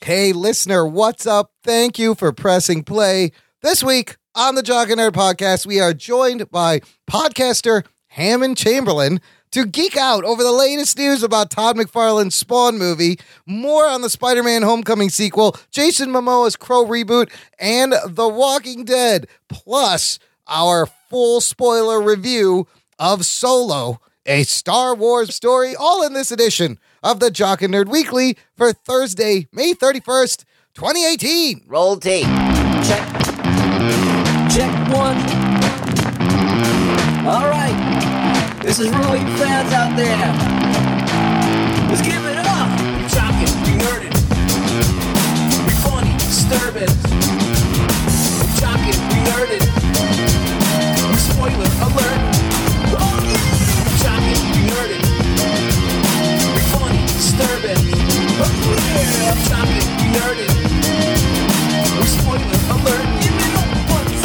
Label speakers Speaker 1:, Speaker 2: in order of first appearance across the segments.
Speaker 1: Hey, listener, what's up? Thank you for pressing play. This week on the Jock and Nerd podcast, we are joined by podcaster Hammond Chamberlain to geek out over the latest news about Todd McFarlane's Spawn movie, more on the Spider Man Homecoming sequel, Jason Momoa's Crow reboot, and The Walking Dead, plus our full spoiler review of Solo, a Star Wars story, all in this edition of the Jock and Nerd Weekly for Thursday, May 31st, 2018.
Speaker 2: Roll tape. Check. Check one. All right. This is really fans out there. Let's give it up. We talking, we nerding. We funny, disturbing. We talking, we nerding. We spoiler alert. Oh, yeah. We talking, we nerding. We funny, disturbing. Oh, yeah. We talking, we nerding. We spoiler alert. Give it up. We talking, we nerding.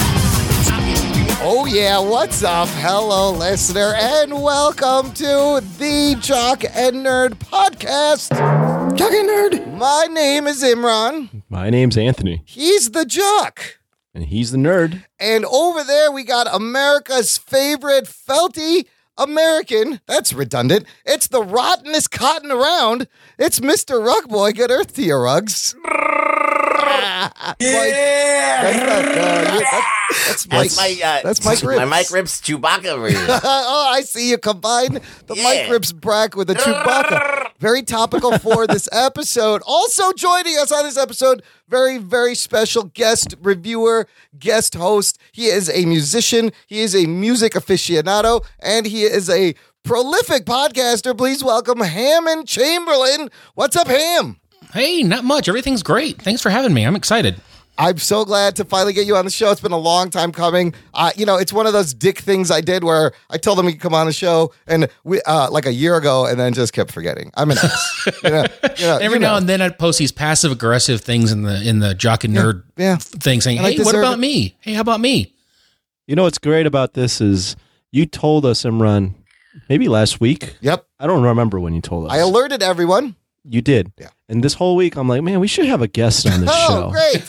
Speaker 1: Oh, yeah, what's up? Hello, listener, and welcome to the Jock and Nerd Podcast. Jock and Nerd. My name is Imran.
Speaker 3: My name's Anthony,
Speaker 1: He's the Jock.
Speaker 3: and he's the nerd.
Speaker 1: And over there, we got America's favorite felty American. That's redundant. It's the rottenest cotton around. It's Mr. Rugboy. Good earth to your rugs. That's, not, uh, you- that's- that's
Speaker 2: That's my
Speaker 1: Mike's-
Speaker 2: uh,
Speaker 1: that's Mike Rips.
Speaker 2: My Mike Rips Chewbacca over here.
Speaker 1: oh, I see. You combine the
Speaker 2: Yeah.
Speaker 1: Mike Rips Brack with the Chewbacca. Very topical for this episode. Also joining us on this episode, very, very special guest reviewer, guest host. He is a musician, he is a music aficionado, and he is a prolific podcaster. Please welcome Hammond Chamberlain. What's up, Ham?
Speaker 4: Hey, not much. Everything's great. Thanks for having me. I'm excited.
Speaker 1: I'm so glad to finally get you on the show. It's been a long time coming. Uh, you know, it's one of those dick things I did where I told them you could come on the show, and we uh, like a year ago, and then just kept forgetting. I'm an ass. you know, you know,
Speaker 4: Every
Speaker 1: you know.
Speaker 4: now and then I post these passive aggressive things in the in the jock and nerd
Speaker 1: yeah.
Speaker 4: thing saying,
Speaker 1: And I
Speaker 4: "Hey, what
Speaker 1: deserve
Speaker 4: about
Speaker 1: it."
Speaker 4: me? Hey, how about me?"
Speaker 3: You know what's great about this is you told us, Imran, maybe last week.
Speaker 1: Yep.
Speaker 3: I don't remember when you told us.
Speaker 1: I alerted everyone.
Speaker 3: you did.
Speaker 1: Yeah.
Speaker 3: And this whole week, I'm like, man, we should have a guest on this show.
Speaker 1: Oh, great.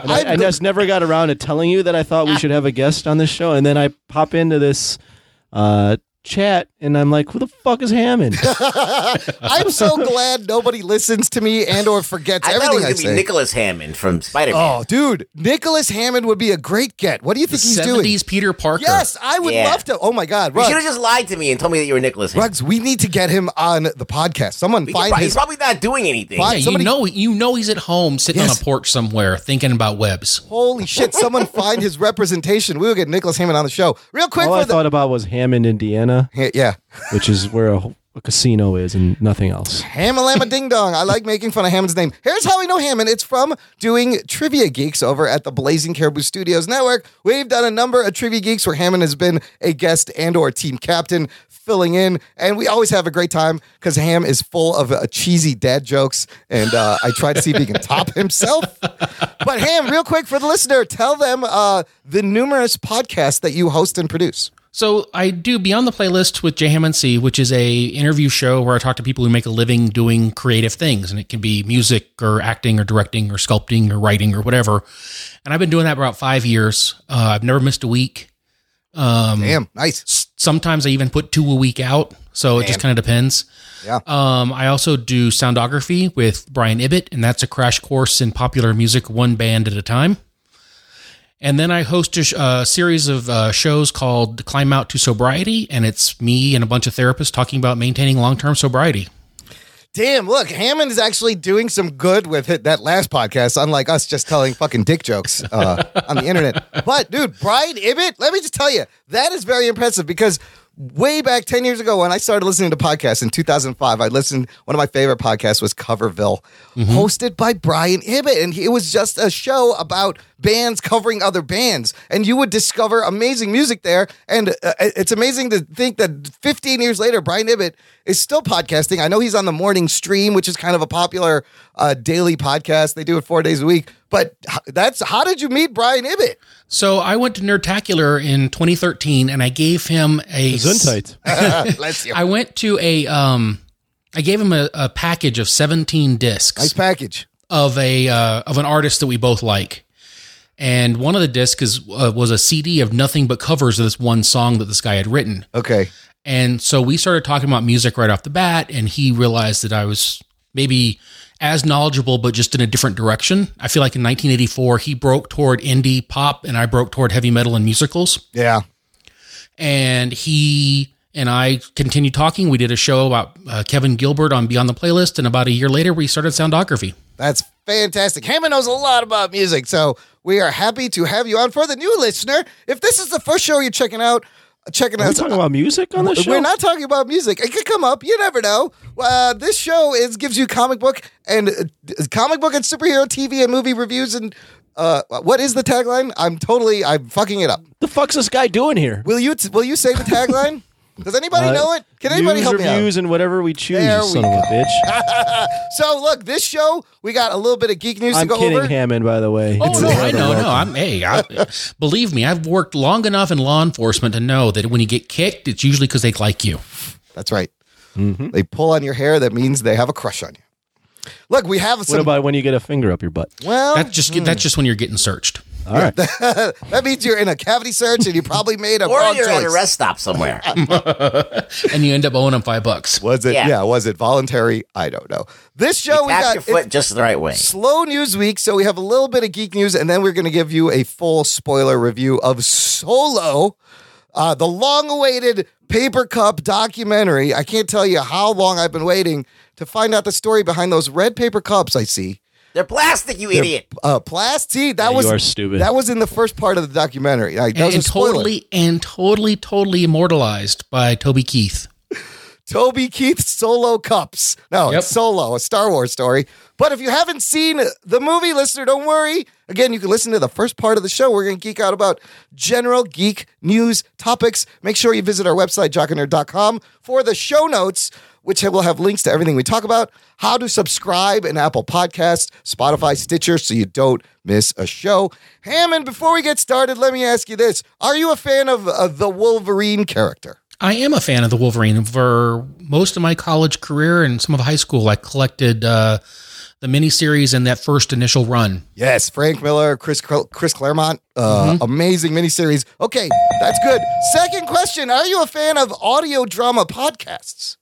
Speaker 3: And I, I
Speaker 1: I'm-
Speaker 3: just never got around to telling you that I thought we should have a guest on this show. And then I pop into this uh, chat and I'm like, who the fuck is Hammond?
Speaker 1: I'm so glad nobody listens to me and or forgets
Speaker 2: I thought it was
Speaker 1: everything I
Speaker 2: gonna be
Speaker 1: say.
Speaker 2: Nicholas Hammond from Spider Man.
Speaker 1: Oh, dude, Nicholas Hammond would be a great get. What do you think he's doing?
Speaker 4: Seventies Peter Parker.
Speaker 1: Yes, I would
Speaker 2: Yeah.
Speaker 1: love to. Oh my God,
Speaker 2: you should have
Speaker 1: Rugs,
Speaker 2: just lied to me and told me that you were Nicholas Hammond.
Speaker 1: Rugs, we need to get him on the podcast. Someone
Speaker 2: He could
Speaker 1: find
Speaker 2: prob-
Speaker 1: his
Speaker 2: he's probably not doing anything.
Speaker 1: Fine.
Speaker 4: Yeah,
Speaker 1: Somebody-
Speaker 4: you know, you know, he's at home sitting
Speaker 1: Yes.
Speaker 4: on a porch somewhere thinking about webs.
Speaker 1: Holy shit, someone find his representation. We will get Nicholas Hammond on the show. Real quick
Speaker 3: All
Speaker 1: for
Speaker 3: Oh, I
Speaker 1: the
Speaker 3: thought about was Hammond, Indiana,
Speaker 1: Yeah, yeah.
Speaker 3: which is where a, a casino is and nothing else.
Speaker 1: Hammalama Ding Dong. I like making fun of Hammond's name. Here's how we know Hammond. It's from doing Trivia Geeks over at the Blazing Caribou Studios Network. We've done a number of Trivia Geeks where Hammond has been a guest and or team captain filling in, and we always have a great time because Ham is full of uh, cheesy dad jokes, and uh, I try to see if he can top himself. But Ham, real quick for the listener, tell them uh, the numerous podcasts that you host and produce.
Speaker 4: So I do Beyond the Playlist with Jay Hammond C, which is a interview show where I talk to people who make a living doing creative things, and it can be music or acting or directing or sculpting or writing or whatever. And I've been doing that for about five years. Uh, I've never missed a week. Um,
Speaker 1: Damn, nice.
Speaker 4: S- sometimes I even put two a week out. So it just kind of depends.
Speaker 1: Yeah.
Speaker 4: Um, I also do soundography with Brian Ibbett, and that's a crash course in popular music, one band at a time. And then I host a sh- uh, series of uh, shows called Climb Out to Sobriety, and it's me and a bunch of therapists talking about maintaining long term sobriety.
Speaker 1: Damn, look, Hammond is actually doing some good with it, that last podcast, unlike us just telling fucking dick jokes uh, on the internet. But, dude, Brian Ibbett, let me just tell you, that is very impressive because way back 10 years ago when I started listening to podcasts in 2005, I listened, one of my favorite podcasts was Coverville, hosted by Brian Ibbett. And it was just a show about bands covering other bands. And you would discover amazing music there. And uh, it's amazing to think that 15 years later, Brian Ibbett is still podcasting. I know he's on the morning stream, which is kind of a popular uh, daily podcast. They do it four days a week. But h- that's how did you meet Brian Ibbett?
Speaker 4: So I went to Nerdtacular in 2013, and I gave him a
Speaker 3: Gesundheit.
Speaker 1: Uh, Bless you.
Speaker 4: I went to a um, I gave him a, a package of 17 discs.
Speaker 1: Nice package.
Speaker 4: of a uh, of an artist that we both like. And one of the discs is uh, was a CD of nothing but covers of this one song that this guy had written.
Speaker 1: Okay.
Speaker 4: And so we started talking about music right off the bat, and he realized that I was maybe as knowledgeable, but just in a different direction. I feel like in 1984, he broke toward indie pop, and I broke toward heavy metal and musicals.
Speaker 1: Yeah.
Speaker 4: And he and I continued talking. We did a show about uh, Kevin Gilbert on Beyond the Playlist, and about a year later, we started Soundography.
Speaker 1: That's fantastic. Hammond knows a lot about music, so we are happy to have you on. For the new listener, if this is the first show you're checking out, checking
Speaker 3: Are we
Speaker 1: out.
Speaker 3: talking about music on this show?
Speaker 1: We're not talking about music. It could come up. You never know. Uh, this show is gives you comic book and uh, comic book and superhero TV and movie reviews and. Uh, what is the tagline? I'm totally, I'm fucking it up.
Speaker 3: the fuck's this guy doing here?
Speaker 1: Will you, will you say the tagline? Does anybody
Speaker 3: Uh,
Speaker 1: know it? Can anybody
Speaker 3: News,
Speaker 1: help me out?
Speaker 3: reviews and whatever we choose,
Speaker 1: There
Speaker 3: you
Speaker 1: we
Speaker 3: son of a bitch.
Speaker 1: So look, this show we got a little bit of geek news
Speaker 3: I'm
Speaker 1: to go
Speaker 3: kidding,
Speaker 1: over.
Speaker 3: Hammond. By the way.
Speaker 4: Oh
Speaker 3: It's
Speaker 4: no,
Speaker 3: a-
Speaker 4: I know, no. I'm hey, I, believe me, I've worked long enough in law enforcement to know that when you get kicked, it's usually because they like you.
Speaker 1: That's right.
Speaker 3: Mm-hmm.
Speaker 1: They pull on your hair. That means they have a crush on you. Look, we have
Speaker 3: What
Speaker 1: some.
Speaker 3: about when you get a finger up your butt?
Speaker 1: well,
Speaker 4: That's just that's just when you're getting searched.
Speaker 3: All right.
Speaker 1: that means you're in a cavity search and you probably made a
Speaker 2: Or
Speaker 1: wrong
Speaker 2: you're
Speaker 1: choice. Oh,
Speaker 2: at a rest stop somewhere.
Speaker 4: and you end up owing them five bucks.
Speaker 1: Was it? Yeah.
Speaker 2: Yeah.
Speaker 1: Was it voluntary? I don't know. This show we
Speaker 2: Tap
Speaker 1: got
Speaker 2: your foot just the right way.
Speaker 1: it's slow news week, so we have a little bit of geek news, and then we're going to give you a full spoiler review of Solo, uh, the long-awaited paper cup documentary. I can't tell you how long I've been waiting to find out the story behind those red paper cups I see.
Speaker 2: They're plastic, you idiot.
Speaker 1: Uh, plasti. That
Speaker 3: you
Speaker 1: was
Speaker 3: are stupid.
Speaker 1: That was in the first part of the documentary. Like, that
Speaker 4: And,
Speaker 1: was a
Speaker 4: and
Speaker 1: spoiler.
Speaker 4: totally and totally totally immortalized by Toby Keith.
Speaker 1: Toby Keith solo cups. No,
Speaker 4: Yep.
Speaker 1: it's solo, a Star Wars story. But if you haven't seen the movie, listener, don't worry. Again, you can listen to the first part of the show. We're going to geek out about general geek news topics. Make sure you visit our website, jockandnerd.com, for the show notes, which will have links to everything we talk about, how to subscribe in Apple Podcasts, Spotify, Stitcher, so you don't miss a show. Hammond, before we get started, let me ask you this Are you a fan of uh, the Wolverine character?
Speaker 4: I am a fan of the Wolverine. For most of my college career and some of high school, I collected uh, the miniseries and that first initial run.
Speaker 1: Yes, Frank Miller, Chris Chris Claremont, uh, amazing miniseries. Okay, that's good. Second question: Are you a fan of audio drama podcasts?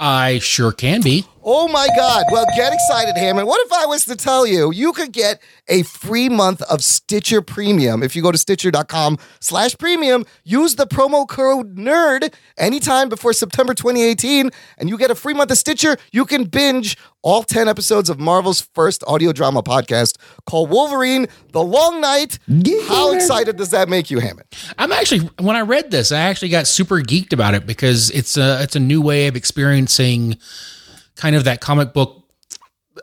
Speaker 4: I sure can be.
Speaker 1: Oh my God! Well, get excited, Hammond. What if I was to tell you you could get a free month of Stitcher Premium if you go to Stitcher.com/premium? Use the promo code Nerd anytime before September 2018, and you get a free month of Stitcher. You can binge all 10 episodes of Marvel's first audio drama podcast called Wolverine: The Long Night. How excited does that make you, Hammond?
Speaker 4: I'm actually when I read this, I actually got super geeked about it because it's a it's a new way of experiencing kind of that comic book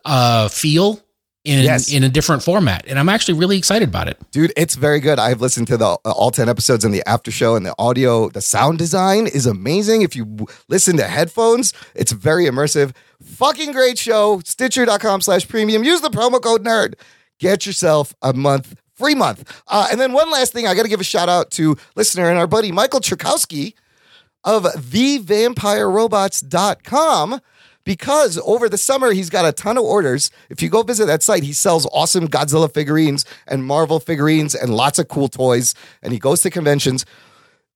Speaker 4: uh, feel in
Speaker 1: Yes.
Speaker 4: in a different format, and I'm actually really excited about it.
Speaker 1: Dude, it's very good. I've listened to the uh, all 10 episodes in the after show and the audio, the sound design is amazing. If you w- listen to headphones, it's very immersive. Fucking great show. Stitcher.com slash premium. Use the promo code nerd. Get yourself a month, free month. Uh, and then one last thing, I got to give a shout out to listener and our buddy Michael Tchaikovsky of thevampirerobots.com because over the summer he's got a ton of orders. If you go visit that site, he sells awesome Godzilla figurines and Marvel figurines and lots of cool toys and he goes to conventions.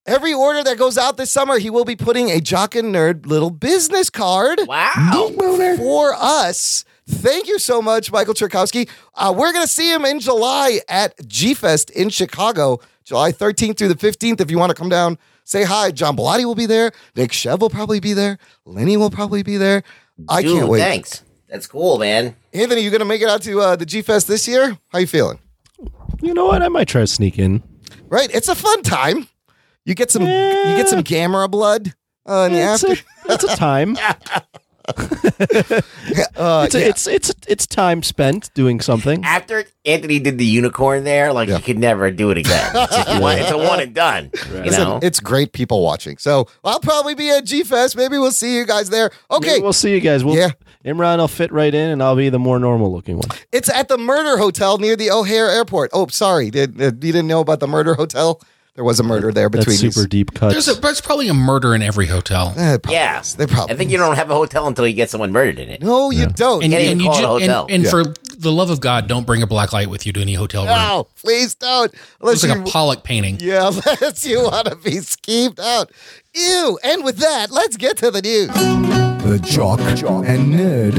Speaker 1: Every order that goes out this summer, he will be putting a jock and nerd little business card
Speaker 2: Wow.
Speaker 1: for us. Thank you so much, Michael Tchaikovsky. Uh, we're going to see him in July at G Fest in Chicago, July 13th through the 15th. If you want to come down, say hi. John Bellotti will be there. Nick Chev will probably be there. Lenny will probably be there. I
Speaker 2: Dude,
Speaker 1: can't wait.
Speaker 2: thanks. That's cool, man.
Speaker 1: Anthony, you going to make it out to uh, the G Fest this year? How you feeling?
Speaker 3: You know what? I might try to sneak in.
Speaker 1: Right, it's a fun time. You get some, you get some Gamera blood uh, in the
Speaker 3: It's a,
Speaker 1: after.
Speaker 3: it's a time.
Speaker 1: Uh,
Speaker 3: It's a, it's it's it's time spent doing something.
Speaker 2: After Anthony did the unicorn there, like you could never do it again. It's, just one, it's a one and done. You
Speaker 1: Listen,
Speaker 2: know?
Speaker 1: it's great people watching. So I'll probably be at G Fest. Maybe we'll see you guys there. Okay,
Speaker 3: Maybe We'll see you guys. We'll,
Speaker 1: Yeah.
Speaker 3: Imran will fit right in, and I'll be the more normal looking one.
Speaker 1: uh, It's at the Murder Hotel near the O'Hare Airport. Oh, sorry. Did, did- you didn't know about the Murder Hotel? there was a murder there
Speaker 3: That's
Speaker 1: between these-
Speaker 3: super deep
Speaker 4: There's,
Speaker 3: cuts.
Speaker 4: a, there's probably a murder in every hotel.
Speaker 1: Eh, probably
Speaker 5: Yeah.
Speaker 1: is. They probably
Speaker 5: I think you don't have a hotel until you get someone murdered in it.
Speaker 1: No, you don't.
Speaker 4: And,
Speaker 5: Can't even
Speaker 4: and you
Speaker 5: call it
Speaker 4: ju-
Speaker 5: a hotel.
Speaker 4: and, and
Speaker 1: Yeah.
Speaker 4: for the love of God, don't bring a black light with you to any hotel room.
Speaker 1: no, please don't. Unless
Speaker 4: It's like
Speaker 1: Oh, you
Speaker 4: a Pollock painting.
Speaker 1: Yeah, unless you want to be skeeved out. Ew. And with that, let's get to the news.
Speaker 6: The Jock and Nerd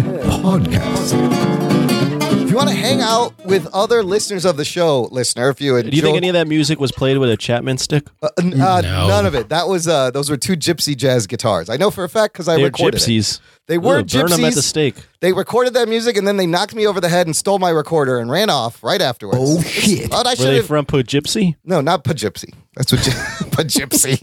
Speaker 6: Podcast.
Speaker 1: If you want to hang out with other listeners of the show, listener, if you enjoy,
Speaker 3: Do you think any of that music was played with a Chapman stick?
Speaker 1: uh,
Speaker 3: Mm,
Speaker 1: n- uh,
Speaker 4: No.
Speaker 1: none of it. That was uh, those were two gypsy jazz guitars. I know for a fact because I
Speaker 3: They're
Speaker 1: recorded. it.
Speaker 3: gypsies.
Speaker 1: They were
Speaker 3: Ugh, Burn them at the
Speaker 1: gypsies.
Speaker 3: stake.
Speaker 1: They recorded that music and then they knocked me over the head and stole my recorder and ran off right afterwards.
Speaker 6: Oh shit.
Speaker 1: But I
Speaker 3: Were
Speaker 1: should
Speaker 3: they
Speaker 1: have.
Speaker 3: from Poughkeepsie?
Speaker 1: no, not Poughkeepsie. That's what Poughkeepsie.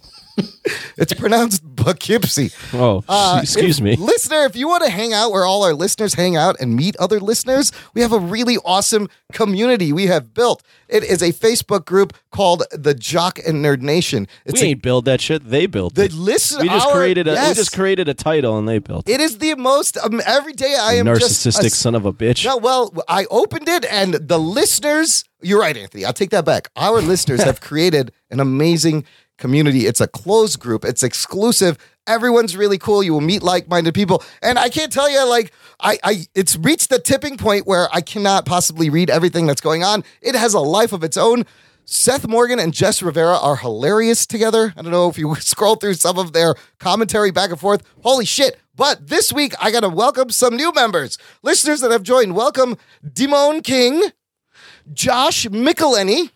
Speaker 1: it's pronounced Poughkeepsie.
Speaker 3: Oh,
Speaker 1: Uh,
Speaker 3: excuse
Speaker 1: if-
Speaker 3: me.
Speaker 1: Listener, if you want to hang out where all our listeners hang out and meet other listeners, we have a really awesome community we have built. It is a Facebook group called the Jock and Nerd Nation. It's
Speaker 3: We
Speaker 1: a,
Speaker 3: ain't build that shit. They built
Speaker 1: the
Speaker 3: it.
Speaker 1: listen
Speaker 3: We just
Speaker 1: our-
Speaker 3: created a we
Speaker 1: yes.
Speaker 3: just created a title and they built it.
Speaker 1: It is the most um, every day I am just a
Speaker 3: Narcissistic son of a bitch.
Speaker 1: No, well, I opened it, and the listeners. You're right, Anthony. I'll take that back. Our listeners have created an amazing community. It's a closed group. It's exclusive. Everyone's really cool. You will meet like-minded people, and I can't tell you like I, I. It's reached the tipping point where I cannot possibly read everything that's going on. It has a life of its own. Seth Morgan and Jess Rivera are hilarious together. I don't know if you scroll through some of their commentary back and forth. Holy shit. But this week, I got to welcome some new members. Listeners that have joined, welcome Dimon King, Josh Michelini,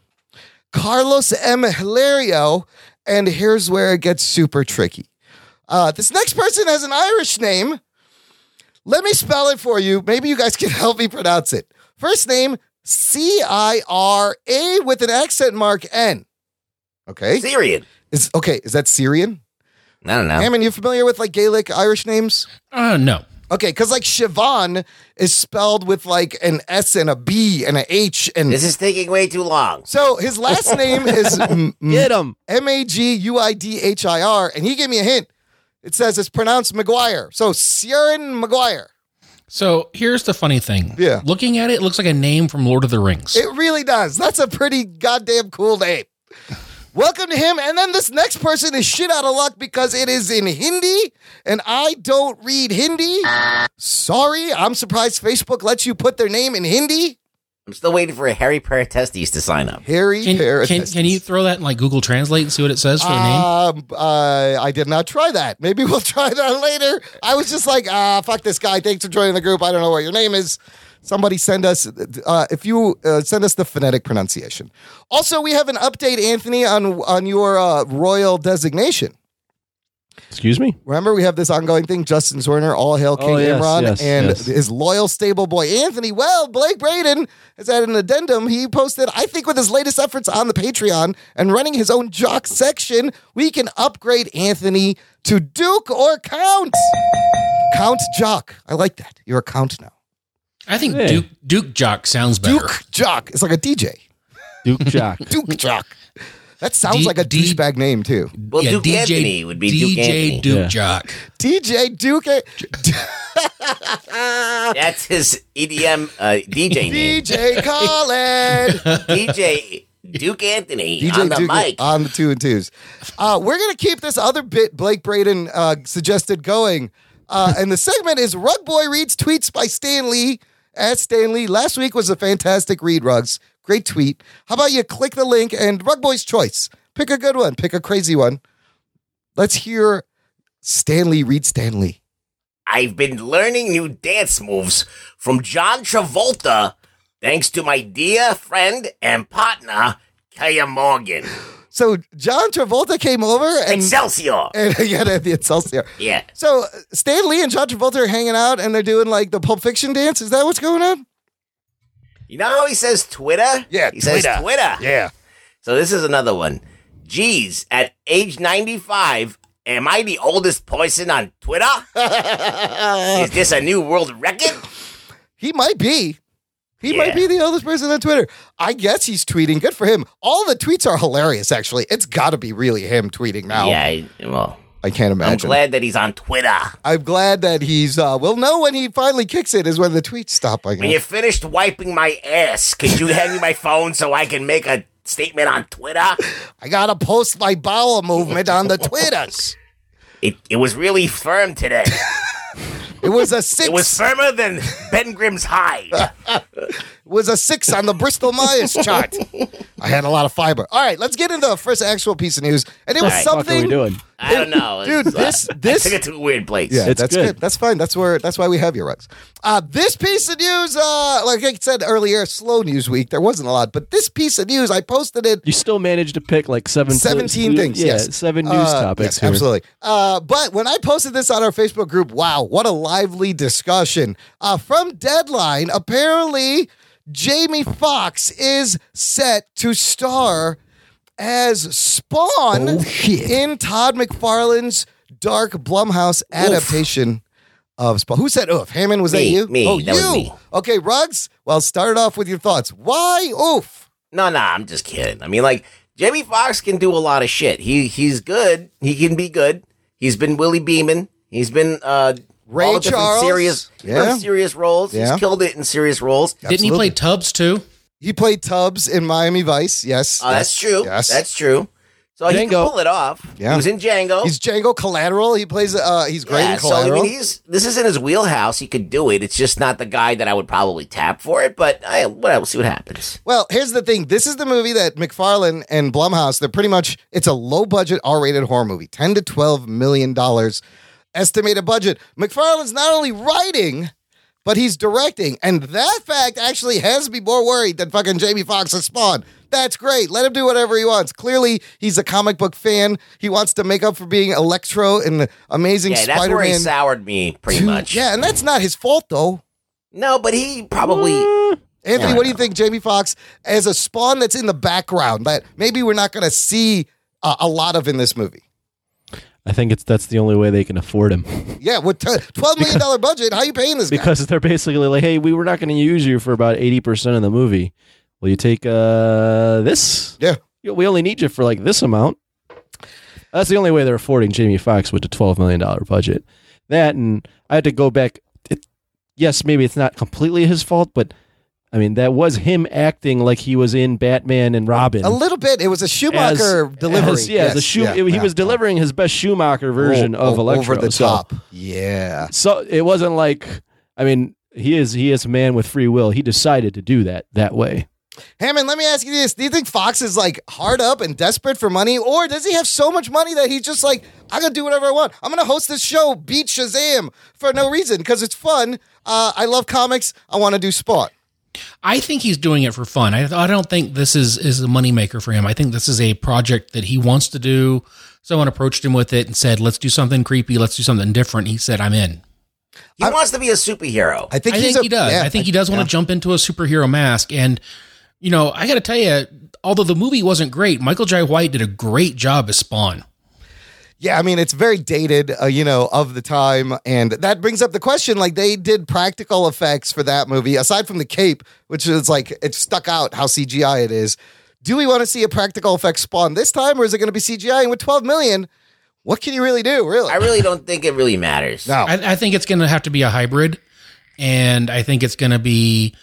Speaker 1: Carlos M. Hilario, and here's where it gets super tricky. Uh, this next person has an Irish name. Let me spell it for you. Maybe you guys can help me pronounce it. First name C I R A with an accent mark N. Okay.
Speaker 5: Syrian.
Speaker 1: Is okay, is that Syrian?
Speaker 5: I don't know.
Speaker 1: Hammond, you familiar with like Gaelic Irish names?
Speaker 4: Uh, no.
Speaker 1: Okay, because like Siobhan is spelled with like an S and a B and a H and
Speaker 5: This is taking way too long.
Speaker 1: so his last name is M-
Speaker 3: Get them.
Speaker 1: M A G U I D H I R, and he gave me a hint. It says it's pronounced McGuire. So Sierran McGuire.
Speaker 4: So here's the funny thing.
Speaker 1: Yeah.
Speaker 4: Looking at it, it looks like a name from Lord of the Rings.
Speaker 1: It really does. That's a pretty goddamn cool name. Welcome to him. And then this next person is shit out of luck because it is in Hindi and I don't read Hindi. Sorry, I'm surprised Facebook lets you put their name in Hindi.
Speaker 5: I'm still waiting for Harry Paratestes to sign up.
Speaker 1: Harry
Speaker 4: can,
Speaker 1: Paratestes.
Speaker 4: can, can you throw that in like Google Translate and see what it says for the name?
Speaker 1: Um, uh, I did not try that. Maybe we'll try that later. I was just like, ah, fuck this guy. Thanks for joining the group. I don't know what your name is. Somebody send us, uh, if you uh, send us the phonetic pronunciation. Also, we have an update, Anthony, on on your uh, royal designation.
Speaker 3: Excuse me.
Speaker 1: Remember, we have this ongoing thing. Justin Zorner, all hail King
Speaker 3: Oh, yes,
Speaker 1: Imran,
Speaker 3: yes,
Speaker 1: and
Speaker 3: yes.
Speaker 1: his loyal stable boy Anthony. Well, Blake Braden has had an addendum. He posted, I think, with his latest efforts on the Patreon and running his own jock section, we can upgrade Anthony to Duke or Count. Count Jock. I like that. You're a Count now.
Speaker 4: I think
Speaker 3: Hey.
Speaker 4: Duke Duke Jock sounds better.
Speaker 1: Duke Jock. It's like a DJ.
Speaker 3: Duke Jock.
Speaker 1: Duke Jock. That sounds
Speaker 4: D-
Speaker 1: like a
Speaker 4: D-
Speaker 1: douchebag name too.
Speaker 5: Well, Duke Anthony would be Duke
Speaker 4: DJ
Speaker 5: Anthony.
Speaker 4: Duke
Speaker 3: Yeah.
Speaker 4: Jock.
Speaker 1: DJ Duke.
Speaker 5: That's his
Speaker 2: E
Speaker 5: EDM uh, DJ name.
Speaker 1: DJ Khaled.
Speaker 5: DJ Duke Anthony on the
Speaker 1: Duke uh,
Speaker 5: mic.
Speaker 1: on the two and twos. Uh, we're gonna keep this other bit Blake Braden uh, suggested going, uh, and the segment is Rug Boy reads tweets by Stan Lee. At Stan Lee, last week was a fantastic read, Rugs. Great tweet. How about you click the link and Rug Boy's choice? Pick a good one. Pick a crazy one. Let's hear Stan Lee read Stan Lee.
Speaker 5: I've been learning new dance moves from John Travolta thanks to my dear friend and partner, Kaya Morgan.
Speaker 1: So John Travolta came over and
Speaker 5: Excelsior!
Speaker 1: and again at the Excelsior.
Speaker 5: Yeah.
Speaker 1: So uh, Stan Lee and John Travolta are hanging out and they're doing like the Pulp Fiction dance. Is that what's going on?
Speaker 5: You know how he says Twitter?
Speaker 1: Yeah,
Speaker 5: he says
Speaker 1: Twitter.
Speaker 5: Twitter.
Speaker 1: Yeah.
Speaker 5: So this is another one. Geez, at age 95, am I the oldest person on Twitter? is this a new world record?
Speaker 1: He might be. He might
Speaker 5: Yeah.
Speaker 1: be the oldest person on Twitter. I guess he's tweeting. Good for him. All the tweets are hilarious, actually. It's got to be really him tweeting now.
Speaker 5: Yeah, I- well,
Speaker 1: I can't
Speaker 5: I'm
Speaker 1: imagine.
Speaker 5: glad that he's on Twitter.
Speaker 1: I'm glad that he's, uh, we'll know when he finally kicks it is when the tweets stop. I
Speaker 5: When
Speaker 1: guess.
Speaker 5: you finished wiping my ass, could you hand me my phone so I can make a statement on Twitter.
Speaker 1: I gotta post my bowel movement on the Twitters.
Speaker 5: It, it was really firm today.
Speaker 1: It was a six.
Speaker 5: It was firmer than Ben Grimm's hide.
Speaker 1: Uh, was a six on the Bristol Myers chart. I had a lot of fiber. All right, let's get into the first actual piece of news, and it was
Speaker 5: right.
Speaker 3: What the fuck are we
Speaker 1: something.
Speaker 3: doing?
Speaker 5: I don't know,
Speaker 1: Dude,
Speaker 5: It's, uh,
Speaker 1: this-
Speaker 5: I
Speaker 1: this-
Speaker 5: took it to a weird place.
Speaker 1: Yeah,
Speaker 3: It's
Speaker 1: that's
Speaker 3: good.
Speaker 1: good. That's fine. That's where. That's why we have you, Rex. Uh, this piece of news, uh, like I said earlier, slow news week. There wasn't a lot, but this piece of news, I posted it
Speaker 3: You still managed to pick like seven,
Speaker 1: 17 things.
Speaker 3: Yeah,
Speaker 1: yes.
Speaker 3: seven news
Speaker 1: Uh,
Speaker 3: topics.
Speaker 1: yes,
Speaker 3: here.
Speaker 1: absolutely. Uh, but when I posted this on our Facebook group, wow, what a lively discussion. Uh, from Deadline, apparently Jamie Foxx is set to star as Spawn
Speaker 6: Oh, shit.
Speaker 1: in Todd McFarlane's Dark Blumhouse adaptation. Of Spawn. Who said oof? Hammond, was that
Speaker 5: Me,
Speaker 1: you?
Speaker 5: me,
Speaker 1: oh,
Speaker 5: that
Speaker 1: you.
Speaker 5: was me.
Speaker 1: Okay, Ruggs, well, start off with your thoughts. Why oof?
Speaker 5: No, no, I'm just kidding. I mean, like Jamie Foxx can do a lot of shit. He he's good. He can be good. He's been Willie Beeman. He's been uh,
Speaker 1: Ray
Speaker 5: all the different
Speaker 1: Charles.
Speaker 5: serious,
Speaker 1: Yeah.
Speaker 5: serious roles.
Speaker 1: Yeah.
Speaker 5: He's killed it in serious roles.
Speaker 4: Didn't he play Tubbs too?
Speaker 1: He played Tubbs in Miami Vice. Yes.
Speaker 5: Uh, that's true.
Speaker 1: Yes.
Speaker 5: That's true. So he
Speaker 3: Django.
Speaker 5: can pull it off.
Speaker 1: Yeah.
Speaker 5: He was in Django.
Speaker 1: He's Django Collateral. He plays. Uh, he's great
Speaker 5: yeah,
Speaker 1: in
Speaker 5: so I
Speaker 1: Collateral.
Speaker 5: mean, he's this is in his wheelhouse. He could do it. It's just not the guy that I would probably tap for it. But I, whatever, we'll see what happens.
Speaker 1: well, here's the thing. This is the movie that McFarlane and Blumhouse. They're pretty much. It's a low budget R rated horror movie. Ten to twelve million dollars estimated budget. McFarlane's not only writing. But he's directing, and that fact actually has me more worried than fucking Jamie Foxx's Spawn. That's great. Let him do whatever he wants. Clearly, he's a comic book fan. He wants to make up for being Electro in the Amazing
Speaker 5: Yeah, that's where he
Speaker 1: Spider-Man.
Speaker 5: soured me pretty
Speaker 1: 2.
Speaker 5: much.
Speaker 1: Yeah, and that's not his fault though.
Speaker 5: No, but he probably.
Speaker 1: Anthony,
Speaker 5: Yeah.
Speaker 1: what do you think, Jamie Foxx, as a spawn that's in the background that maybe we're not going to see uh, a lot of in this movie?
Speaker 3: I think it's that's the only way they can afford him
Speaker 1: Yeah, with t- twelve million dollar budget, how you paying this guy?
Speaker 3: because they're basically like, hey, we were not going to use you for about eighty percent of the movie. Will you take uh this?
Speaker 1: Yeah.
Speaker 3: You- we only need you for like this amount. That's the only way they're affording Jamie Foxx with the twelve million dollar budget. That and I had to go back. It, yes, maybe it's not completely his fault, but I mean that was him acting like he was in Batman and Robin.
Speaker 1: A little bit. It was a
Speaker 3: as-
Speaker 1: Schumacher delivery.
Speaker 3: as- yeah,
Speaker 1: Yes,
Speaker 3: the Schu-
Speaker 1: yeah,
Speaker 3: he
Speaker 1: yeah.
Speaker 3: was delivering his best Schumacher version
Speaker 1: Oh,
Speaker 3: of
Speaker 1: oh,
Speaker 3: Electro.
Speaker 1: over the
Speaker 3: so,
Speaker 1: top. Yeah,
Speaker 3: so it wasn't like I mean he is he is a man with free will. He decided to do that that way.
Speaker 1: Hammond. Let me ask you this: Do you think Fox is like hard up and desperate for money, or does he have so much money that he's just like, I'm gonna do whatever I want. I'm gonna host this show, beat Shazam, for no reason because it's fun. Uh, I love comics. I want to do sport.
Speaker 4: I think he's doing it for fun. I, I don't think this is is a moneymaker for him. I think this is a project that he wants to do. Someone approached him with it and said, "Let's do something creepy. Let's do something different." He said, "I'm in."
Speaker 5: He wants to be a superhero.
Speaker 1: I think,
Speaker 4: I
Speaker 1: he's
Speaker 4: think
Speaker 1: a-
Speaker 4: he does.
Speaker 1: yeah,
Speaker 4: I think he does want to jump into a superhero mask. And you know, I got to tell you, although the movie wasn't great, Michael J. White did a great job as Spawn.
Speaker 1: Yeah, I mean it's very dated, uh, you know, of the time, and that brings up the question: like they did practical effects for that movie, aside from the cape, which is like it stuck out how CGI it is. Do we want to see a practical effect spawn this time, or is it going to be CGI? And with twelve million, what can you really do? Really,
Speaker 5: I really don't think it really matters.
Speaker 1: no.
Speaker 4: I, I think it's going to have to be a hybrid, and I think it's going to be,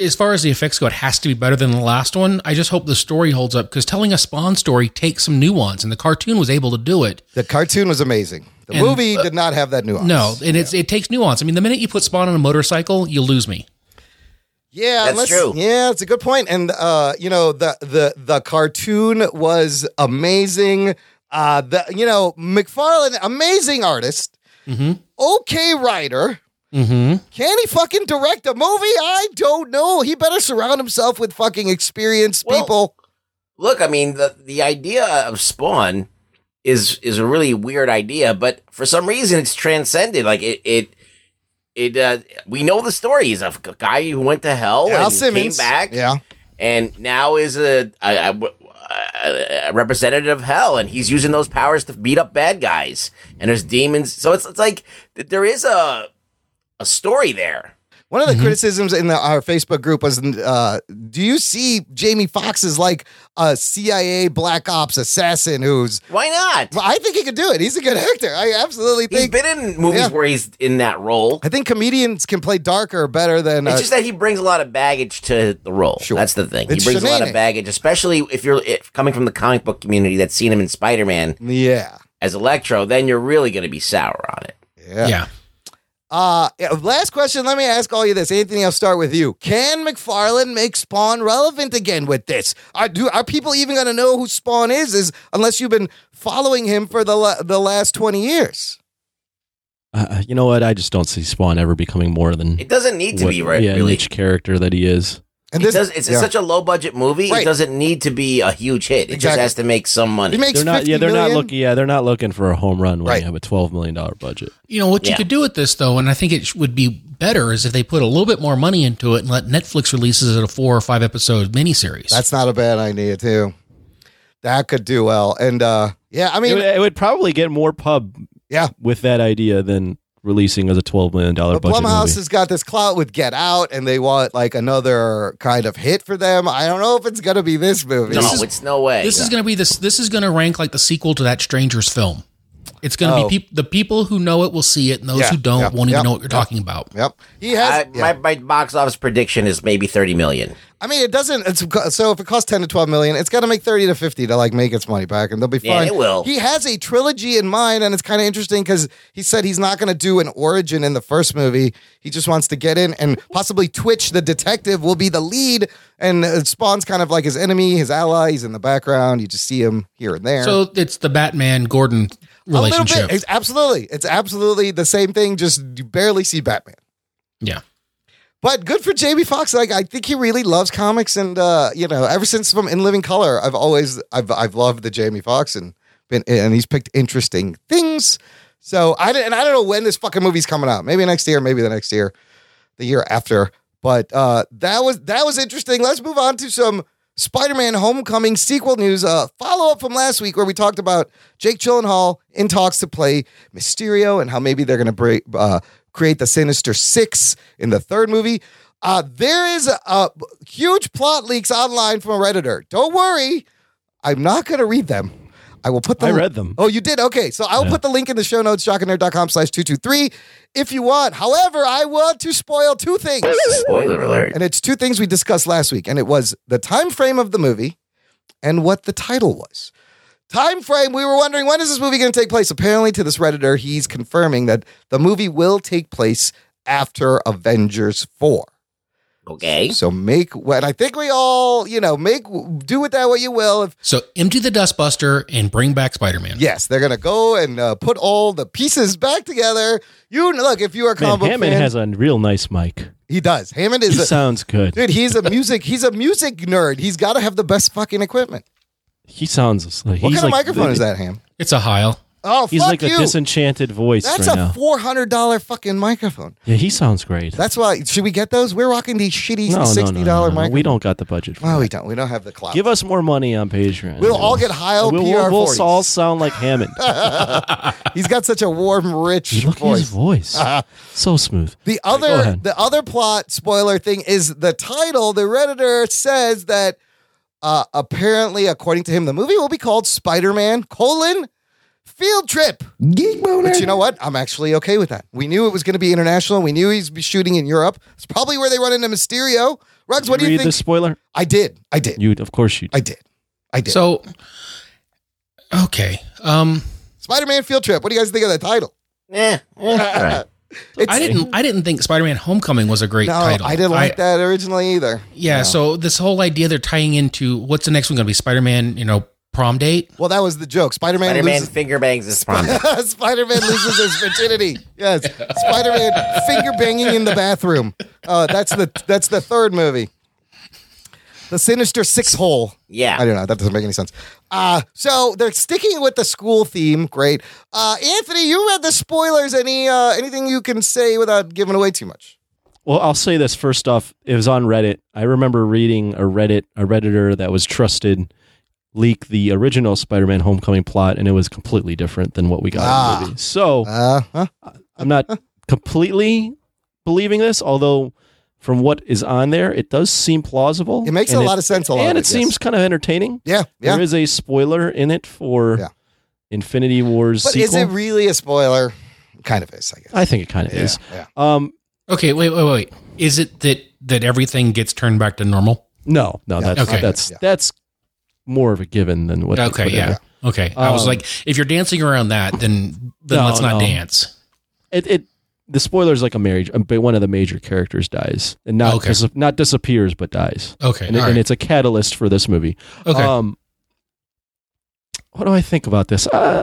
Speaker 4: as far as the effects go, it has to be better than the last one. I just hope the story holds up because telling a Spawn story takes some nuance, and the cartoon was able to do it.
Speaker 1: the cartoon was amazing. The
Speaker 4: And,
Speaker 1: movie did not have that nuance.
Speaker 4: No, and it's it takes nuance. I mean, the minute you put Spawn on a motorcycle, you lose me.
Speaker 1: Yeah,
Speaker 5: That's
Speaker 1: unless,
Speaker 5: true.
Speaker 1: Yeah, it's a good point. And uh, you know, the the the cartoon was amazing. Uh, the you know McFarlane, amazing artist,
Speaker 5: Mm-hmm.
Speaker 1: okay writer.
Speaker 4: Mm-hmm.
Speaker 1: Can he fucking direct a movie? I don't know. He better surround himself with fucking experienced
Speaker 5: Well-
Speaker 1: people.
Speaker 5: Look, I mean, the the idea of Spawn is is a really weird idea, but for some reason, it's transcended. Like it it. It, uh, we know the story. He's a f- guy who went to hell
Speaker 1: Al
Speaker 5: oh, and
Speaker 1: Simmons,
Speaker 5: came back,
Speaker 1: yeah,
Speaker 5: and now is a, a, a, a representative of hell, and he's using those powers to beat up bad guys. And there's demons, so it's it's like th- there is a a story there.
Speaker 1: One of the criticisms in the, our Facebook group was, uh, do you see Jamie Foxx as like a CIA black ops assassin who's?
Speaker 5: Why not?
Speaker 1: Well, I think he could do it. He's a good actor. I absolutely
Speaker 5: He's
Speaker 1: think.
Speaker 5: been in movies
Speaker 1: Yeah.
Speaker 5: where he's in that role.
Speaker 1: I think comedians can play darker better than. Uh,
Speaker 5: It's just that he brings a lot of baggage to the role.
Speaker 1: Sure.
Speaker 5: That's the thing.
Speaker 1: It's
Speaker 5: he brings a lot
Speaker 1: shenanigans.
Speaker 5: of baggage, especially if you're if coming from the comic book community that's seen him in Spider Man
Speaker 1: yeah.
Speaker 5: as Electro. Then you're really going to be sour on it.
Speaker 1: Yeah.
Speaker 4: yeah.
Speaker 1: Uh, yeah, last question. Let me ask all you this, Anthony. I'll start with you. Can McFarlane make Spawn relevant again with this? Are do are people even going to know who Spawn is? Is unless you've been following him for the la- the last twenty years?
Speaker 3: Uh, you know what? I just don't see Spawn ever becoming more than
Speaker 5: It doesn't need to
Speaker 3: what-
Speaker 5: be right.
Speaker 3: yeah,
Speaker 5: really,
Speaker 3: niche character that he is.
Speaker 1: And
Speaker 5: It does, it's
Speaker 1: yeah.
Speaker 5: such a low budget movie.
Speaker 1: Right.
Speaker 5: It doesn't need to be a huge hit. It just
Speaker 1: Exactly.
Speaker 5: has to make some
Speaker 1: He
Speaker 5: money.
Speaker 1: makes
Speaker 3: They're not. Yeah,
Speaker 1: 50
Speaker 3: they're not
Speaker 1: million?
Speaker 3: looking. Yeah, they're not looking for a home run when
Speaker 1: Right.
Speaker 3: you have a twelve million dollar budget.
Speaker 4: You know what you
Speaker 5: Yeah.
Speaker 4: could do with this though, and I think it sh- would be better is if they put a little bit more money into it and let Netflix releases it a four or five episode miniseries.
Speaker 1: That's not a bad idea too. That could do well. And uh, yeah, I
Speaker 3: It
Speaker 1: mean,
Speaker 3: would, it would probably get more pub.
Speaker 1: Yeah.
Speaker 3: with that idea than releasing as a twelve million dollar
Speaker 1: But
Speaker 3: budget
Speaker 1: Blumhouse
Speaker 3: movie.
Speaker 1: has got this clout with Get Out, and they want like another kind of hit for them. I don't know if it's gonna be this movie.
Speaker 5: no,
Speaker 4: This is-
Speaker 5: it's no way.
Speaker 4: this is going to be this. This is going to rank like the sequel to that Strangers film. It's going to
Speaker 1: Oh.
Speaker 4: be peop the people who know it will see it, and those
Speaker 1: Yeah,
Speaker 4: who don't
Speaker 1: yeah,
Speaker 4: won't
Speaker 1: yeah,
Speaker 4: even know what you're
Speaker 1: yeah.
Speaker 4: talking about.
Speaker 1: Yep, he has.
Speaker 5: I,
Speaker 1: yeah.
Speaker 5: my, my box office prediction is maybe thirty million.
Speaker 1: I mean, it doesn't. It's so if it costs ten to twelve million, it's got to make thirty to fifty to like make its money back, and they'll be fine.
Speaker 5: Yeah, it will.
Speaker 1: He has a trilogy in mind, and it's kind of interesting because he said he's not going to do an origin in the first movie. He just wants to get in and possibly Twitch the detective will be the lead, and uh, Spawn's kind of like his enemy, his ally. He's in the background. You just see him here and there.
Speaker 4: So it's the Batman Gordon
Speaker 1: A little bit.
Speaker 4: relationship.
Speaker 1: It's absolutely. It's absolutely the same thing. Just you barely see Batman.
Speaker 4: Yeah.
Speaker 1: But good for Jamie Foxx. Like I think he really loves comics, and uh, you know, ever since from In Living Color, I've always I've I've loved the Jamie Foxx and been and he's picked interesting things. So I don't- and I don't know when this fucking movie's coming out. Maybe next year, maybe the next year, the year after. But uh, that was that was interesting. Let's move on to some Spider-Man: Homecoming sequel news. Uh, follow up from last week where we talked about Jake Gyllenhaal in talks to play Mysterio and how maybe they're going to break, uh, create the Sinister Six in the third movie. Uh, there is a, a huge plot leaks online from a redditor. Don't worry, I'm not going to read them. I will put the
Speaker 3: I read them.
Speaker 1: Oh, you did? Okay. So I'll put the link in the show notes, shockandnerd.com slash 223 if you want. However, I want to spoil two things.
Speaker 5: Spoiler alert.
Speaker 1: and it's two things we discussed last week. And it was the time frame of the movie and what the title was. Time frame, we were wondering when is this movie going to take place? Apparently, to this Redditor, he's confirming that the movie will take place after Avengers 4.
Speaker 5: Okay.
Speaker 1: So make what I think we all, you know, make do with that what you will. If
Speaker 4: So empty the dustbuster and bring back Spider Man.
Speaker 1: Yes, they're gonna go and uh, put all the pieces back together. You look if you are a
Speaker 3: Man,
Speaker 1: comic book
Speaker 3: Hammond
Speaker 1: fan,
Speaker 3: has a real nice mic.
Speaker 1: he does. Hammond
Speaker 3: He
Speaker 1: is a,
Speaker 3: sounds good.
Speaker 1: dude. He's a music. He's a music nerd. He's got to have the best fucking equipment.
Speaker 3: He sounds like
Speaker 1: What
Speaker 3: he's
Speaker 1: kind of
Speaker 3: like
Speaker 1: microphone
Speaker 3: the-
Speaker 1: is that, Ham?
Speaker 4: It's a Heil.
Speaker 1: Oh,
Speaker 3: He's
Speaker 1: fuck
Speaker 3: like
Speaker 1: you.
Speaker 3: a disenchanted voice
Speaker 1: That's a
Speaker 3: right now.
Speaker 1: four hundred dollar fucking microphone.
Speaker 3: yeah, he sounds great.
Speaker 1: That's why. Should we get those? We're rocking these shitty
Speaker 3: no, no, no,
Speaker 1: sixty
Speaker 3: no,
Speaker 1: dollar
Speaker 3: no,
Speaker 1: microphones.
Speaker 3: We don't got the budget. For
Speaker 1: Well,
Speaker 3: that.
Speaker 1: we don't. We don't have the clout.
Speaker 3: Give us more money on Patreon.
Speaker 1: we'll all get high
Speaker 3: We'll,
Speaker 1: PR.
Speaker 3: we'll, we'll
Speaker 1: 40s.
Speaker 3: all sound like Hammond.
Speaker 1: He's got such a warm, rich
Speaker 3: Look at his
Speaker 1: voice.
Speaker 3: voice. so smooth.
Speaker 1: The
Speaker 3: go
Speaker 1: other
Speaker 3: ahead.
Speaker 1: the other plot spoiler thing is the title. The redditor says that uh, apparently, according to him, the movie will be called Spider Man: colon, Field Trip.
Speaker 6: Geek boner.
Speaker 1: But you know what? I'm actually okay with that. We knew it was going to be international. We knew he's be shooting in Europe. It's probably where they run into Mysterio. Ruggs, what do you
Speaker 3: Read
Speaker 1: think?
Speaker 3: the spoiler.
Speaker 1: I did. I did.
Speaker 3: You, of course, you.
Speaker 1: I did. I did.
Speaker 4: So okay. Um
Speaker 1: Spider Man Field Trip. What do you guys think of that title?
Speaker 5: Yeah. yeah. Eh, All right.
Speaker 1: It's,
Speaker 4: I didn't I didn't think Spider Man Homecoming was a great
Speaker 1: No,
Speaker 4: title.
Speaker 1: I didn't like that originally either.
Speaker 4: Yeah, so this whole idea they're tying into what's the next one gonna be? Spider Man, you know, prom date?
Speaker 1: Well, that was the joke. Spider Man
Speaker 5: Spider Man
Speaker 1: loses
Speaker 5: finger bangs his prom.
Speaker 1: Spider Man loses his virginity. Yes, Spider Man finger banging in the bathroom. Uh, that's the that's the third movie. The Sinister Six Hole.
Speaker 5: Yeah.
Speaker 1: I don't know. That doesn't make any sense. Uh, so they're sticking with the school theme. Great. Uh, Anthony, you read the spoilers. Any uh, anything you can say without giving away too much?
Speaker 3: Well, I'll say this first off. It was on Reddit. I remember reading a Reddit, a redditor that was trusted, leak the original Spider-Man Homecoming plot, and it was completely different than what we got in
Speaker 1: Ah.
Speaker 3: the movie. So
Speaker 1: Uh, huh?
Speaker 3: I'm not completely believing this, although from what is on there, it does seem plausible.
Speaker 1: It makes
Speaker 3: And
Speaker 1: a lot of sense. A lot,
Speaker 3: and
Speaker 1: of
Speaker 3: it seems kind of entertaining.
Speaker 1: yes. yeah, yeah.
Speaker 3: There is a spoiler in it for
Speaker 1: Yeah.
Speaker 3: Infinity War's
Speaker 1: But
Speaker 3: sequel.
Speaker 1: is it really a spoiler? Kind of is, I guess.
Speaker 3: I think it kind of is.
Speaker 1: yeah.
Speaker 3: Um,
Speaker 4: Okay, wait, wait, wait. Is it that that everything gets turned back to normal?
Speaker 3: no, no, that's
Speaker 4: Okay.
Speaker 3: that's
Speaker 1: Yeah.
Speaker 3: that's more of a given than what.
Speaker 4: Okay,
Speaker 3: what-
Speaker 4: yeah. Okay, I was
Speaker 3: Um,
Speaker 4: like, if you're dancing around that, then then
Speaker 3: No,
Speaker 4: let's not
Speaker 3: no.
Speaker 4: dance.
Speaker 3: It, it the spoiler is like a marriage, but one of the major characters dies, and not
Speaker 4: Okay.
Speaker 3: dis- not disappears, but dies,
Speaker 4: Okay,
Speaker 3: and, it-
Speaker 4: all
Speaker 3: and
Speaker 4: right.
Speaker 3: it's a catalyst for this movie.
Speaker 4: okay.
Speaker 3: Um, what do I think about this? Uh,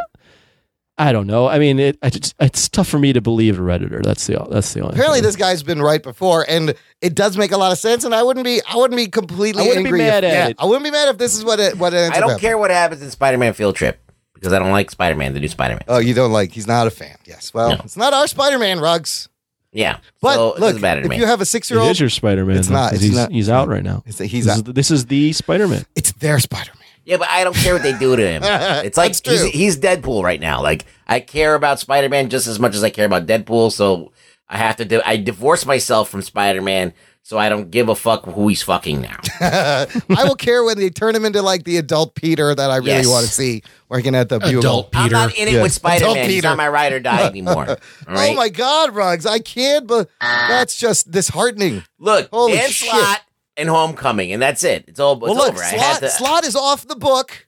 Speaker 3: I don't know. I mean, it, I just- it's tough for me to believe Redditor. That's the that's the only.
Speaker 1: Apparently,
Speaker 3: thing.
Speaker 1: this guy's been right before, and it does make a lot of sense. And I wouldn't be, I wouldn't be completely
Speaker 3: I wouldn't be
Speaker 1: angry.
Speaker 3: mad
Speaker 1: if,
Speaker 3: at
Speaker 1: yeah,
Speaker 3: it.
Speaker 1: I wouldn't be mad if this is what it, what it ends
Speaker 5: I
Speaker 1: up
Speaker 5: don't
Speaker 1: happening.
Speaker 5: care what happens in Spider Man Field Trip because I don't like Spider Man, the new Spider Man.
Speaker 1: Oh, you don't like? He's not a fan. Yes. Well,
Speaker 5: No.
Speaker 1: it's not our Spider-Man rugs.
Speaker 5: Yeah.
Speaker 1: But
Speaker 5: so it
Speaker 1: look,
Speaker 5: doesn't matter to
Speaker 1: if
Speaker 5: me.
Speaker 1: you have a six-year-old,
Speaker 3: it is your Spider Man.
Speaker 1: It's not- it's
Speaker 3: he's,
Speaker 1: not-
Speaker 3: he's out right now.
Speaker 1: it's, he's
Speaker 3: this,
Speaker 1: a,
Speaker 3: Is, this is the Spider Man.
Speaker 1: it's their Spider-Man.
Speaker 5: yeah, but I don't care what they do to him. It's like
Speaker 1: That's true.
Speaker 5: he's, he's Deadpool right now. Like I care about Spider Man just as much as I care about Deadpool. So I have to. Di- I divorce myself from Spider Man, so I don't give a fuck who he's fucking now.
Speaker 1: I will care when they turn him into like the adult Peter that I really
Speaker 5: Yes.
Speaker 1: want to see working at the Bugle.
Speaker 4: Adult
Speaker 5: I'm
Speaker 4: Peter.
Speaker 5: not in it
Speaker 1: Yeah.
Speaker 5: with Spider
Speaker 1: Don't
Speaker 5: Man. He's
Speaker 1: Peter.
Speaker 5: not my ride or die anymore. All right?
Speaker 1: Oh my God, Rugs! I can't, but that's just disheartening.
Speaker 5: Look,
Speaker 1: Holy
Speaker 5: Dan
Speaker 1: shit.
Speaker 5: Slot and Homecoming, and that's it. It's all. It's
Speaker 1: well, look,
Speaker 5: over. I had
Speaker 1: slot,
Speaker 5: to,
Speaker 1: slot is off the book.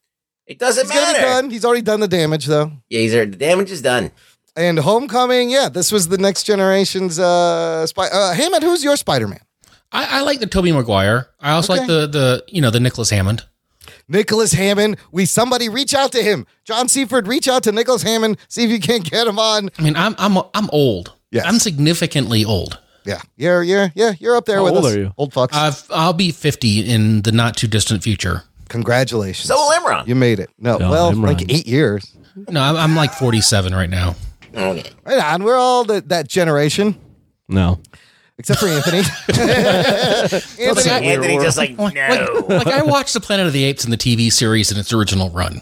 Speaker 5: it doesn't
Speaker 1: It's gonna be
Speaker 5: matter.
Speaker 1: done. He's already done the damage though.
Speaker 5: Yeah, he's there. The damage is done.
Speaker 1: And Homecoming, yeah, this was the next generation's uh, Spider. Uh, Hammond, who's your Spider-Man?
Speaker 4: I, I like the Toby Maguire. I also
Speaker 1: Okay.
Speaker 4: like the the you know the Nicholas Hammond.
Speaker 1: Nicholas Hammond. We somebody reach out to him. John Seaford, reach out to Nicholas Hammond. See if you can't get him on.
Speaker 4: I mean, I'm I'm I'm old.
Speaker 1: Yes.
Speaker 4: I'm significantly old.
Speaker 1: Yeah, you're you're yeah, you're up there
Speaker 3: How
Speaker 1: with
Speaker 3: old
Speaker 1: us,
Speaker 3: are you?
Speaker 1: old fucks.
Speaker 4: I've I'll be 50 in the not too distant future.
Speaker 1: Congratulations,
Speaker 5: So will Imran.
Speaker 1: you made it. No,
Speaker 3: No,
Speaker 1: well,
Speaker 3: I'm
Speaker 1: like
Speaker 3: wrong.
Speaker 1: eight years.
Speaker 4: No, I'm, I'm like 47 right now.
Speaker 5: Okay.
Speaker 1: Right on. We're all the, that generation,
Speaker 3: No,
Speaker 1: except for Anthony. Anthony,
Speaker 4: Like,
Speaker 5: Anthony just like no.
Speaker 4: like I watched the Planet of the Apes in the TV series in its original run.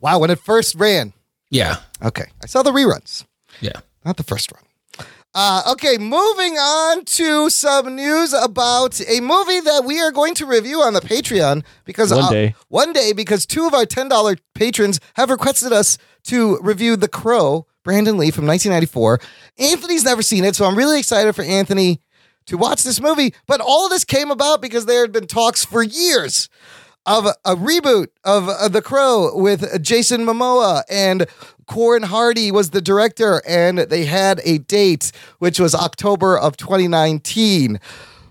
Speaker 1: wow, when it first ran.
Speaker 4: Yeah,
Speaker 1: Okay, I saw the reruns,
Speaker 4: yeah.
Speaker 1: not the first run. Uh, okay, moving on to some news about a movie that we are going to review on the Patreon because
Speaker 3: One
Speaker 1: uh,
Speaker 3: day.
Speaker 1: one day because two of our ten dollar patrons have requested us to review The Crow, Brandon Lee from 1994. Anthony's never seen it, so I'm really excited for Anthony to watch this movie. But all of this came about because there had been talks for years of a, a reboot of uh, The Crow with uh, Jason Momoa and Corin Hardy was the director, and they had a date which was October of 2019.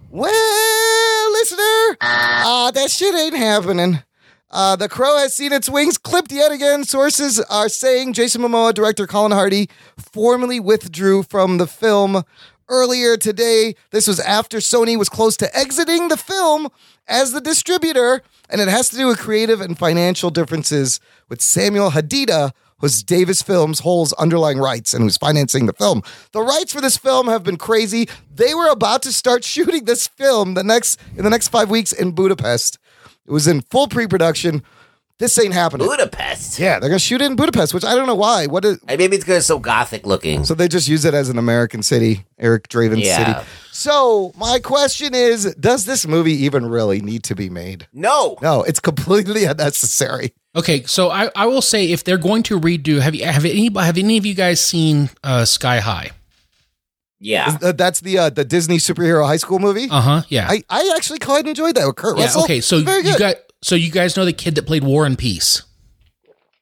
Speaker 1: Well, listener, uh, that shit ain't happening. Uh, the crow has seen its wings clipped yet again. Sources are saying Jason Momoa director Colin Hardy formally withdrew from the film earlier today. This was after Sony was close to exiting the film as the distributor, and it has to do with creative and financial differences with Samuel Hadida, was Davis Films holds underlying rights and who's financing the film. The rights for this film have been crazy. They were about to start shooting this film the next in the next five weeks in Budapest. It was in full pre-production. This ain't happening.
Speaker 5: Budapest.
Speaker 1: yeah, they're gonna shoot it in Budapest, which I don't know why. What is
Speaker 5: And maybe it's because it's so gothic looking.
Speaker 1: so they just use it as an American city, Eric Draven
Speaker 5: Yeah.
Speaker 1: city. So my question is, does this movie even really need to be made?
Speaker 5: no.
Speaker 1: No, it's completely unnecessary.
Speaker 4: Okay, so I, I will say if they're going to redo, have you have any have any of you guys seen uh, Sky High?
Speaker 5: Yeah.
Speaker 1: Uh, that's the uh, the Disney superhero high school movie.
Speaker 4: Uh huh. Yeah.
Speaker 1: I, I actually quite enjoyed that with Kurt
Speaker 4: yeah.
Speaker 1: Russell.
Speaker 4: Okay. So
Speaker 1: It's very
Speaker 4: you
Speaker 1: good.
Speaker 4: got so you guys know the kid that played War and Peace,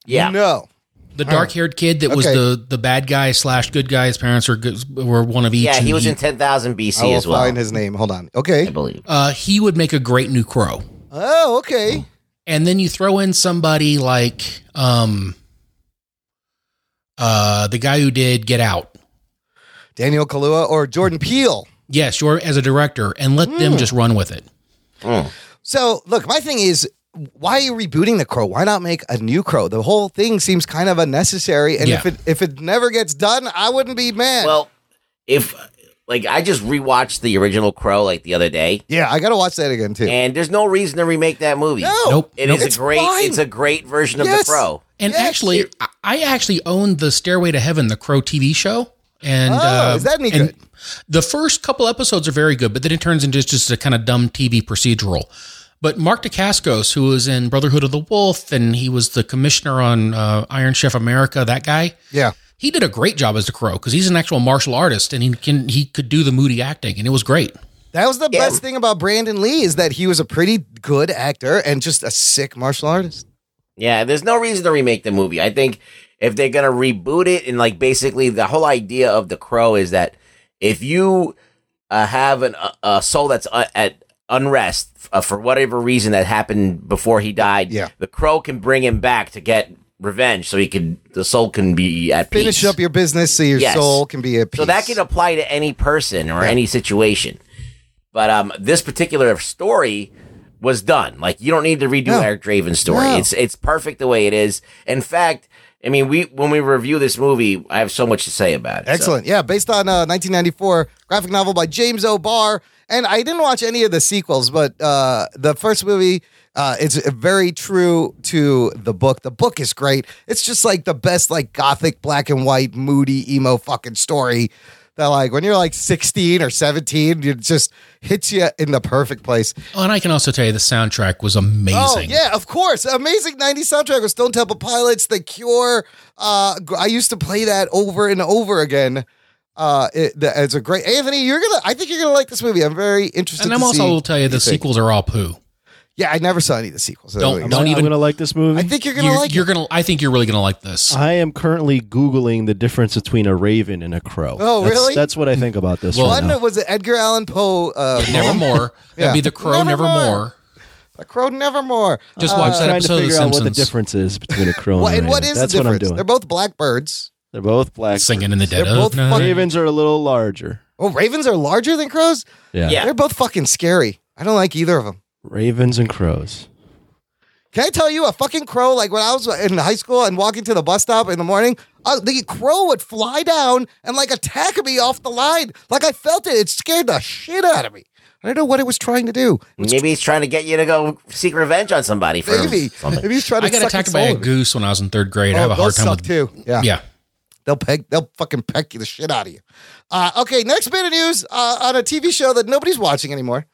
Speaker 5: Yeah.
Speaker 1: no,
Speaker 4: the dark haired kid that was
Speaker 1: Okay.
Speaker 4: the the bad guy slash good guy. His parents were good, were one of each.
Speaker 5: Yeah,
Speaker 4: and
Speaker 5: he was in 10,000
Speaker 1: I
Speaker 5: BC
Speaker 1: will
Speaker 5: as well.
Speaker 1: find his name. Hold on.
Speaker 5: I
Speaker 1: Okay.
Speaker 5: believe.
Speaker 4: uh, he would make a great new crow.
Speaker 1: Oh, okay.
Speaker 4: and then you throw in somebody like um uh the guy who did get out
Speaker 1: Daniel Kalua or Jordan Peele.
Speaker 4: yes you're as a director and let them
Speaker 1: Hmm.
Speaker 4: just run with it
Speaker 1: Mm. So look, my thing is, why are you rebooting the Crow? Why not make a new Crow? The whole thing seems kind of unnecessary. And
Speaker 4: Yeah.
Speaker 1: if it if it never gets done, I wouldn't be mad.
Speaker 5: Well, if like I just rewatched the original Crow like the other day,
Speaker 1: yeah, I gotta watch that again too.
Speaker 5: and there's no reason to remake that movie.
Speaker 1: no,
Speaker 4: Nope.
Speaker 5: It is
Speaker 1: It's
Speaker 5: a great
Speaker 1: fine.
Speaker 5: it's a great version of
Speaker 1: Yes.
Speaker 5: the Crow.
Speaker 4: and
Speaker 1: Yes,
Speaker 4: actually
Speaker 1: you-
Speaker 4: I- i actually owned the stairway to heaven the crow tv show And
Speaker 1: Oh,
Speaker 4: uh,
Speaker 1: is that any
Speaker 4: and
Speaker 1: good?
Speaker 4: The first couple episodes are very good, but then it turns into just a kind of dumb TV procedural. But Mark DeCascos, who was in Brotherhood of the Wolf, and he was the commissioner on uh, Iron Chef America, that guy,
Speaker 1: Yeah.
Speaker 4: he did a great job as the crow because he's an actual martial artist and he can he could do the moody acting, and it was great.
Speaker 1: That was the best thing about Brandon Lee is that he was a pretty good actor and just a sick martial artist.
Speaker 5: Yeah, there's no reason to remake the movie. I think if they're gonna reboot it and like basically the whole idea of the crow is that if you uh, have an, a- a soul that's uh, at unrest uh, for whatever reason that happened before he died,
Speaker 1: Yeah.
Speaker 5: the crow can bring him back to get revenge, so he could the soul can be at
Speaker 1: Finish
Speaker 5: peace.
Speaker 1: up your business so your
Speaker 5: Yes.
Speaker 1: soul can be at peace.
Speaker 5: So that could apply to any person or any situation. But um, this particular story was done. Like you don't need to redo
Speaker 1: No.
Speaker 5: Eric Draven's story.
Speaker 1: No.
Speaker 5: It's it's perfect the way it is. In fact, I mean, we when we review this movie, I have so much to say about it. so-
Speaker 1: Excellent. Yeah, based on uh, 1994 graphic novel by James O'Barr. And I didn't watch any of the sequels, but uh, the first movie uh, is very true to the book. The book is great. It's just like the best, like gothic, black and white, moody, emo fucking story. That like when you're like 16 or 17, it just hits you in the perfect place.
Speaker 4: Oh, and I can also tell you the soundtrack was amazing.
Speaker 1: Oh yeah, of course. Amazing 90s soundtrack with Stone Temple Pilots, The Cure. Uh, gr- I used to play that over and over again. Uh, it, the, it's a great Anthony. You're gonna. I think you're gonna like this movie. I'm very interested.
Speaker 4: And
Speaker 1: to
Speaker 4: I'm also
Speaker 1: see
Speaker 4: will tell you
Speaker 1: what
Speaker 4: the
Speaker 1: think.
Speaker 4: sequels are all poo.
Speaker 1: Yeah, I never saw any of the sequels. so
Speaker 4: Don't-
Speaker 1: I'm
Speaker 4: don't
Speaker 1: not-
Speaker 4: even-
Speaker 3: I'm gonna like this movie.
Speaker 1: I think you're gonna
Speaker 4: you're,
Speaker 1: like.
Speaker 4: you're
Speaker 1: it.
Speaker 4: gonna. I think you're really gonna like this.
Speaker 3: I am currently googling the difference between a raven and a crow.
Speaker 1: Oh,
Speaker 3: That's-
Speaker 1: really?
Speaker 3: That's what I think about this
Speaker 4: Well,
Speaker 3: right
Speaker 1: One
Speaker 3: now.
Speaker 1: was it Edgar Allan Poe. Uh,
Speaker 4: Nevermore.
Speaker 1: Yeah.
Speaker 4: That'd be the crow.
Speaker 1: Nevermore.
Speaker 4: Nevermore.
Speaker 1: A Crow Nevermore.
Speaker 4: Just watch that
Speaker 3: trying to
Speaker 4: episode of
Speaker 3: figure
Speaker 4: The
Speaker 3: out
Speaker 4: Simpsons.
Speaker 3: what the difference is between a crow and,
Speaker 1: Well,
Speaker 3: a
Speaker 1: and
Speaker 3: raven.
Speaker 1: what is
Speaker 3: Oh, that's
Speaker 1: the
Speaker 3: what I'm
Speaker 1: difference?
Speaker 3: doing.
Speaker 1: They're both blackbirds.
Speaker 3: They're both black.
Speaker 4: Singing in the dead
Speaker 1: They're
Speaker 4: of
Speaker 1: both
Speaker 4: night.
Speaker 3: Ravens are a little larger.
Speaker 1: Oh, ravens are larger than crows.
Speaker 5: Yeah.
Speaker 1: They're both fucking scary. I don't like either of them.
Speaker 3: Ravens and crows.
Speaker 1: Can I tell you a fucking crow? Like when I was in high school and walking to the bus stop in the morning, uh, the crow would fly down and like attack me off the line. Like I felt it. It scared the shit out of me. I don't know what it was trying to do.
Speaker 5: Maybe he's trying to get you to go seek revenge on somebody for
Speaker 1: Maybe,
Speaker 5: something.
Speaker 1: maybe he's trying to.
Speaker 4: I got
Speaker 1: suck
Speaker 4: attacked
Speaker 1: its
Speaker 4: by
Speaker 1: soul
Speaker 4: a
Speaker 1: out of me.
Speaker 4: goose when I was in third grade. I
Speaker 1: Oh,
Speaker 4: have a
Speaker 1: they'll
Speaker 4: hard time
Speaker 1: suck
Speaker 4: with
Speaker 1: too. Yeah.
Speaker 4: Yeah.
Speaker 1: They'll peg. They'll fucking peck you the shit out of you. Uh, okay, next bit of news uh, on a TV show that nobody's watching anymore.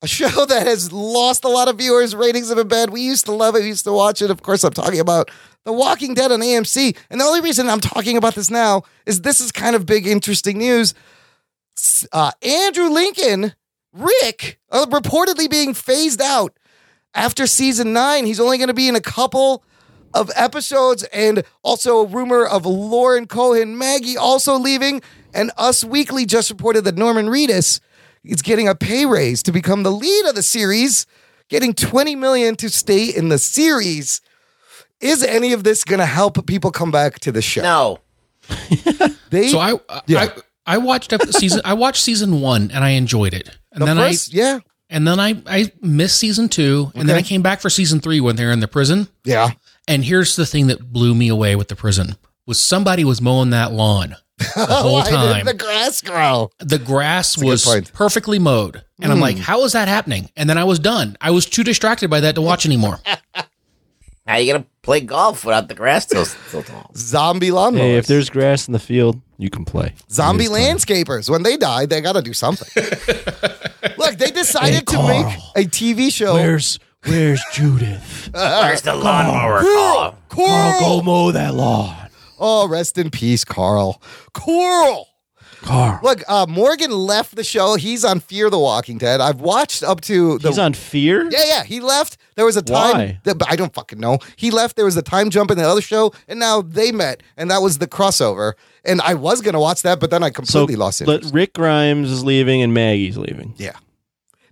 Speaker 1: A show that has lost a lot of viewers. Ratings have been bad. We used to love it. We used to watch it. Of course, I'm talking about The Walking Dead on AMC. And the only reason I'm talking about this now is this is kind of big, interesting news. S- Uh, Andrew Lincoln, Rick, are reportedly being phased out after season nine. He's only going to be in a couple of episodes, and also a rumor of Lauren Cohen, Maggie also leaving. And Us Weekly just reported that Norman Reedus is getting a pay raise to become the lead of the series, getting 20 million to stay in the series. Is any of this going to help people come back to the show?
Speaker 5: No,
Speaker 1: they,
Speaker 4: So I, I-
Speaker 1: Yeah.
Speaker 4: I, I watched up season. I watched season one and I enjoyed it. And
Speaker 1: the
Speaker 4: then
Speaker 1: first,
Speaker 4: I
Speaker 1: yeah,
Speaker 4: and then I I missed season two. And then I
Speaker 1: Okay.
Speaker 4: came back for season three when they're in the prison.
Speaker 1: yeah.
Speaker 4: And here's the thing that blew me away with the prison was somebody was mowing that lawn the whole
Speaker 1: Why
Speaker 4: time.
Speaker 1: did Oh, the grass grow?
Speaker 4: the grass
Speaker 1: a good
Speaker 4: was
Speaker 1: point. Hmm.
Speaker 4: perfectly mowed. And I'm like, how is that happening? And then I was done. I was too distracted by that to watch anymore.
Speaker 5: how you gonna play golf without the grass till, till tall?
Speaker 1: Zombie lawnmowers.
Speaker 3: Hey, if there's grass in the field, you can play.
Speaker 1: Zombie landscapers, when they die, they got to do something. Look, they decided to make a TV show.
Speaker 3: Where's Where's Judith?
Speaker 5: Where's the lawnmower? Oh,
Speaker 1: Coral.
Speaker 3: Go mow that lawn,
Speaker 1: Oh, rest in peace, Carl. Coral.
Speaker 3: Carl.
Speaker 1: Look, uh, Morgan left the show. He's on Fear the Walking Dead. I've watched up to the.
Speaker 3: He's on fear.
Speaker 1: yeah, yeah. He left. There was a time.
Speaker 3: Why?
Speaker 1: that- I don't fucking know. He left. There was a time jump in the other show, and now they met, and that was the crossover. And I was gonna watch that, but then I
Speaker 3: so
Speaker 1: completely lost it.
Speaker 3: but Rick Grimes is leaving and Maggie's leaving.
Speaker 1: yeah,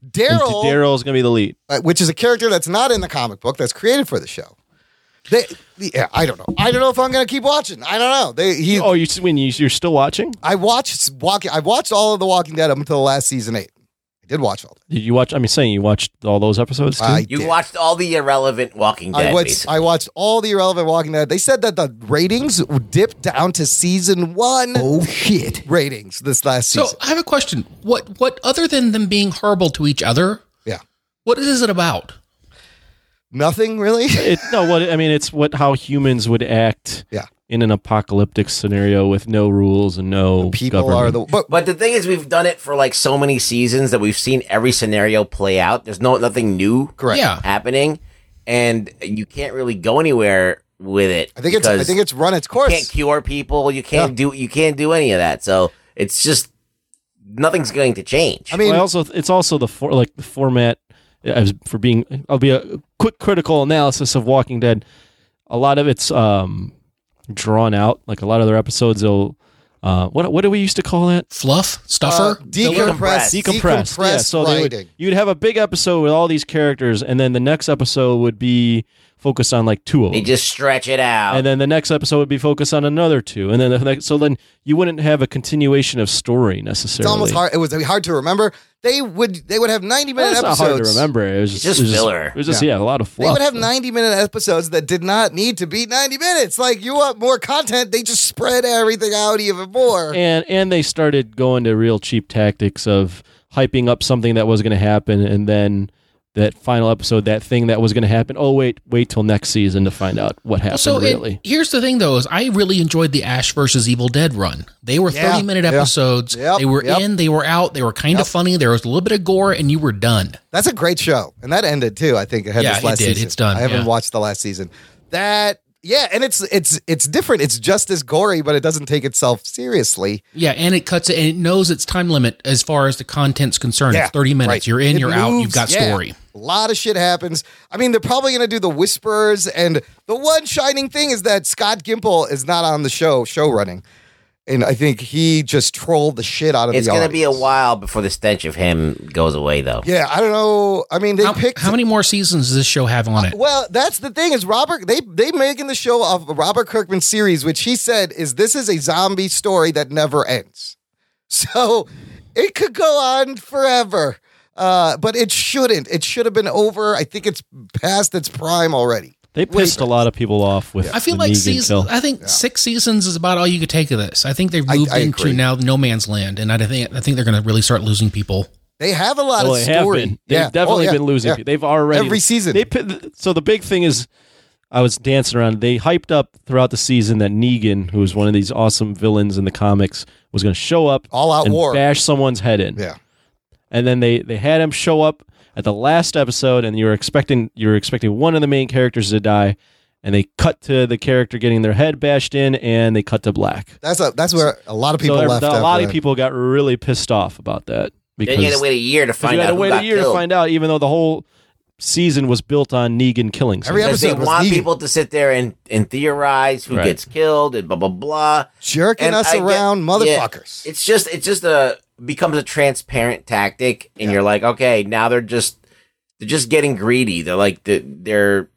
Speaker 3: And
Speaker 1: Daryl,
Speaker 3: Daryl's gonna be the lead.
Speaker 1: uh, which is a character that's not in the comic book, that's created for the show. They, yeah, I don't know. I don't know if I'm gonna keep watching. I don't know. They, he,
Speaker 3: Oh, you when you you're still watching?
Speaker 1: I watched Walking. I watched all of the Walking Dead up until the last season eight. I did watch all.
Speaker 3: Did you watch? I mean, saying you watched all those episodes too.
Speaker 1: That. I
Speaker 5: You
Speaker 1: did.
Speaker 5: watched all the irrelevant Walking Dead.
Speaker 1: I watched.
Speaker 5: basically.
Speaker 1: I watched all the irrelevant Walking Dead. They said that the ratings dipped down to season one
Speaker 6: Oh shit.
Speaker 1: ratings this last
Speaker 4: So
Speaker 1: season.
Speaker 4: I have a question. What what other than them being horrible to each other,
Speaker 1: Yeah,
Speaker 4: what is it about?
Speaker 1: nothing really.
Speaker 3: it, no, what I mean, it's what how humans would act.
Speaker 1: Yeah.
Speaker 3: in an apocalyptic scenario with no rules and no
Speaker 1: People are
Speaker 3: government.
Speaker 1: the but
Speaker 5: But the thing is, we've done it for like so many seasons that we've seen every scenario play out. There's no nothing new
Speaker 1: correct.
Speaker 4: Yeah.
Speaker 5: happening, and you can't really go anywhere with it.
Speaker 1: I think it's I
Speaker 5: because
Speaker 1: think it's run its
Speaker 5: you
Speaker 1: course.
Speaker 5: can't cure people. You can't do you can't do any of that. So it's just nothing's going to change.
Speaker 1: I mean, uh,
Speaker 3: Well, I also it's also the for, like the format I was for being I'll be a quick critical analysis of Walking Dead. A lot of it's um, drawn out. Like a lot of their episodes, they'll uh, what what do we used to call that?
Speaker 4: Fluff,
Speaker 1: uh,
Speaker 4: stuffer, filler?
Speaker 1: decompress,
Speaker 3: Decompressed. yeah, so they would-
Speaker 1: writing.
Speaker 3: you'd have a big episode with all these characters, and then the next episode would be focused on like two of
Speaker 5: They
Speaker 3: them.
Speaker 5: just stretch it out.
Speaker 3: and then the next episode would be focused on another two, and then the next, so then you wouldn't have a continuation of story necessarily.
Speaker 1: It's almost hard. It was hard to remember. They would they would have ninety minute
Speaker 3: That's not
Speaker 1: episodes.
Speaker 3: hard to remember. It was
Speaker 5: It's just
Speaker 3: just, it was
Speaker 5: filler.
Speaker 3: It was just yeah. a lot of
Speaker 1: They
Speaker 3: fluff.
Speaker 1: would have ninety minute episodes that did not need to be ninety minutes. Like you want more content, they just spread everything out even more.
Speaker 3: and and they started going to real cheap tactics of hyping up something that was going to happen and then that final episode that thing that was going to happen oh wait wait till next season to find out what happened
Speaker 4: So it-
Speaker 3: really
Speaker 4: here's the thing, though, is I really enjoyed the Ash versus Evil Dead run. They were
Speaker 1: Yeah,
Speaker 4: 30 minute
Speaker 1: yeah.
Speaker 4: episodes.
Speaker 1: Yep,
Speaker 4: They were
Speaker 1: yep.
Speaker 4: in, they were out, they were kind of funny. There was a little bit of gore, and you were done.
Speaker 1: That's a great show, and that ended too. I think ahead
Speaker 4: Yeah,
Speaker 1: this
Speaker 4: it
Speaker 1: last
Speaker 4: did.
Speaker 1: season.
Speaker 4: It's done,
Speaker 1: I haven't
Speaker 4: yeah.
Speaker 1: watched the last season. That yeah, and it's it's it's different. It's just as gory, but it doesn't take itself seriously.
Speaker 4: Yeah, and it cuts it, and it knows its time limit as far as the content's concerned.
Speaker 1: Yeah,
Speaker 4: it's 30 minutes.
Speaker 1: right.
Speaker 4: You're in,
Speaker 1: It
Speaker 4: you're out, you've
Speaker 1: moves,
Speaker 4: got
Speaker 1: yeah.
Speaker 4: story.
Speaker 1: A lot of shit happens. I mean, they're probably going to do the whisperers, and the one shining thing is that Scott Gimple is not on the show show running, and I think he just trolled the shit out of.
Speaker 5: it's
Speaker 1: the
Speaker 5: going to be a
Speaker 1: audience.
Speaker 5: while before the stench of him goes away, though.
Speaker 1: Yeah, I don't know. I mean, they
Speaker 4: How,
Speaker 1: picked. Uh,
Speaker 4: how many more seasons does this show have on it?
Speaker 1: well, that's the thing is Robert. They they making the show of Robert Kirkman series, which he said is this is a zombie story that never ends. So it could go on forever, uh, but it shouldn't. It should have been over. I think it's past its prime already.
Speaker 3: they pissed a lot of people off with
Speaker 4: I feel
Speaker 3: the
Speaker 4: like
Speaker 3: Negan
Speaker 4: season.
Speaker 3: kill.
Speaker 4: I think six seasons is about all you could take of this. I think they've
Speaker 1: I-
Speaker 4: moved
Speaker 1: I
Speaker 4: into
Speaker 1: agree.
Speaker 4: now No Man's Land, and I think I think they're going to really start losing people.
Speaker 1: They have a lot
Speaker 3: well,
Speaker 1: of
Speaker 3: they have
Speaker 1: story.
Speaker 3: been. They've
Speaker 1: Yeah.
Speaker 3: definitely
Speaker 1: Oh, yeah.
Speaker 3: been losing.
Speaker 1: Yeah.
Speaker 3: people. They've already
Speaker 1: Every season.
Speaker 3: They pi- so the big thing is, I was dancing around. They hyped up throughout the season that Negan, who was one of these awesome villains in the comics, was going to show up
Speaker 1: All out
Speaker 3: and
Speaker 1: war.
Speaker 3: bash someone's head in.
Speaker 1: Yeah.
Speaker 3: and then they they had him show up at the last episode and you were expecting you were expecting one of the main characters to die and they cut to the character getting their head bashed in and they cut to black
Speaker 1: That's a, that's where a lot of people
Speaker 3: so there-
Speaker 1: left.
Speaker 3: a
Speaker 1: after
Speaker 3: lot of
Speaker 1: that.
Speaker 3: people got really pissed off about that because
Speaker 5: Then you had to wait a year to
Speaker 3: 'cause
Speaker 5: find
Speaker 3: you had
Speaker 5: out.
Speaker 3: to
Speaker 5: who
Speaker 3: wait a
Speaker 5: got
Speaker 3: year to
Speaker 5: killed.
Speaker 3: find out even though the whole season was built on negan killing
Speaker 1: Every
Speaker 3: someone.
Speaker 5: Because they
Speaker 1: episode was
Speaker 5: want
Speaker 1: Negan.
Speaker 5: people to sit there and, and theorize who
Speaker 3: Right.
Speaker 5: gets killed and blah blah blah.
Speaker 1: jerking
Speaker 5: And
Speaker 1: us
Speaker 5: I get-
Speaker 1: around,
Speaker 5: yeah,
Speaker 1: motherfuckers.
Speaker 5: it's just it's just a becomes a transparent tactic, and you're like, okay, now they're just they're just getting greedy. They're like they're they're,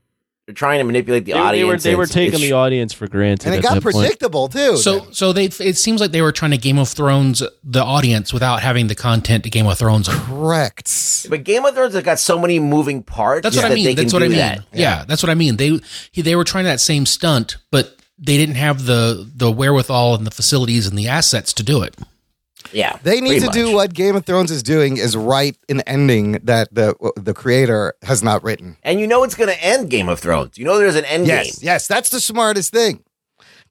Speaker 5: they're trying to manipulate the
Speaker 3: They- they,
Speaker 5: audience.
Speaker 3: were they
Speaker 5: and
Speaker 3: were
Speaker 5: it's-
Speaker 3: taking
Speaker 5: it's-
Speaker 3: the audience for granted
Speaker 1: and it
Speaker 3: at
Speaker 1: got
Speaker 3: that point.
Speaker 1: predictable too.
Speaker 4: So so they it seems like they were trying to Game of Thrones the audience without having the content to Game of Thrones. them.
Speaker 1: correct.
Speaker 5: But Game of Thrones has got so many moving parts.
Speaker 4: That's what
Speaker 5: that
Speaker 4: I
Speaker 5: they
Speaker 4: mean. That's
Speaker 5: can
Speaker 4: what I
Speaker 5: do
Speaker 4: mean.
Speaker 5: that.
Speaker 4: Yeah. that's what I mean. They he, they were trying that same stunt, but they didn't have the the wherewithal and the facilities and the assets to do it.
Speaker 5: Yeah,
Speaker 1: They need
Speaker 5: pretty
Speaker 1: to do
Speaker 5: much.
Speaker 1: what Game of Thrones is doing: is write an ending that the the creator has not written.
Speaker 5: and you know it's going to end Game of Thrones. You know there's an end game.
Speaker 1: Yes, yes, that's the smartest thing.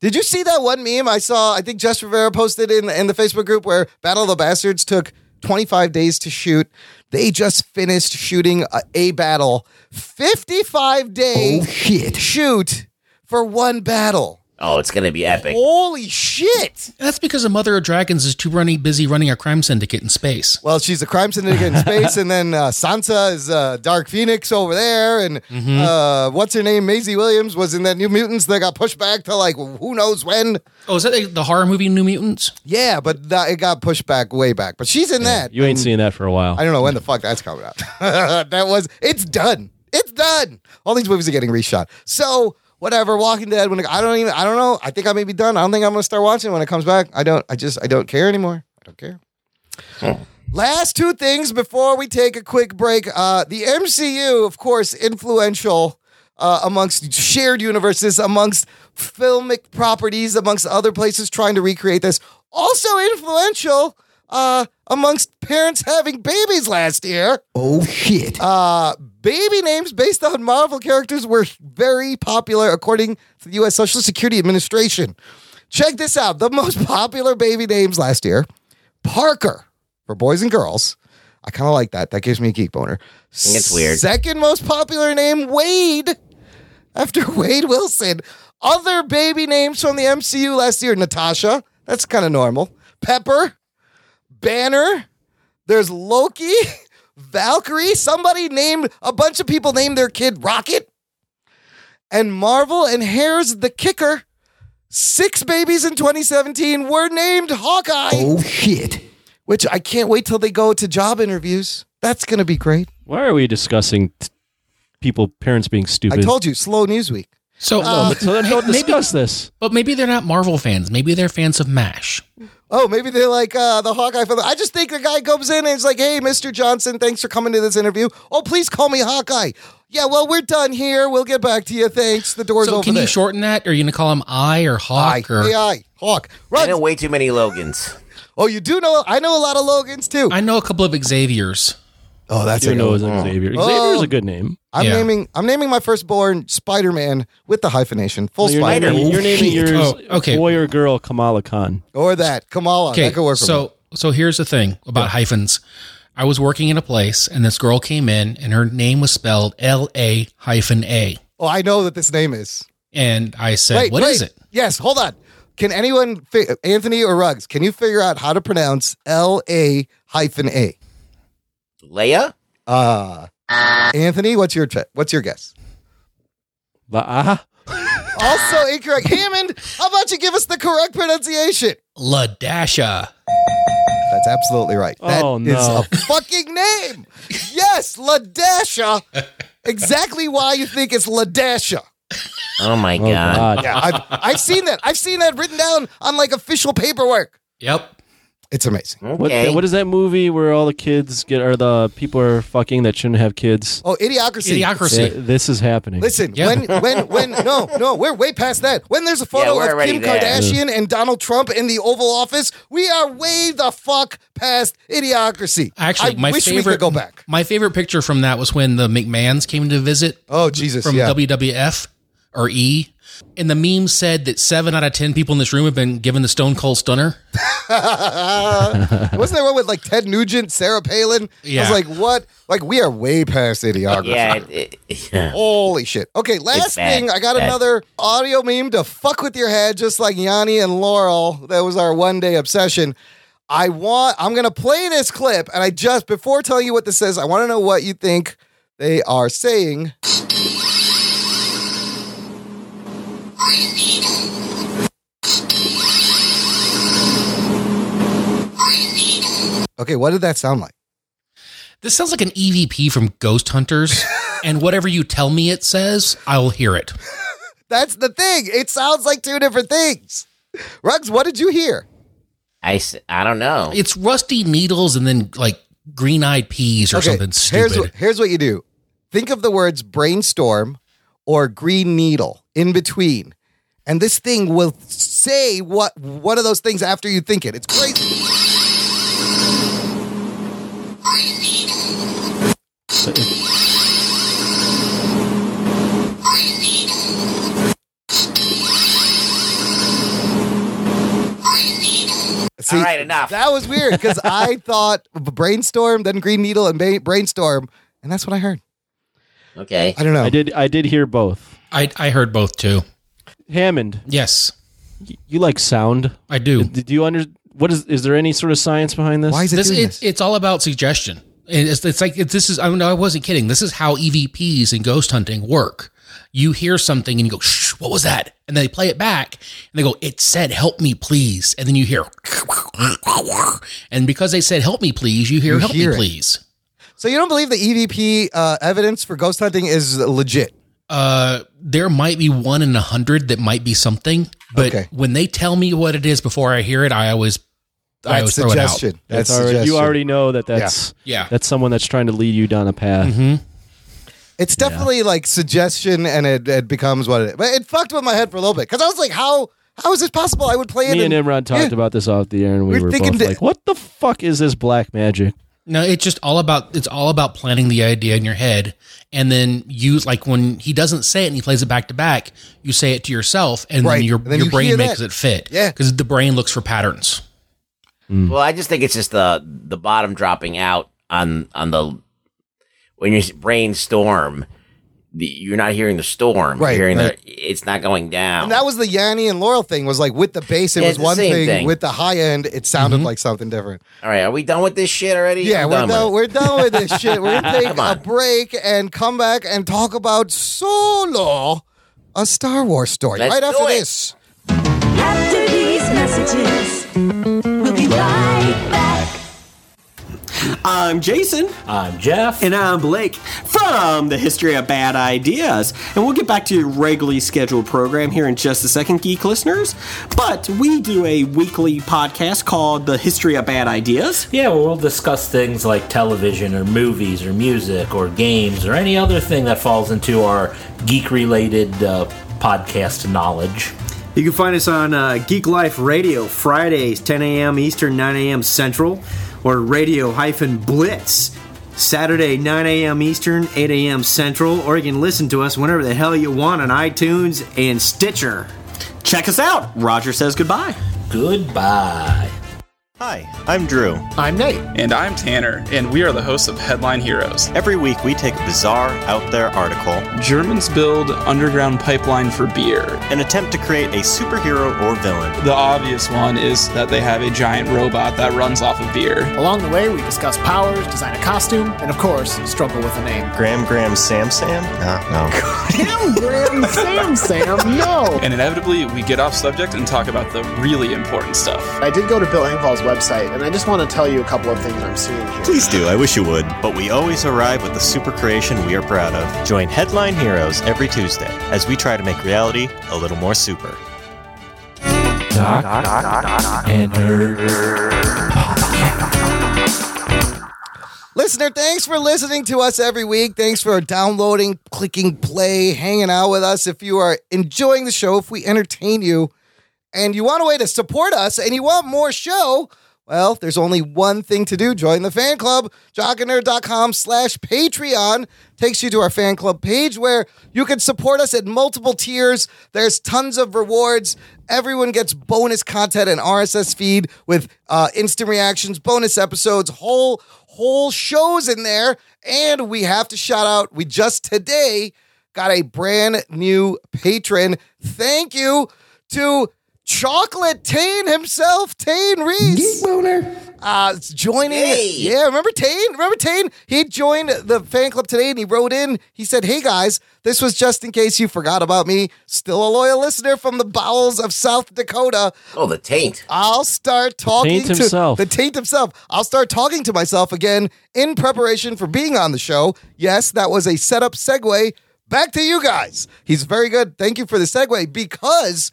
Speaker 1: Did you see that one meme I saw? I think Jess Rivera posted in in the Facebook group where Battle of the Bastards took 25 days to shoot. They just finished shooting a, a battle, 55 day
Speaker 6: Oh, shit.
Speaker 1: shoot for one battle.
Speaker 5: Oh, it's going to be epic.
Speaker 1: Holy shit!
Speaker 4: And that's because the Mother of Dragons is too runny busy running a crime syndicate in space.
Speaker 1: Well, she's a crime syndicate in space, and then uh, Sansa is uh, Dark Phoenix over there, and uh, what's her name? Maisie Williams was in that New Mutants that got pushed back to like who knows when.
Speaker 4: Oh, is that the, the horror movie New Mutants?
Speaker 1: Yeah, but that, it got pushed back way back. But she's in that.
Speaker 3: you ain't seen that for a while
Speaker 1: I don't know when the fuck that's coming out. that was it's done. It's done. All these movies are getting reshot. So whatever, Walking Dead. When it- I don't even, I don't know. I think I may be done. I don't think I'm gonna start watching it when it comes back. I don't. I just, I don't care anymore. I don't care. Last two things before we take a quick break. Uh, the MCU, of course, influential uh, amongst shared universes, amongst filmic properties, amongst other places trying to recreate this. Also influential uh, amongst parents having babies last year.
Speaker 6: Oh, shit.
Speaker 1: Uh, Baby names based on Marvel characters were very popular according to the US Social Security Administration. Check this out the most popular baby names last year Parker for boys and girls. I kind of like that. That gives me a geek boner.
Speaker 5: It's weird.
Speaker 1: Second most popular name, Wade, after Wade Wilson. Other baby names from the MCU last year Natasha. That's kind of normal. Pepper. Banner. There's Loki, Valkyrie. Somebody named a bunch of people named their kid Rocket. And Marvel, and here's the kicker. Six babies in 2017 were named Hawkeye,
Speaker 6: Oh shit.
Speaker 1: which I can't wait till they go to job interviews. That's going to be great.
Speaker 3: Why are we discussing t- people, parents being stupid?
Speaker 1: I told you, slow news week.
Speaker 4: So,
Speaker 3: But so then don't discuss this.
Speaker 4: but maybe they're not Marvel fans. Maybe they're fans of MASH.
Speaker 1: Oh, maybe they're like uh, the Hawkeye. For I just think the guy comes in and it's like, "Hey, Mr. Johnson, thanks for coming to this interview. Oh, please call me Hawkeye." Yeah, well, we're done here. We'll get back to you. Thanks. The door's
Speaker 4: So
Speaker 1: over
Speaker 4: can
Speaker 1: there.
Speaker 4: you shorten that? Are you going to call him I or
Speaker 1: Hawk.
Speaker 4: Hawk? Or
Speaker 1: AI. Hawk.
Speaker 5: I
Speaker 1: Run.
Speaker 5: know way too many Logans.
Speaker 1: Oh, you do know. I know a lot of Logans too.
Speaker 4: I know a couple of Xaviers.
Speaker 1: oh, that's
Speaker 3: You
Speaker 1: a
Speaker 3: know
Speaker 1: good
Speaker 3: his
Speaker 1: one.
Speaker 3: name, Xavier.
Speaker 1: Oh.
Speaker 3: Xavier is a good name.
Speaker 1: I'm
Speaker 4: Yeah.
Speaker 1: naming. I'm naming my firstborn Spider Man with the hyphenation, full
Speaker 3: Oh, you're
Speaker 1: Spider,
Speaker 3: naming, you're naming yours
Speaker 4: Oh, okay.
Speaker 3: boy or girl Kamala Khan.
Speaker 1: or that Kamala.
Speaker 4: Okay,
Speaker 1: that could work for me.
Speaker 4: so so here's the thing about hyphens. I was working in a place, and this girl came in, and her name was spelled L A hyphen A,
Speaker 1: Oh, I know that this name is.
Speaker 4: and I said, "What is
Speaker 1: Wait, wait.
Speaker 4: it?"
Speaker 1: Yes, hold on. Can anyone, fi- Anthony or Ruggs, can you figure out how to pronounce L A hyphen A?
Speaker 5: Leia?
Speaker 1: Uh, Anthony, what's your che- what's your guess?
Speaker 3: La- ah,
Speaker 1: Also incorrect. Hammond, how about you give us the correct pronunciation?
Speaker 4: Ladasha.
Speaker 1: That's absolutely right. That is
Speaker 3: Oh, no.
Speaker 1: a fucking name. Yes, Ladasha. Exactly why you think it's Ladasha.
Speaker 5: Oh my
Speaker 3: oh
Speaker 5: god.
Speaker 3: God.
Speaker 1: Yeah, I've, I've seen that. I've seen that written down on like official paperwork.
Speaker 4: Yep.
Speaker 1: It's amazing.
Speaker 3: What,
Speaker 5: Okay.
Speaker 3: what is that movie where all the kids get or the people are fucking that shouldn't have kids?
Speaker 1: Oh, idiocracy.
Speaker 3: Yeah,
Speaker 4: Idiocracy.
Speaker 3: this is happening.
Speaker 1: Listen,
Speaker 4: Yeah.
Speaker 1: when, when, when, no, no, we're way past that. When there's a photo
Speaker 5: we're
Speaker 1: of
Speaker 5: already
Speaker 1: Kim
Speaker 5: there.
Speaker 1: Kardashian and Donald Trump in the Oval Office, we are way the fuck past idiocracy.
Speaker 4: Actually,
Speaker 1: I
Speaker 4: my
Speaker 1: wish
Speaker 4: favorite
Speaker 1: we could go back.
Speaker 4: My favorite picture from that was when the McMahons came to visit
Speaker 1: Oh, Jesus.
Speaker 4: from
Speaker 1: yeah.
Speaker 4: WWF or E. And the meme said that seven out of ten people in this room have been given the Stone Cold Stunner.
Speaker 1: Wasn't there one with like Ted Nugent, Sarah Palin?
Speaker 4: Yeah.
Speaker 1: I was like, what? Like, we are way past idiocracy.
Speaker 5: Yeah, it, it- yeah.
Speaker 1: Holy shit. Okay, last
Speaker 5: bad.
Speaker 1: thing, I got
Speaker 5: Bad.
Speaker 1: another audio meme to fuck with your head, just like Yanni and Laurel. That was our one day obsession. I want, I'm going to play this clip, and I just, before telling you what this is, I want to know what you think they are saying. Okay, what did that sound like?
Speaker 4: This sounds like an EVP from Ghost Hunters. and whatever you tell me it says, I will hear it.
Speaker 1: That's the thing. It sounds like two different things. Ruggs, what did you hear?
Speaker 5: I, s- I don't know.
Speaker 4: It's rusty needles and then like green eyed peas or something
Speaker 1: Here's
Speaker 4: stupid.
Speaker 1: what, here's what you do. Think of the words brainstorm or green needle in between. And this thing will say what one of those things after you think it. It's crazy. See,
Speaker 5: All right, enough.
Speaker 1: That was weird because I thought brainstorm, then green needle, and ba- brainstorm, and that's what I heard.
Speaker 5: Okay.
Speaker 1: I don't know.
Speaker 3: I did I did hear both.
Speaker 4: I, I heard both too.
Speaker 3: Hammond,
Speaker 4: Yes,
Speaker 3: y- you like sound?
Speaker 4: I do.
Speaker 3: Do do you under what is is there any sort of science behind this?
Speaker 1: Why is it
Speaker 4: This
Speaker 1: doing
Speaker 4: it's,
Speaker 1: this?
Speaker 4: it's all about suggestion. And It's, it's like it's, this is I mean, I wasn't kidding. This is how EVPs and ghost hunting work. You hear something and you go, "Shh, what was that?" And they play it back and they go, "It said, help me, please." And then you hear, and because they said, "Help me, please," you hear, "Help
Speaker 1: hear it.
Speaker 4: me, please."
Speaker 1: so you don't believe the EVP uh, evidence for ghost hunting is legit?
Speaker 4: Uh, there might be one in a hundred that might be something, but
Speaker 1: Okay.
Speaker 4: when they tell me what it is before I hear it, I always, I
Speaker 1: That's
Speaker 4: always throw it out.
Speaker 1: suggestion. That's,
Speaker 3: That's already,
Speaker 1: suggestion.
Speaker 3: you already know that that's
Speaker 4: Yeah.
Speaker 3: that's someone that's trying to lead you down a path.
Speaker 1: Mm-hmm. It's definitely like suggestion, and it, it becomes what it. But it fucked with my head for a little bit because I was like, how how is this possible? I would play it.
Speaker 3: Me and
Speaker 1: in-
Speaker 3: Imran talked
Speaker 1: Yeah.
Speaker 3: about this off the air, and we
Speaker 1: We're
Speaker 3: were
Speaker 1: thinking
Speaker 3: both
Speaker 1: that-
Speaker 3: like, "What the fuck is this black magic?"
Speaker 4: No, it's just all about it's all about planning the idea in your head, and then you like when he doesn't say it and he plays it back to back. You say it to yourself, and
Speaker 1: Right.
Speaker 4: then your
Speaker 1: And then
Speaker 4: your
Speaker 1: you hear
Speaker 4: brain
Speaker 1: that.
Speaker 4: makes it fit.
Speaker 1: Yeah.
Speaker 4: because the brain looks for patterns.
Speaker 5: Well, I just think it's just the the bottom dropping out on on the when you brainstorm, the, you're not hearing the storm.
Speaker 1: Right,
Speaker 5: you're hearing
Speaker 1: right.
Speaker 5: the it's not going down.
Speaker 1: And that was the Yanni and Laurel thing. Was like with the bass, it
Speaker 5: Yeah,
Speaker 1: was
Speaker 5: it's the
Speaker 1: one
Speaker 5: same
Speaker 1: thing.
Speaker 5: thing.
Speaker 1: With the high end, it sounded
Speaker 4: Mm-hmm.
Speaker 1: like something different.
Speaker 5: All right, are we done with this shit already?
Speaker 1: Yeah,
Speaker 5: I'm
Speaker 1: we're
Speaker 5: done
Speaker 1: done.
Speaker 5: with it.
Speaker 1: we're done with this shit. We're gonna take
Speaker 5: Come on.
Speaker 1: a break and come back and talk about Solo, a Star Wars story.
Speaker 5: Let's
Speaker 1: right after
Speaker 5: do it.
Speaker 1: this.
Speaker 7: After these messages, we'll be right back.
Speaker 8: I'm Jason.
Speaker 9: I'm Jeff.
Speaker 8: And I'm Blake from the History of Bad Ideas. And we'll get back to your regularly scheduled program here in just a second, geek listeners. But we do a weekly podcast called The History of Bad Ideas.
Speaker 9: yeah, well, we'll discuss things like television or movies or music or games or any other thing that falls into our geek related uh, podcast knowledge.
Speaker 10: You can find us on uh, Geek Life Radio Fridays, 10 a.m. Eastern, 9 a.m. Central, or Radio Hyphen Blitz Saturday, 9 a.m. Eastern, 8 a.m. Central, or you can listen to us whenever the hell you want on iTunes and Stitcher.
Speaker 8: Check us out. Roger says goodbye.
Speaker 9: Goodbye.
Speaker 11: Hi, I'm Drew.
Speaker 6: I'm Nate.
Speaker 12: And I'm Tanner, and we are the hosts of Headline Heroes.
Speaker 11: Every week we take a bizarre, out there article
Speaker 12: Germans build underground pipeline for beer.
Speaker 11: and attempt to create a superhero or villain.
Speaker 12: The obvious one is that they have a giant robot that runs off of beer.
Speaker 6: Along the way, we discuss powers, design a costume, and of course, struggle with a name.
Speaker 11: Graham Graham Sam Sam? No,
Speaker 6: Damn, Graham, Sam, Sam, no.
Speaker 12: And inevitably, we get off subject and talk about the really important stuff.
Speaker 6: I did go to Bill Engvall's website, and I just want to tell you a couple of things I'm seeing here.
Speaker 11: Please do, I wish you would. But we always arrive with the super creation we are proud of. Join Headline Heroes every Tuesday as we try to make reality a little more super.
Speaker 1: Listener, thanks for listening to us every week. Thanks for downloading, clicking play, hanging out with us. If you are enjoying the show, if we entertain you, and you want a way to support us and you want more show, well, there's only one thing to do. Join the fan club. Jockandnerd.com slash Patreon takes you to our fan club page where you can support us at multiple tiers. There's tons of rewards. Everyone gets bonus content and RSS feed with uh, instant reactions, bonus episodes, whole whole shows in there. And we have to shout out, we just today got a brand new patron. Thank you to Chocolate Tane himself, Tane Reese. Uh, it's joining. Yeah, remember Tane? Remember Tane? He joined the fan club today and he wrote in. He said, Hey guys, this was just in case you forgot about me. Still a loyal listener from the bowels of South Dakota.
Speaker 5: Oh, the taint.
Speaker 1: I'll start talking
Speaker 3: taint
Speaker 1: to
Speaker 3: himself.
Speaker 1: the taint himself. I'll start talking to myself again in preparation for being on the show. Yes, that was a setup segue. Back to you guys. He's very good. Thank you for the segue because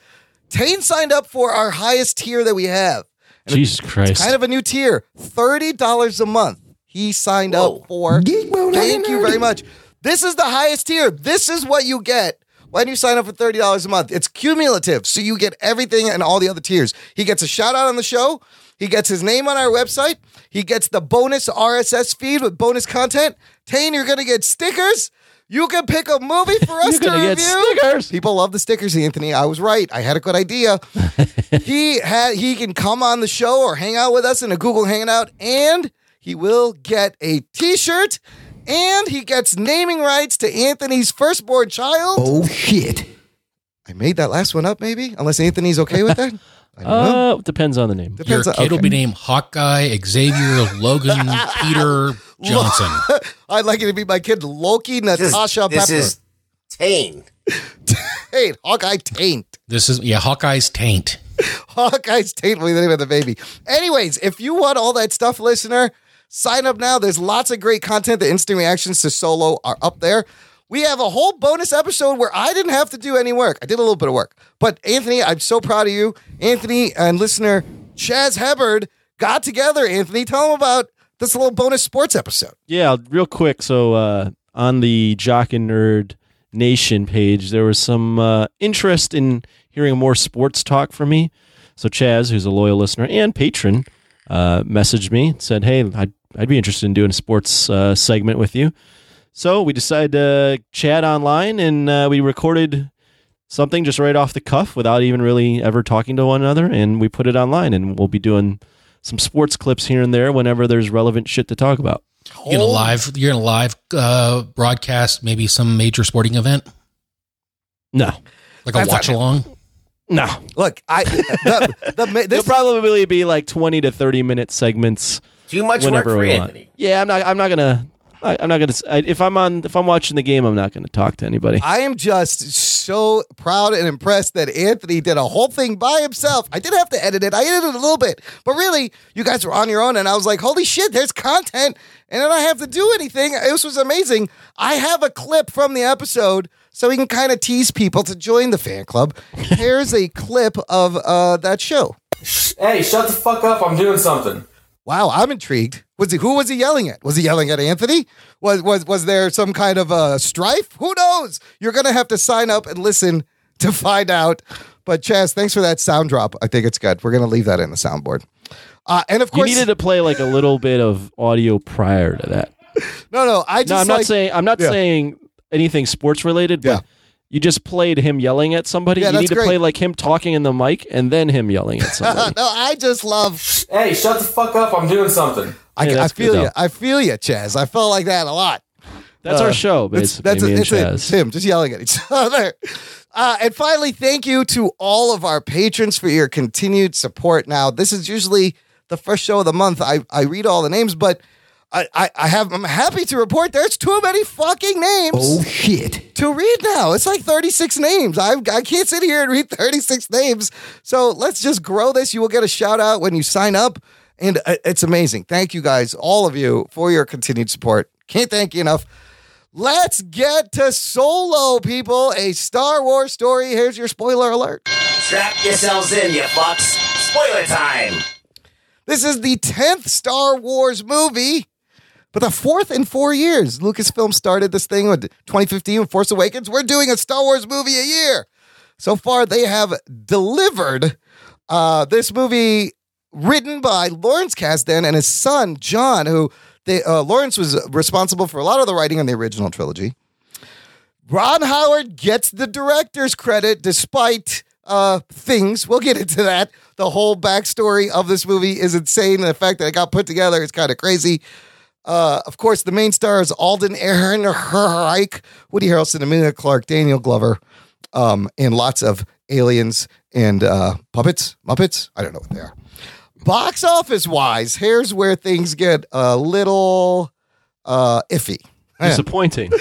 Speaker 1: Taint signed up for our highest tier that we have.
Speaker 3: Jesus Christ.
Speaker 1: Kind of a new tier, $30 a month. He signed
Speaker 5: Whoa.
Speaker 1: up for. Thank you very much. This is the highest tier. This is what you get when you sign up for $30 a month. It's cumulative. So you get everything and all the other tiers. He gets a shout out on the show. He gets his name on our website. He gets the bonus RSS feed with bonus content. Tane, you're going to get stickers. You can pick a movie for us
Speaker 3: You're
Speaker 1: to
Speaker 3: gonna
Speaker 1: review.
Speaker 3: get stickers.
Speaker 1: People love the stickers, Anthony. I was right. I had a good idea. he had he can come on the show or hang out with us in a Google Hangout, and he will get a T-shirt, and he gets naming rights to Anthony's firstborn child.
Speaker 6: Oh, shit.
Speaker 1: I made that last one up, maybe, unless Anthony's okay with that. I don't know.
Speaker 3: uh, depends on the name.
Speaker 1: Depends
Speaker 4: Your
Speaker 1: on-
Speaker 4: kid will
Speaker 1: okay.
Speaker 4: be named Hawkeye, Xavier, Logan, Peter Johnson.
Speaker 1: I'd like it to be my kid Loki Natasha
Speaker 5: this
Speaker 1: Pepper.
Speaker 5: is Tane.
Speaker 1: hey, Hawkeye Taint.
Speaker 4: This is yeah, Hawkeye's taint.
Speaker 1: Hawkeye's taint will be the name of the baby. Anyways, if you want all that stuff, listener, sign up now. There's lots of great content. The instant reactions to Solo are up there. We have a whole bonus episode where I didn't have to do any work. I did a little bit of work. But Anthony, I'm so proud of you. Anthony and listener Chaz Hebbard got together. Anthony, tell them about this little bonus sports episode.
Speaker 3: Yeah, real quick. So uh, on the Jock and Nerd Nation page, there was some uh, interest in hearing more sports talk from me. So Chaz, who's a loyal listener and patron, uh, messaged me and said, "Hey, I, I'd be interested in doing a sports uh, segment with you. So we decided to chat online, and uh, we recorded something just right off the cuff without even really ever talking to one another, and we put it online. And we'll be doing some sports clips here and there whenever there's relevant shit to talk about.
Speaker 4: You're gonna live. You're gonna live uh, broadcast maybe some major sporting event.
Speaker 3: No,
Speaker 4: like
Speaker 3: That's
Speaker 4: a watch along.
Speaker 3: No,
Speaker 1: look, I the, the,
Speaker 3: will probably be like twenty to thirty minute segments.
Speaker 5: Too much work
Speaker 3: whenever
Speaker 5: for
Speaker 3: we want.
Speaker 5: Anthony.
Speaker 3: Yeah, I'm not. I'm not gonna. I, I'm not gonna. s- I, if I'm on, if I'm watching the game, I'm not gonna talk to anybody.
Speaker 1: I am just so proud and impressed that Anthony did a whole thing by himself. I did have to edit it. I edited it a little bit, but really, you guys were on your own, and I was like, "Holy shit, there's content!" And I don't have to do anything. This was amazing. I have a clip from the episode, so we can kind of tease people to join the fan club. Here's a clip of uh, that show.
Speaker 13: Hey, shut the fuck up. I'm doing something.
Speaker 1: Wow, I'm intrigued. Was he, who was he yelling at? Was he yelling at Anthony? Was was was there some kind of uh, strife? Who knows? You're gonna have to sign up and listen to find out. But Chaz, thanks for that sound drop. I think it's good. We're gonna leave that in the soundboard. Uh, and of
Speaker 3: you
Speaker 1: course,
Speaker 3: needed to play like a little bit of audio prior to that.
Speaker 1: no, no, I just
Speaker 3: no, I'm not
Speaker 1: like-
Speaker 3: saying. I'm not
Speaker 1: Yeah.
Speaker 3: saying anything sports related. But You just played him yelling at somebody.
Speaker 1: Yeah,
Speaker 3: you need
Speaker 1: that's
Speaker 3: to play like him talking in the mic and then him yelling at somebody.
Speaker 1: no, I just love.
Speaker 13: Hey, shut the fuck up. I'm doing something.
Speaker 1: I,
Speaker 3: Yeah,
Speaker 1: I
Speaker 3: that's good,
Speaker 1: feel you.
Speaker 3: though.
Speaker 1: I feel you, Chaz. I felt like that a lot.
Speaker 3: That's our show,
Speaker 1: Uh, it's-
Speaker 3: basically, me and
Speaker 1: it's, it.
Speaker 3: Chaz.
Speaker 1: It's him just yelling at each other. Uh, and finally, thank you to all of our patrons for your continued support. Now, this is usually the first show of the month. I, I read all the names, but I, I, I have I'm happy to report there's too many fucking names. Oh shit! To read now, it's like 36 names. I I can't sit here and read 36 names. So let's just grow this. You will get a shout out when you sign up, and uh, it's amazing. Thank you guys, all of you, for your continued support. Can't thank you enough. Let's get to Solo, people. A Star Wars story. Here's your spoiler alert.
Speaker 5: Strap yourselves in, you fucks. Spoiler time.
Speaker 1: This is the 10th Star Wars movie, but the fourth in four years. Lucasfilm started this thing with 2015 with Force Awakens. We're doing a Star Wars movie a year. So far, they have delivered uh, this movie written by Lawrence Kasdan and his son, John, who they, uh, Lawrence was responsible for a lot of the writing in the original trilogy. Ron Howard gets the director's credit despite uh, things. We'll get into that. The whole backstory of this movie is insane. And the fact that it got put together is kind of crazy. Uh, of course, the main stars Alden Ehrenreich, Woody Harrelson, Amelia Clark, Daniel Glover, um, and lots of aliens and uh, puppets, Muppets. I don't know what they are. Box office wise, here's where things get a little uh, iffy.
Speaker 3: Disappointing.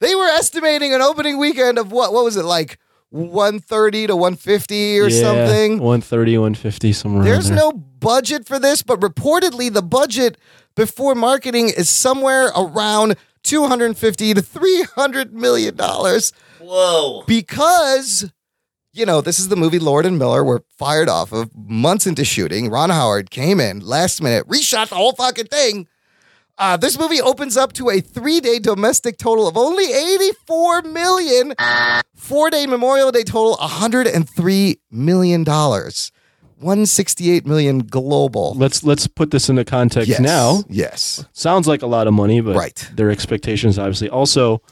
Speaker 1: they were estimating an opening weekend of what what was it like 130 to 150 or
Speaker 3: Yeah,
Speaker 1: something
Speaker 3: 130, 150, somewhere. around
Speaker 1: there's
Speaker 3: there.
Speaker 1: no budget for this but reportedly the budget before marketing is somewhere around 250 to 300 million dollars
Speaker 5: whoa
Speaker 1: because you know, this is the movie Lord and Miller were fired off of months into shooting. Ron Howard came in last minute, reshot the whole fucking thing. Uh, this movie opens up to a three-day domestic total of only 84 million. Four-day Memorial Day total, 103 million dollars. 168 million global.
Speaker 3: Let's let's put this into context
Speaker 1: Yes,
Speaker 3: now.
Speaker 1: Yes.
Speaker 3: Sounds like a lot of money, but
Speaker 1: Right.
Speaker 3: their expectations obviously also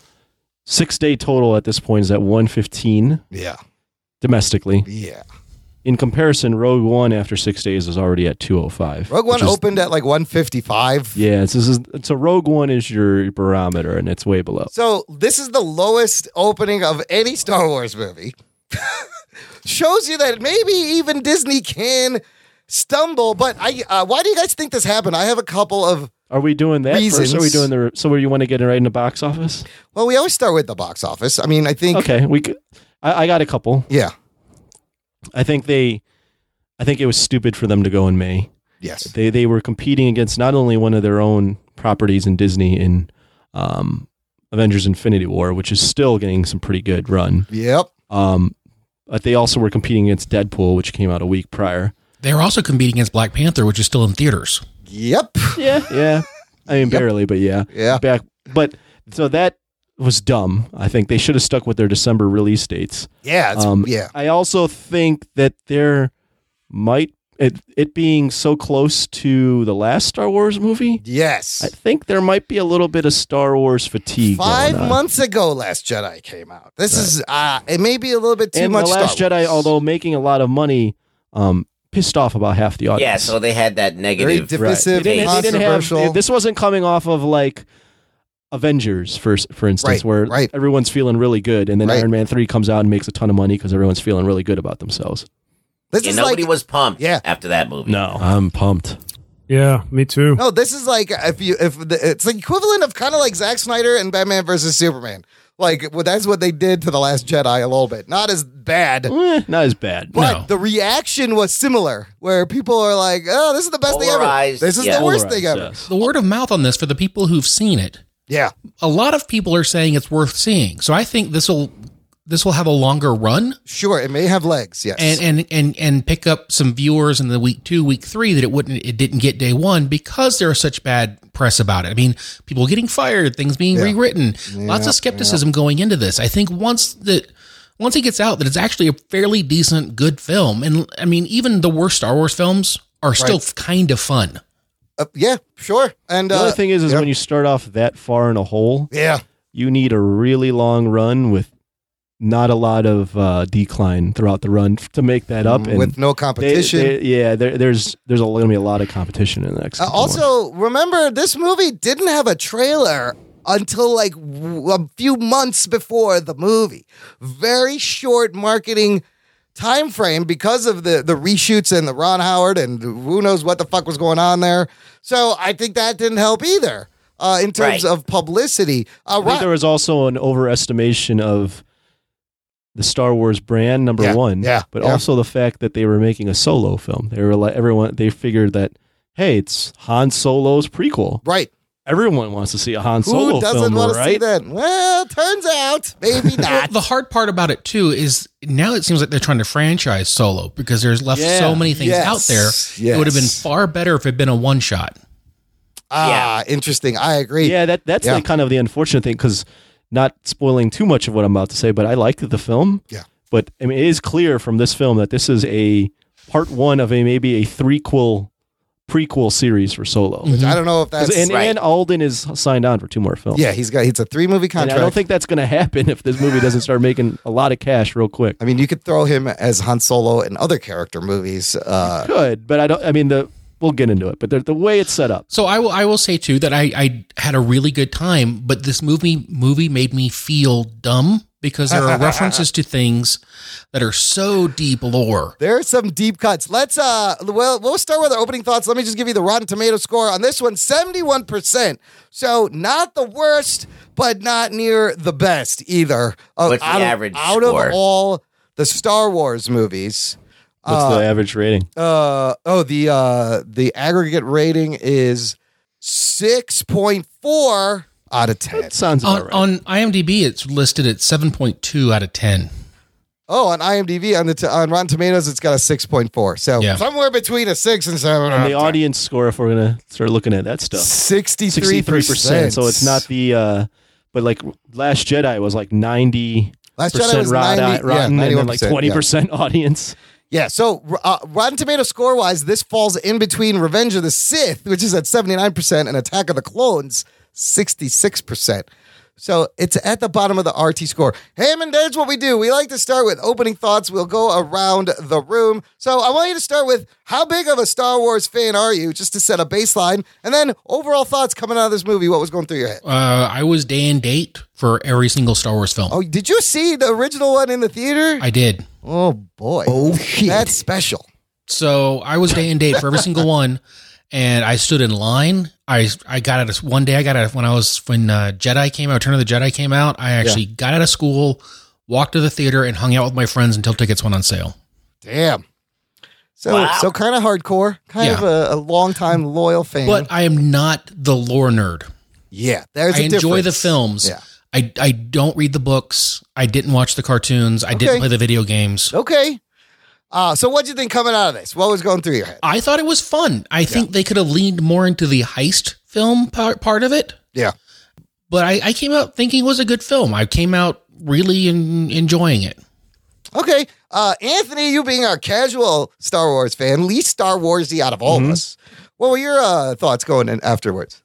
Speaker 3: six day total at this point is at one fifteen
Speaker 1: Yeah.
Speaker 3: domestically.
Speaker 1: Yeah.
Speaker 3: In comparison, Rogue One after six days is already at two oh five.
Speaker 1: Rogue One opened at like 155.
Speaker 3: Yeah, so this is so Rogue One is your barometer and it's way below.
Speaker 1: So this is the lowest opening of any Star Wars movie. Shows you that maybe even Disney can stumble. But I, uh, why do you guys think this happened? I have a couple of.
Speaker 3: Are we doing that
Speaker 1: Reasons.
Speaker 3: first? Are we doing the so where you want to get it right in the box office?
Speaker 1: Well, we always start with the box office. I mean, I think.
Speaker 3: Okay, we. Could, I, I got a couple.
Speaker 1: Yeah.
Speaker 3: I think they. I think it was stupid for them to go in May.
Speaker 1: Yes.
Speaker 3: They they were competing against not only one of their own properties in Disney in um, Avengers Infinity War, which is still getting some pretty good run.
Speaker 1: Yep.
Speaker 3: Um, but they also were competing against Deadpool, which came out a week prior.
Speaker 4: They were also competing against Black Panther, which is still in theaters.
Speaker 1: Yep.
Speaker 3: Yeah. Yeah. I mean, barely, but yeah.
Speaker 1: Yeah.
Speaker 3: Back, but so that was dumb. I think they should have stuck with their December release dates.
Speaker 1: Yeah, it's- yeah.
Speaker 3: I also think that there might it it being so close to the last Star Wars movie.
Speaker 1: Yes,
Speaker 3: I think there might be a little bit of Star Wars fatigue.
Speaker 1: Five
Speaker 3: going on.
Speaker 1: months ago, Last Jedi came out. This is uh, it may be a little bit too
Speaker 3: and
Speaker 1: much.
Speaker 3: the
Speaker 1: Star
Speaker 3: Last
Speaker 1: Wars.
Speaker 3: Jedi, although making a lot of money, um, pissed off about half the audience.
Speaker 5: Yeah, so they had that negative.
Speaker 3: Right. They didn't- they didn't have-
Speaker 1: controversial.
Speaker 3: this wasn't coming off of like Avengers, for for
Speaker 1: Right,
Speaker 3: instance, where everyone's feeling really good, and then Iron Man three comes out and makes a ton of money because everyone's feeling really good about themselves.
Speaker 1: This
Speaker 5: yeah,
Speaker 1: is
Speaker 5: nobody
Speaker 1: like-
Speaker 5: was pumped after that movie.
Speaker 3: No, I'm pumped.
Speaker 14: Yeah, me too.
Speaker 1: No, this is like if you if the, it's the equivalent of kind of like Zack Snyder and Batman versus Superman. Like well, that's what they did to the Last Jedi a little bit. Not as bad.
Speaker 3: Eh, not as bad.
Speaker 1: But the reaction was similar, where people are like, "Oh, this is the best
Speaker 4: Polarized,
Speaker 1: thing ever. This is
Speaker 4: yeah.
Speaker 1: the worst
Speaker 4: Polarized,
Speaker 1: thing ever."
Speaker 4: The word of mouth on this for the people who've seen it.
Speaker 1: Yeah.
Speaker 4: A lot of people are saying it's worth seeing. So I think this will this will have a longer run.
Speaker 1: Sure, it may have legs, yes.
Speaker 4: And and and and pick up some viewers in the week 2, week 3 that it wouldn't it didn't get day 1 because there was such bad press about it. I mean, people getting fired, things being rewritten. Lots
Speaker 14: Yeah,
Speaker 4: of skepticism going into this. I think once that once it gets out that it's actually a fairly decent good film and I mean, even the worst Star Wars films are still
Speaker 1: Right.
Speaker 4: kind of fun.
Speaker 1: Uh, yeah, sure. And
Speaker 3: the
Speaker 1: uh,
Speaker 3: other thing is, is when you start off that far in a hole,
Speaker 1: yeah,
Speaker 3: you need a really long run with not a lot of uh, decline throughout the run f- to make that up, and
Speaker 1: Mm, With no competition.
Speaker 3: They, they, yeah, there, there's there's going to be a lot of competition in the next.
Speaker 1: Uh,
Speaker 3: couple months.
Speaker 1: also, remember this movie didn't have a trailer until like w- a few months before the movie. Very short marketing time frame because of the the reshoots and the Ron Howard and who knows what the fuck was going on there. So I think that didn't help either uh, in terms
Speaker 3: Right.
Speaker 1: of publicity. Uh,
Speaker 3: I think there was also an overestimation of the Star Wars brand number
Speaker 1: Yeah,
Speaker 3: one,
Speaker 1: yeah,
Speaker 3: but
Speaker 1: yeah.
Speaker 3: also the fact that they were making a solo film. They were like everyone. They figured that hey, it's Han Solo's prequel,
Speaker 1: right?
Speaker 3: Everyone wants to see a Han Solo
Speaker 1: who doesn't
Speaker 3: film,
Speaker 1: want to
Speaker 3: right?
Speaker 1: see that? Well, turns out maybe
Speaker 4: Well,
Speaker 1: not.
Speaker 4: the hard part about it too is now it seems like they're trying to franchise solo because there's left
Speaker 1: Yeah.
Speaker 4: so many things
Speaker 1: Yes.
Speaker 4: out there. It would have been
Speaker 1: Yes.
Speaker 4: far better if it had been a one shot.
Speaker 1: Ah, interesting. I agree.
Speaker 3: Yeah, that that's
Speaker 1: Yeah.
Speaker 3: Like kind of the unfortunate thing because not spoiling too much of what I'm about to say, but I liked the film.
Speaker 1: Yeah.
Speaker 3: But I mean, it is clear from this film that this is a part one of a maybe a threequel prequel series for Solo.
Speaker 1: Which I don't know if Mm-hmm. that's
Speaker 3: and, and Alden is signed on for two more films.
Speaker 1: Yeah, he's got it's a three movie
Speaker 3: And
Speaker 1: contract.
Speaker 3: I don't think that's going to happen if this movie doesn't start making a lot of cash real quick.
Speaker 1: I mean, you could throw him as Han Solo in other character movies. Uh,
Speaker 3: Could, but I don't. I mean, the we'll get into it, but the, the way it's set up.
Speaker 4: So I will I will say too that I, I had a really good time, but this movie movie made me feel dumb because there are references to things that are so deep lore.
Speaker 1: There are some deep cuts. Let's uh well we'll start with our opening thoughts. Let me just give you the Rotten Tomato score on this one, 71%. So not the worst, but not near the best either. Of-
Speaker 5: What's the
Speaker 1: out of-
Speaker 5: average
Speaker 1: out
Speaker 5: score?
Speaker 1: of all the Star Wars movies.
Speaker 3: What's
Speaker 1: uh,
Speaker 3: the average rating?
Speaker 1: uh oh the uh the aggregate rating is 6.4 out of 10.
Speaker 3: sounds
Speaker 4: On, on IMDb, it's listed at seven point two out of ten.
Speaker 1: Oh, on IMDb on the t- on Rotten Tomatoes, it's got a six point four. So
Speaker 3: Yeah.
Speaker 1: somewhere between a six and seven.
Speaker 3: And the audience score, if we're gonna start looking at that stuff,
Speaker 1: 63%.
Speaker 3: So it's not the, uh, but like Last Jedi was like ninety
Speaker 1: Last Jedi
Speaker 3: percent
Speaker 1: was
Speaker 3: rot-
Speaker 1: 90 yeah,
Speaker 3: rotten, and then like
Speaker 1: 91%,
Speaker 3: twenty percent audience.
Speaker 1: yeah. So uh, Rotten Tomato score wise, this falls in between Revenge of the Sith, which is at seventy nine percent, and Attack of the Clones, sixty six percent. So it's at the bottom of the RT score. Hammond, that's what we do. We like to start with opening thoughts. We'll go around the room. So I want you to start with how big of a Star Wars fan are you, just to set a baseline, and then overall thoughts coming out of this movie. What was going through your head?
Speaker 4: Uh, I was day and date for every single Star Wars film.
Speaker 1: Oh, did you see the original one in the theater?
Speaker 4: I did.
Speaker 1: Oh boy. Oh shit. That's special.
Speaker 4: So I was day and date for every single one, and I stood in line. I I got out of one day. I got out of, when I was when uh, Jedi came out, Return of the Jedi came out. I actually got out of school, walked to the theater, and hung out with my friends until tickets went on sale.
Speaker 1: Damn. So so kind of hardcore, kind of a, a long time loyal fan.
Speaker 4: But I am not the lore nerd.
Speaker 1: yeah, there's
Speaker 4: I
Speaker 1: a
Speaker 4: enjoy the
Speaker 1: difference.
Speaker 4: films.
Speaker 1: Yeah.
Speaker 4: I I don't read the books. I didn't watch the cartoons. I didn't
Speaker 1: Okay.
Speaker 4: play the video games.
Speaker 1: Okay. Uh, so what'd you think coming out of this? What was going through your head?
Speaker 4: I thought it was fun. I think they could have leaned more into the heist film part, part of it.
Speaker 1: Yeah.
Speaker 4: But I, I came out thinking it was a good film. I came out really in, enjoying it.
Speaker 1: Okay. Uh, Anthony, you being our casual Star Wars fan, least Star Warsy out of all of us. What were your uh, thoughts going in afterwards?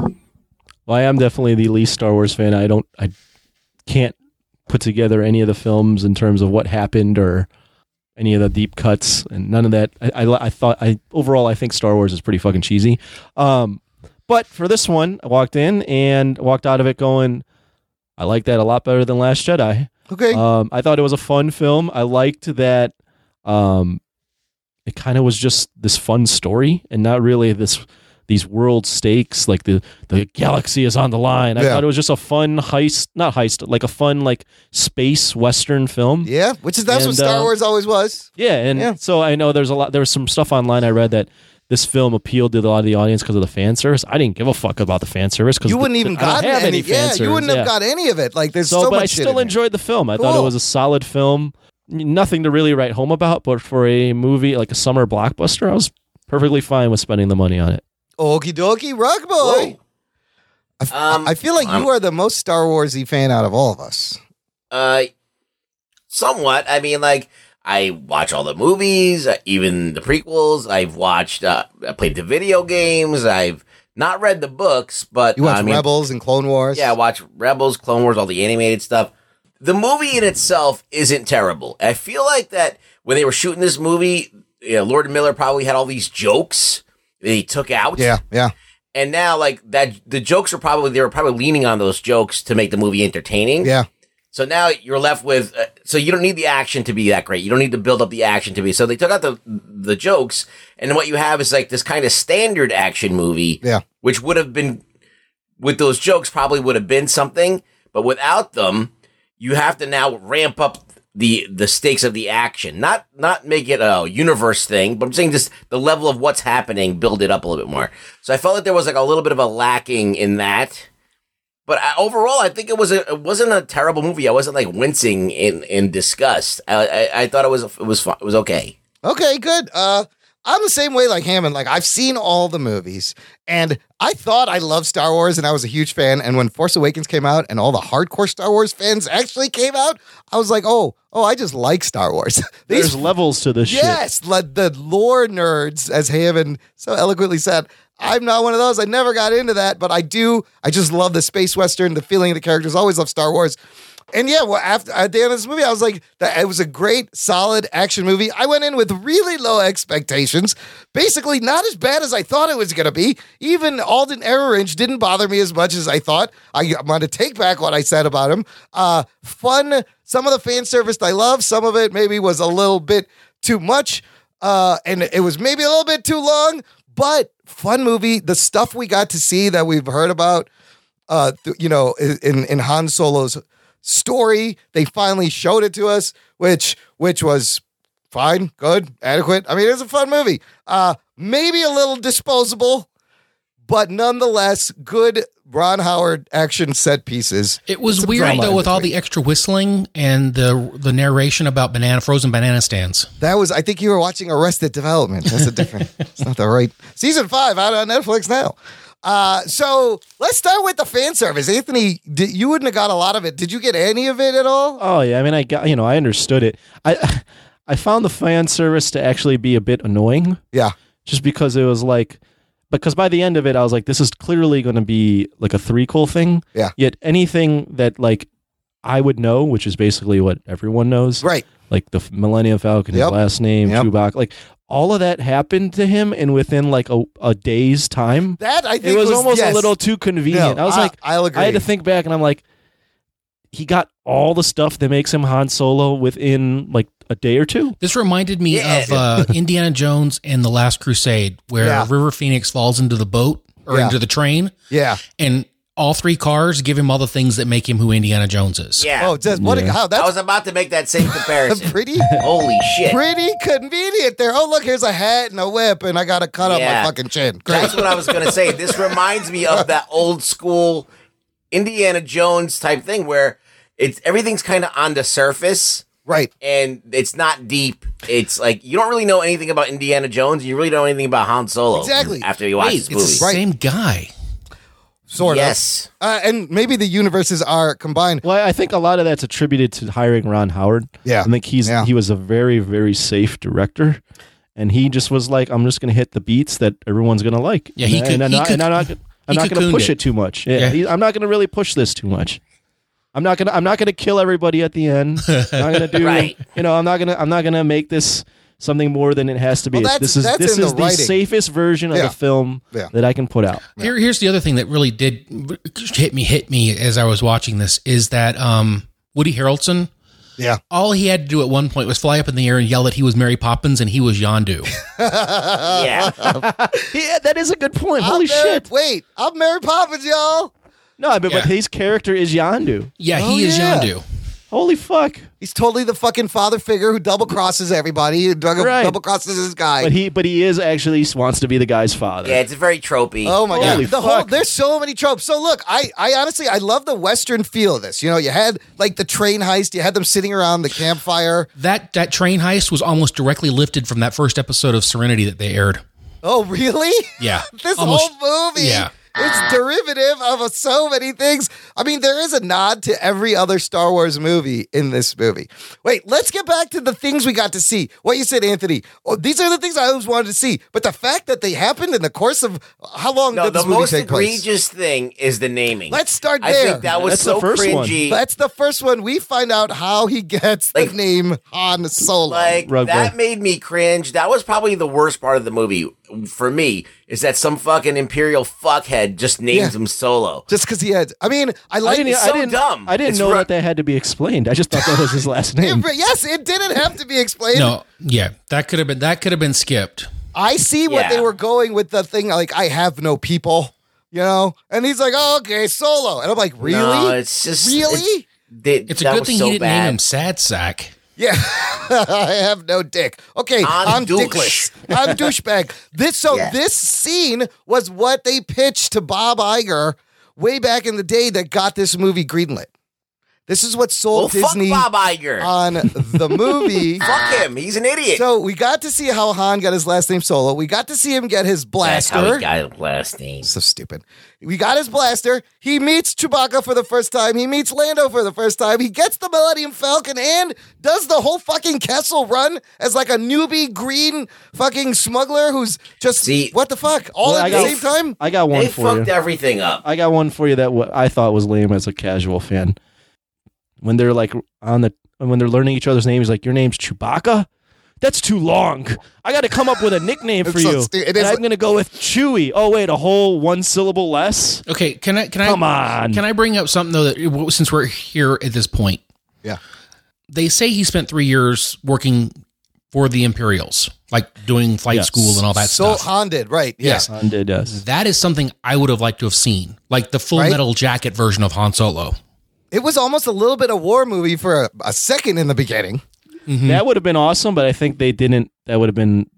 Speaker 3: Well, I am definitely the least Star Wars fan. I don't, I can't put together any of the films in terms of what happened or any of the deep cuts and none of that. I, I, I thought, I overall, I think Star Wars is pretty fucking cheesy. Um, but for this one, I walked in and walked out of it going, I like that a lot better than Last Jedi.
Speaker 1: Okay.
Speaker 3: Um, I thought it was a fun film. I liked that. Um, it kind of was just this fun story and not really this these world stakes like the the galaxy is on the line. I
Speaker 1: Yeah.
Speaker 3: thought it was just a fun heist, not heist, like a fun like space western film.
Speaker 1: Yeah, Which is that's what Star Wars always was.
Speaker 3: Yeah, and so I know there's a lot. There was some stuff online I read that this film appealed to a lot of the audience because of the fan service. I didn't give a fuck about the fan service because
Speaker 1: You wouldn't even gotten
Speaker 3: have
Speaker 1: any.
Speaker 3: any. fan
Speaker 1: yeah,
Speaker 3: service,
Speaker 1: you wouldn't
Speaker 3: yeah.
Speaker 1: have got any of it. Like there's so,
Speaker 3: So, but
Speaker 1: much
Speaker 3: I
Speaker 1: shit
Speaker 3: still
Speaker 1: in it.
Speaker 3: enjoyed the film. I thought
Speaker 1: Cool.
Speaker 3: it was a solid film. N- Nothing to really write home about, but for a movie like a summer blockbuster, I was perfectly fine with spending the money on it.
Speaker 1: Okie dokie, rock boy. I f-
Speaker 5: Um,
Speaker 1: I feel like you are the most Star Warsy fan out of all of us.
Speaker 5: Uh, somewhat. I mean, like I watch all the movies, uh, even the prequels. I've watched. Uh, I played the video games. I've not read the books, but
Speaker 1: You watch
Speaker 5: I mean,
Speaker 1: Rebels and Clone Wars.
Speaker 5: Yeah, I watch Rebels, Clone Wars, all the animated stuff. The movie in itself isn't terrible. I feel like that when they were shooting this movie, you know, Lord Miller probably had all these jokes that he took out.
Speaker 1: Yeah, yeah.
Speaker 5: And now, like that, the jokes were probably they were probably leaning on those jokes to make the movie entertaining.
Speaker 1: Yeah.
Speaker 5: So now you're left with uh, so you don't need the action to be that great. You don't need to build up the action to be. So they took out the the jokes, and what you have is like this kind of standard action movie.
Speaker 1: Yeah.
Speaker 5: Which would have been with those jokes probably would have been something, but without them, you have to now ramp up the the stakes of the action. Not not make it a universe thing, but I'm saying just the level of what's happening, build it up a little bit more. So I felt like there was like a little bit of a lacking in that. But I, overall, I think it was a, it wasn't a terrible movie. I wasn't like wincing in in disgust. I I, I thought it was it was fun. It was okay.
Speaker 1: Okay, good. Uh, I'm the same way like Hammond. Like I've seen all the movies, and I thought I loved Star Wars, and I was a huge fan. And when Force Awakens came out, and all the hardcore Star Wars fans actually came out, I was like, oh, oh, I just like Star Wars.
Speaker 3: There's levels to this shit.
Speaker 1: yes, le- the lore nerds, as Hammond so eloquently said. I'm not one of those. I never got into that, but I do. I just love the space western, the feeling of the characters. Always love Star Wars. And yeah, well, after at the end of this movie, I was like, that it was a great, solid action movie. I went in with really low expectations, basically not as bad as I thought it was going to be. Even Alden Ehrenreich didn't bother me as much as I thought. I, I'm going to take back what I said about him. Uh, fun. Some of the fan service I love. Some of it maybe was a little bit too much, uh, and it was maybe a little bit too long. But fun movie. The stuff we got to see that we've heard about uh, th- you know, i- in in Han Solo's story. They finally showed it to us, which which was fine, good, adequate. I mean, it was a fun movie. Uh, maybe a little disposable, but nonetheless, good Ron Howard action set pieces.
Speaker 4: It was
Speaker 1: Some
Speaker 4: weird
Speaker 1: drama
Speaker 4: though
Speaker 1: in
Speaker 4: with all the extra whistling and the the narration about banana frozen banana stands.
Speaker 1: That was, I think you were watching Arrested Development. That's a different, it's not the right season five out on Netflix now. Uh, so let's start with the fan service. Anthony, did, you wouldn't have got a lot of it. Did you get any of it at all?
Speaker 3: Oh yeah, I mean, I got you know, I understood it. I I found the fan service to actually be a bit annoying.
Speaker 1: Yeah,
Speaker 3: just because it was like because by the end of it, I was like, this is clearly going to be like a threequel thing.
Speaker 1: Yeah.
Speaker 3: Yet anything that like I would know, which is basically what everyone knows,
Speaker 1: right?
Speaker 3: Like the Millennium Falcon, his
Speaker 1: Yep.
Speaker 3: last name, Chewbacca, like. All of that happened to him, and within like a, a day's time,
Speaker 1: That I think
Speaker 3: it was,
Speaker 1: was-
Speaker 3: almost
Speaker 1: yes.
Speaker 3: a little too convenient.
Speaker 1: No,
Speaker 3: I was
Speaker 1: I-
Speaker 3: like,
Speaker 1: I'll agree.
Speaker 3: I had to think back, and I'm like, he got all the stuff that makes him Han Solo within like a day or two.
Speaker 4: This reminded me of uh, Indiana Jones and the Last Crusade, where
Speaker 3: Yeah.
Speaker 4: River Phoenix falls into the boat or
Speaker 3: Yeah.
Speaker 4: into the train.
Speaker 1: Yeah,
Speaker 4: and all three cars give him all the things that make him who Indiana Jones is.
Speaker 5: Yeah.
Speaker 1: Oh, just what? A, how that's
Speaker 5: I was about to make that same comparison.
Speaker 1: pretty
Speaker 5: Holy shit.
Speaker 1: Pretty convenient there. Oh, look, here's a hat and a whip, and I got to cut
Speaker 5: Yeah.
Speaker 1: up my fucking chin. Great.
Speaker 5: That's what I was going to say. This reminds me of that old school Indiana Jones type thing where it's everything's kind of on the surface.
Speaker 1: Right.
Speaker 5: And it's not deep. It's like you don't really know anything about Indiana Jones. You really don't know anything about Han Solo.
Speaker 1: Exactly.
Speaker 5: After you watch
Speaker 1: Wait,
Speaker 5: this
Speaker 1: it's
Speaker 5: movie.
Speaker 1: the Right. same
Speaker 4: guy.
Speaker 1: sort
Speaker 5: Yes.
Speaker 1: of. Uh, and maybe the universes are combined.
Speaker 3: Well, I think a lot of that's attributed to hiring Ron Howard.
Speaker 1: Yeah.
Speaker 3: I think he's
Speaker 1: Yeah.
Speaker 3: he was a very very safe director, and he just was like, I'm just going to hit the beats that everyone's going to like.
Speaker 4: Yeah, he
Speaker 3: and,
Speaker 4: could-
Speaker 3: and I'm
Speaker 4: he
Speaker 3: not,
Speaker 4: could-
Speaker 3: and I'm not, I'm
Speaker 4: he
Speaker 3: not going to
Speaker 4: cocooned
Speaker 3: push
Speaker 4: it.
Speaker 3: it. too much. Yeah,
Speaker 4: Yeah.
Speaker 3: he- I'm not going to really push this too much. I'm not gonna. I'm not gonna kill everybody at the end. I'm not gonna do.
Speaker 5: Right.
Speaker 3: You know. I'm not gonna. I'm not gonna make this something more than it has to be.
Speaker 1: Well, that's-
Speaker 3: this is
Speaker 1: that's
Speaker 3: this
Speaker 1: in
Speaker 3: is
Speaker 1: the
Speaker 3: the,
Speaker 1: writing.
Speaker 3: safest version
Speaker 1: Yeah.
Speaker 3: of the film
Speaker 1: Yeah.
Speaker 3: that I can put out.
Speaker 4: Here, here's the other thing that really did hit me, hit me as I was watching this is that um, Woody Harrelson.
Speaker 1: Yeah.
Speaker 4: All he had to do at one point was fly up in the air and yell that he was Mary Poppins and he was Yondu.
Speaker 5: Yeah.
Speaker 3: yeah, that is a good point.
Speaker 1: I'm
Speaker 3: Holy
Speaker 1: Mary-
Speaker 3: shit!
Speaker 1: Wait, I'm Mary Poppins, y'all.
Speaker 3: No, but,
Speaker 4: Yeah.
Speaker 3: but his character is Yandu.
Speaker 4: yeah,
Speaker 1: Oh,
Speaker 4: he is
Speaker 1: yeah.
Speaker 4: Yondu.
Speaker 3: Holy fuck!
Speaker 1: He's totally the fucking father figure who double crosses everybody. Who double,
Speaker 3: Right.
Speaker 1: double crosses his guy.
Speaker 3: But he but he is actually wants to be the guy's father.
Speaker 5: Yeah, it's very tropey.
Speaker 1: Oh my
Speaker 3: Holy
Speaker 1: god! The
Speaker 3: fuck.
Speaker 1: whole there's so many tropes. So look, I I honestly I love the western feel of this. You know, you had like the train heist. You had them sitting around the campfire.
Speaker 4: That that train heist was almost directly lifted from that first episode of Serenity that they aired.
Speaker 1: Oh really?
Speaker 4: Yeah,
Speaker 1: this
Speaker 4: almost.
Speaker 1: whole movie.
Speaker 4: Yeah.
Speaker 1: It's derivative of so many things. I mean, there is a nod to every other Star Wars movie in this movie. Wait, let's get back to the things we got to see. What you said, Anthony. Oh, these are the things I always wanted to see. But the fact that they happened in the course of how long
Speaker 5: No,
Speaker 1: did this
Speaker 5: the
Speaker 1: movie
Speaker 5: most
Speaker 1: take place?
Speaker 5: egregious thing is the naming.
Speaker 1: Let's start
Speaker 5: I
Speaker 1: there.
Speaker 5: think that was
Speaker 3: That's the
Speaker 5: so
Speaker 3: first one.
Speaker 5: cringy.
Speaker 1: That's the first one. We find out how he gets
Speaker 5: Like-
Speaker 1: the name Han Solo.
Speaker 5: Like
Speaker 3: Rugby.
Speaker 5: that made me cringe. That was probably the worst part of the movie for me. Is that some fucking imperial fuckhead just names
Speaker 1: Yeah.
Speaker 5: him Solo?
Speaker 1: just because he had, I mean, I like.
Speaker 5: it's so
Speaker 3: I didn't,
Speaker 5: dumb.
Speaker 3: I didn't
Speaker 5: It's
Speaker 3: know
Speaker 5: ru-
Speaker 3: that that had to be explained. I just thought that was his last name.
Speaker 1: It- yes, it didn't have to be explained.
Speaker 4: No, yeah, that could have been that could have been skipped.
Speaker 1: I see what
Speaker 5: Yeah.
Speaker 1: they were going with the thing. Like, I have no people, you know. And he's like, "Oh, okay, Solo," and I'm like, "Really?
Speaker 5: No, it's just
Speaker 1: really?
Speaker 5: It's,
Speaker 4: It's a good thing
Speaker 5: so
Speaker 4: he didn't
Speaker 5: bad.
Speaker 4: name him Sad Sack.
Speaker 1: Yeah, I have no dick. Okay,
Speaker 5: I'm
Speaker 1: I'm,
Speaker 5: douche.
Speaker 1: dickless. I'm douchebag. This so
Speaker 5: Yeah.
Speaker 1: this scene was what they pitched to Bob Iger way back in the day that got this movie greenlit. This is what
Speaker 5: Well,
Speaker 1: sold Disney
Speaker 5: fuck Bob Iger.
Speaker 3: uh,
Speaker 1: on the movie.
Speaker 5: fuck him. He's an idiot.
Speaker 1: so we got to see how Han got his last name Solo. We got to see him get his
Speaker 5: That's
Speaker 1: blaster.
Speaker 5: how he got his last name.
Speaker 1: So stupid. We got his blaster. He meets Chewbacca for the first time. He meets Lando for the first time. He gets the Millennium Falcon and does the whole fucking Kessel run as like a newbie green fucking smuggler who's just
Speaker 5: See-
Speaker 1: what the fuck all
Speaker 3: Well,
Speaker 1: at
Speaker 3: I
Speaker 1: the
Speaker 3: got-
Speaker 1: same time.
Speaker 3: I got one
Speaker 5: They
Speaker 3: for you.
Speaker 5: fucked everything up.
Speaker 3: I got one for you that what I thought was lame as a casual fan. When they're like on the when they're learning each other's names, like your name's Chewbacca. That's too long. I got to come up with a nickname for
Speaker 1: It's so
Speaker 3: you.
Speaker 1: stu- it
Speaker 3: and
Speaker 1: is-
Speaker 3: I'm gonna go with Chewy. Oh wait, a whole one syllable less.
Speaker 4: Okay, can I can I
Speaker 3: Come on.
Speaker 4: Can I bring up something though that since we're here at this point?
Speaker 1: Yeah.
Speaker 4: They say he spent 3 years working for the Imperials, like doing flight
Speaker 3: Yes.
Speaker 4: school and all that
Speaker 1: so
Speaker 4: stuff.
Speaker 1: Han did right. Yeah.
Speaker 4: Yes.
Speaker 3: Son did us.
Speaker 4: That is something I would have liked to have seen, like the Full
Speaker 1: Right?
Speaker 4: Metal Jacket version of Han Solo.
Speaker 1: it was almost a little bit of war movie for a, a second in the beginning.
Speaker 5: Hmm.
Speaker 3: That would have been awesome, but I think they didn't. That would have been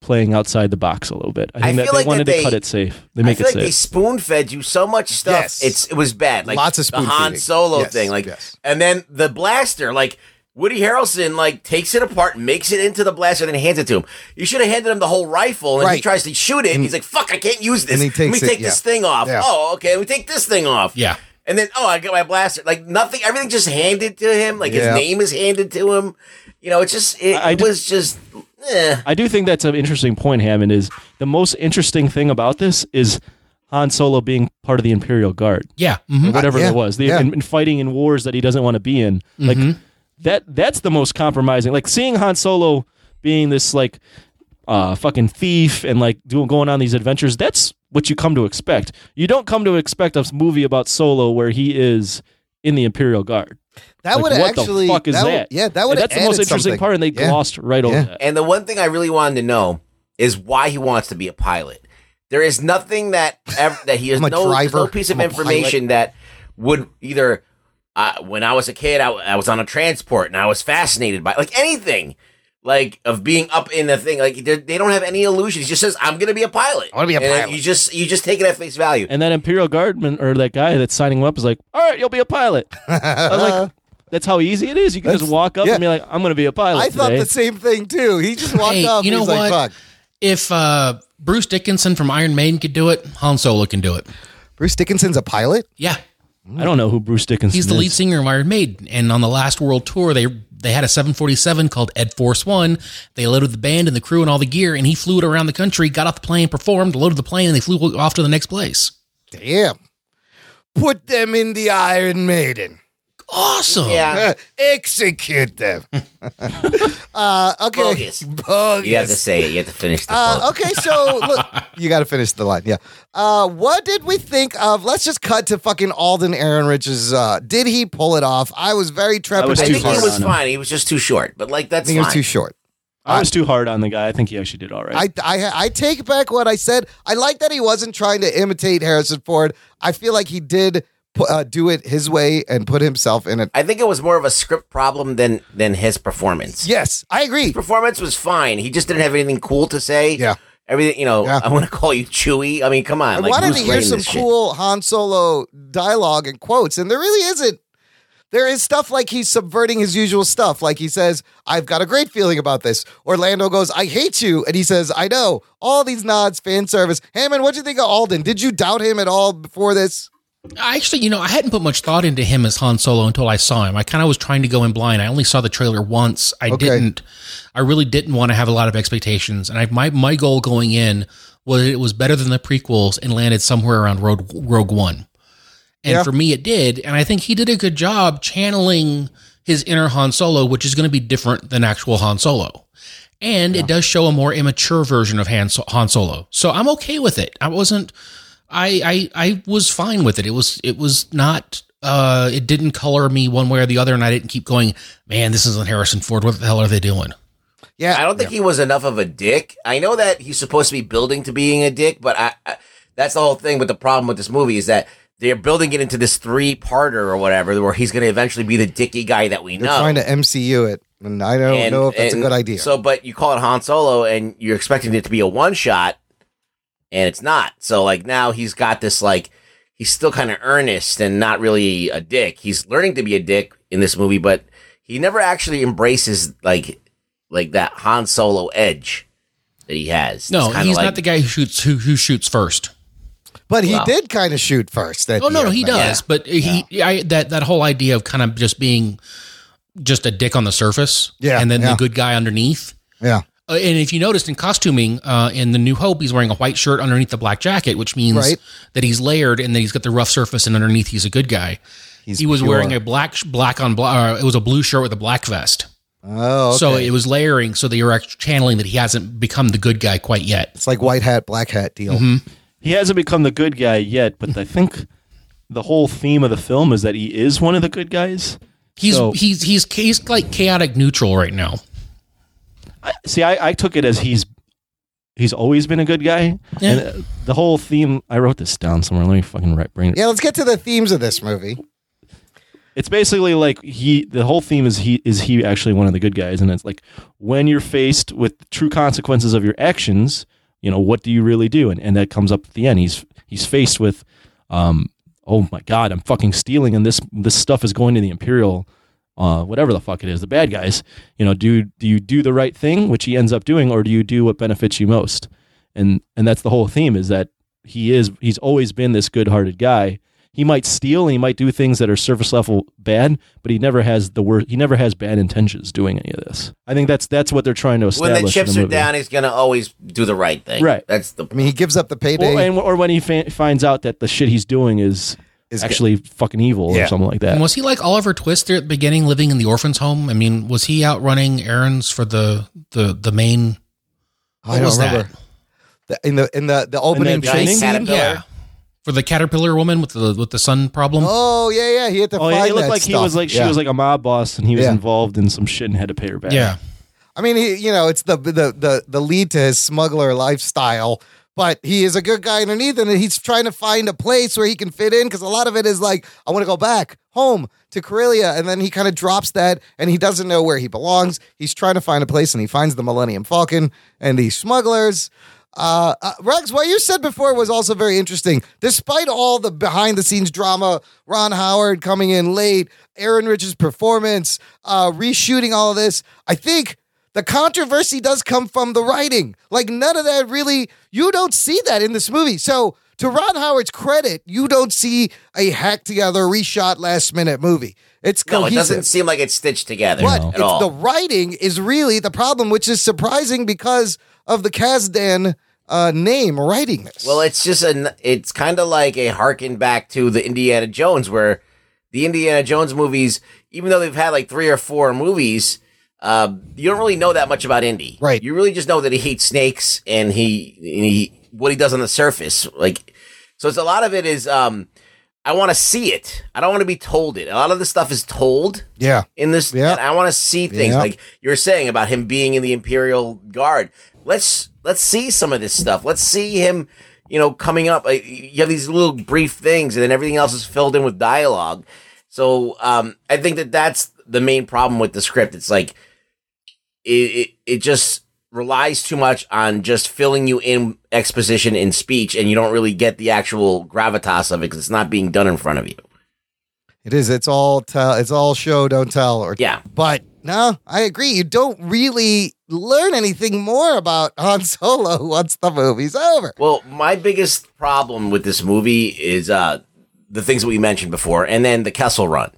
Speaker 3: playing outside the box a little bit. I
Speaker 5: I
Speaker 3: think that
Speaker 5: feel
Speaker 3: they
Speaker 5: like that
Speaker 3: wanted
Speaker 5: they-
Speaker 3: to cut it safe. They
Speaker 5: I
Speaker 3: make
Speaker 5: feel
Speaker 3: it
Speaker 5: like
Speaker 3: safe.
Speaker 5: they spoon fed you so much stuff.
Speaker 1: Yes.
Speaker 5: It's it was bad. Like
Speaker 1: Lots of spoon
Speaker 5: the Han
Speaker 1: feeding.
Speaker 5: Solo
Speaker 1: Yes,
Speaker 5: thing. Like
Speaker 1: yes.
Speaker 5: and then the blaster. Like Woody Harrelson like takes it apart, makes it into the blaster, and then hands it to him. You should have handed him the whole rifle, and he
Speaker 1: Right.
Speaker 5: tries to shoot it. And he's like, "Fuck, I can't use this.
Speaker 1: And he
Speaker 5: let me
Speaker 1: takes it,
Speaker 5: take this
Speaker 1: yeah.
Speaker 5: thing off.
Speaker 1: Yeah.
Speaker 5: Oh, okay. Let me take this thing off.
Speaker 4: Yeah.
Speaker 5: And then oh, I got my blaster. Like nothing. Everything just handed to him. Like
Speaker 1: Yeah.
Speaker 5: his name is handed to him. You know, it's just it,
Speaker 3: I- I
Speaker 5: it
Speaker 3: d-
Speaker 5: was just. Eh.
Speaker 3: I do think that's an interesting point, Hammond. Is the most interesting thing about this is Han Solo being part of the Imperial Guard,
Speaker 4: Yeah. mhm.
Speaker 3: or whatever
Speaker 1: yeah,
Speaker 3: it was, the,
Speaker 1: yeah. Mm-hmm.
Speaker 3: and, and fighting in wars that he doesn't want to be in. Like that. That's the most compromising. Like seeing Han Solo being this like uh, fucking thief and like doing going on these adventures. That's what you come to expect. You don't come to expect a movie about Solo where he is in the Imperial Guard.
Speaker 1: That
Speaker 3: Like,
Speaker 1: would
Speaker 3: what the
Speaker 1: actually
Speaker 3: fuck is
Speaker 1: that?
Speaker 3: that?
Speaker 1: would- yeah, that would
Speaker 3: And that's the most interesting part, and they glossed right over
Speaker 1: Yeah.
Speaker 3: that.
Speaker 5: And the one thing I really wanted to know is why he wants to be a pilot. There is nothing that ever, that he has
Speaker 1: I'm a
Speaker 5: no, there's
Speaker 1: driver.
Speaker 5: no piece of
Speaker 1: I'm a pilot.
Speaker 5: information that would either. Uh, when I was a kid, I, I was on a transport and I was fascinated by like anything, like of being up in the thing. Like they they don't have any illusions. He just says, "I'm going to be a pilot." I
Speaker 1: wanna be a pilot.
Speaker 5: You just you just take it at face value.
Speaker 3: And that Imperial Guardman or that guy that's signing him up is like, all right, you'll be a pilot. I was like, that's how easy it is. You can just walk up
Speaker 1: yeah.
Speaker 3: and be like, I'm going to be a pilot.
Speaker 1: I thought
Speaker 3: today."
Speaker 1: the same thing too. He just walked
Speaker 4: Hey,
Speaker 1: up.
Speaker 4: you know
Speaker 1: he's
Speaker 4: what?
Speaker 1: like, "Fuck."
Speaker 4: If uh, Bruce Dickinson from Iron Maiden could do it, Han Solo can do it.
Speaker 1: Bruce Dickinson's a pilot?
Speaker 4: Yeah.
Speaker 3: I don't know who Bruce Dickinson
Speaker 4: He's the
Speaker 3: is.
Speaker 4: lead singer of Iron Maiden, and on the last world tour, they they had a 747 called Ed Force One. They loaded the band and the crew and all the gear, and he flew it around the country, got off the plane, performed, loaded the plane, and they flew off to the next place.
Speaker 1: Damn. Put them in the Iron Maiden.
Speaker 4: Awesome.
Speaker 1: Yeah. Execute them. uh, okay.
Speaker 5: Bogus.
Speaker 1: Bogus.
Speaker 5: You have to say it. You have to finish the
Speaker 1: Uh, okay, so look, you got to finish the line. Yeah. Uh, what did we think of? Let's just cut to fucking Alden Ehrenrich's. Uh, did he pull it off? I was very
Speaker 5: I,
Speaker 1: trepidatious.
Speaker 5: think he was fine. He was just too short. But like
Speaker 1: I
Speaker 5: that's
Speaker 1: think it
Speaker 5: fine.
Speaker 1: was too short.
Speaker 3: I was too hard on the guy. I think he actually did all right.
Speaker 1: I, I I take back what I said. I like that he wasn't trying to imitate Harrison Ford. I feel like he did pu- uh, do it his way and put himself in it.
Speaker 5: I think it was more of a script problem than than his performance.
Speaker 1: Yes, I agree. His
Speaker 5: performance was fine. He just didn't have anything cool to say. Yeah. Everything, you know, I want to call you Chewy. I mean, come
Speaker 1: I
Speaker 5: on. like,
Speaker 1: wanted
Speaker 5: who's
Speaker 1: to hear
Speaker 5: writing
Speaker 1: some
Speaker 5: this shit?
Speaker 1: cool Han Solo dialogue and quotes, and there really isn't. There is stuff like he's subverting his usual stuff. Like he says, I've got a great feeling about this. Orlando goes, I hate you. And he says, I know. All these nods, fan service. Hammond, what'd you think of Alden? Did you doubt him at all before this?
Speaker 4: I actually, you know, I hadn't put much thought into him as Han Solo until I saw him. I kind of was trying to go in blind. I only saw the trailer once. I didn't. I really didn't want to have a lot of expectations, and I my my goal going in was it was better than the prequels and landed somewhere around Rogue Rogue One. And
Speaker 14: Yeah.
Speaker 4: for me, it did, and I think he did a good job channeling his inner Han Solo, which is going to be different than actual Han Solo. And it does show a more immature version of Han, Han Solo, so I'm okay with it. I wasn't. I, I I was fine with it. It was it was not uh it didn't color me one way or the other and I didn't keep going, man, this isn't Harrison Ford. What the hell are they doing?
Speaker 1: Yeah.
Speaker 5: I don't think he was enough of a dick. I know that he's supposed to be building to being a dick, but I, I that's the whole thing with the problem with this movie is that they're building it into this three-parter or whatever where he's going to eventually be the dicky guy that we
Speaker 1: They're
Speaker 5: know.
Speaker 1: trying to MCU it. And I don't
Speaker 5: And-
Speaker 1: know if Oh, that's a
Speaker 5: and
Speaker 1: good idea.
Speaker 5: So, but you call it Han Solo, and you're expecting it to be a one shot, and it's not. So, like now he's got this like he's still kind of earnest and not really a dick. He's learning to be a dick in this movie, but he never actually embraces like like that Han Solo edge that he has.
Speaker 4: No,
Speaker 5: It's kinda
Speaker 4: he's
Speaker 5: like-
Speaker 4: not the guy who shoots who who shoots first.
Speaker 1: but he
Speaker 5: Wow.
Speaker 1: did kind of shoot first. at
Speaker 4: Oh
Speaker 1: the
Speaker 4: no, no,
Speaker 1: end,
Speaker 4: he
Speaker 1: man.
Speaker 4: does. But he I that that whole idea of kind of just being just a dick on the surface.
Speaker 1: Yeah,
Speaker 4: And then
Speaker 1: yeah.
Speaker 4: the good guy underneath.
Speaker 1: Yeah.
Speaker 4: Uh, and if you noticed in costuming, uh, in the New Hope, he's wearing a white shirt underneath the black jacket, which means
Speaker 1: Right.
Speaker 4: that he's layered and that he's got the rough surface, and underneath he's a good guy. he was
Speaker 1: pure.
Speaker 4: wearing a black sh- black on black. Uh, it was a blue shirt with a black vest.
Speaker 1: Oh, okay.
Speaker 4: So it was layering, so they were act- channeling that he hasn't become the good guy quite yet.
Speaker 1: It's like white hat, black hat deal.
Speaker 4: Mm-hmm.
Speaker 3: He hasn't become the good guy yet, but I think the whole theme of the film is that he is one of the good guys.
Speaker 4: He's
Speaker 3: So-
Speaker 4: he's he's he's like chaotic neutral right now.
Speaker 3: I, see, I, I took it as he's he's always been a good guy.
Speaker 4: Yeah.
Speaker 3: And uh, the whole theme. I wrote this down somewhere. Let me fucking write, bring it.
Speaker 1: Yeah, let's get to the themes of this movie.
Speaker 3: It's basically like he. The whole theme is he is he actually one of the good guys, and it's like when you're faced with the true consequences of your actions, you know what do you really do, and and that comes up at the end. He's he's faced with, um, oh my god, I'm fucking stealing, and this this stuff is going to the imperial. Uh, whatever the fuck it is, the bad guys. You know, do do you do the right thing, which he ends up doing, or do you do what benefits you most? And and that's the whole theme is that he is he's always been this good-hearted guy. He might steal and he might do things that are surface level bad, but he never has the word. He never has bad intentions doing any of this. I think that's that's what they're trying to establish.
Speaker 5: when the
Speaker 3: in
Speaker 5: chips are
Speaker 3: movie.
Speaker 5: down, he's gonna always do the right thing.
Speaker 3: Right.
Speaker 5: That's the.
Speaker 1: I mean, he gives up the payday.
Speaker 3: Well, and, or when he fa- finds out that the shit he's doing is,
Speaker 1: Is
Speaker 3: actually fucking evil or something like that.
Speaker 4: And was he like Oliver Twist there at the beginning, living in the orphans' home? I mean, was he out running errands for the the the main?
Speaker 1: I don't remember. The- in the in the the opening chase scene.
Speaker 4: yeah, for the caterpillar woman with the with the sun problem.
Speaker 1: Oh yeah, yeah. He had to
Speaker 3: Oh,
Speaker 1: find
Speaker 3: yeah, it looked
Speaker 1: that
Speaker 3: like he
Speaker 1: stuff.
Speaker 3: was like she
Speaker 1: Yeah.
Speaker 3: was like a mob boss and he was
Speaker 1: Yeah.
Speaker 3: involved in some shit and had to pay her back.
Speaker 4: Yeah.
Speaker 1: I mean, he, you know, it's the, the the the lead to his smuggler lifestyle, but he is a good guy underneath, and he's trying to find a place where he can fit in because a lot of it is like, I want to go back home to Corellia, and then he kind of drops that, and he doesn't know where he belongs. He's trying to find a place, and he finds the Millennium Falcon and the smugglers. Uh, uh, Rex, what you said before was also very interesting. Despite all the behind the scenes drama, Ron Howard coming in late, Aaron Rich's performance, uh, reshooting all of this, I think the controversy does come from the writing. Like none of that really, you don't see that in this movie. So to Ron Howard's credit, you don't see a hacked together, reshot last minute movie. It's
Speaker 5: No,
Speaker 1: cohesive.
Speaker 5: it doesn't seem like it's stitched together
Speaker 1: But
Speaker 5: at
Speaker 1: it's,
Speaker 5: all.
Speaker 1: the writing is really the problem, which is surprising because of the Kazdan uh, name writing this.
Speaker 5: Well, it's just an. It's kind of like a harken back to the Indiana Jones, where the Indiana Jones movies, even though they've had like three or four movies, uh, you don't really know that much about Indy. Right. You really just know that he hates snakes and he and he what he does on the surface. Like, so it's a lot of it is. Um, I want to see it. I don't want to be told it. A lot of this stuff is told
Speaker 1: Yeah.
Speaker 5: in this. and I want to see things
Speaker 1: Yeah.
Speaker 5: like you're saying about him being in the Imperial Guard. Let's let's see some of this stuff. Let's see him, you know, coming up. Like, You have these little brief things, and then everything else is filled in with dialogue. So um, I think that that's the main problem with the script. It's like it, it it just relies too much on just filling you in exposition in speech, and you don't really get the actual gravitas of it because it's not being done in front of you.
Speaker 1: It is. It's all tell. It's all show, don't tell. Or
Speaker 5: yeah.
Speaker 1: But no, I agree. You don't really learn anything more about Han Solo once the movie's over.
Speaker 5: Well, my biggest problem with this movie is uh, the things that we mentioned before, and then the Kessel Run.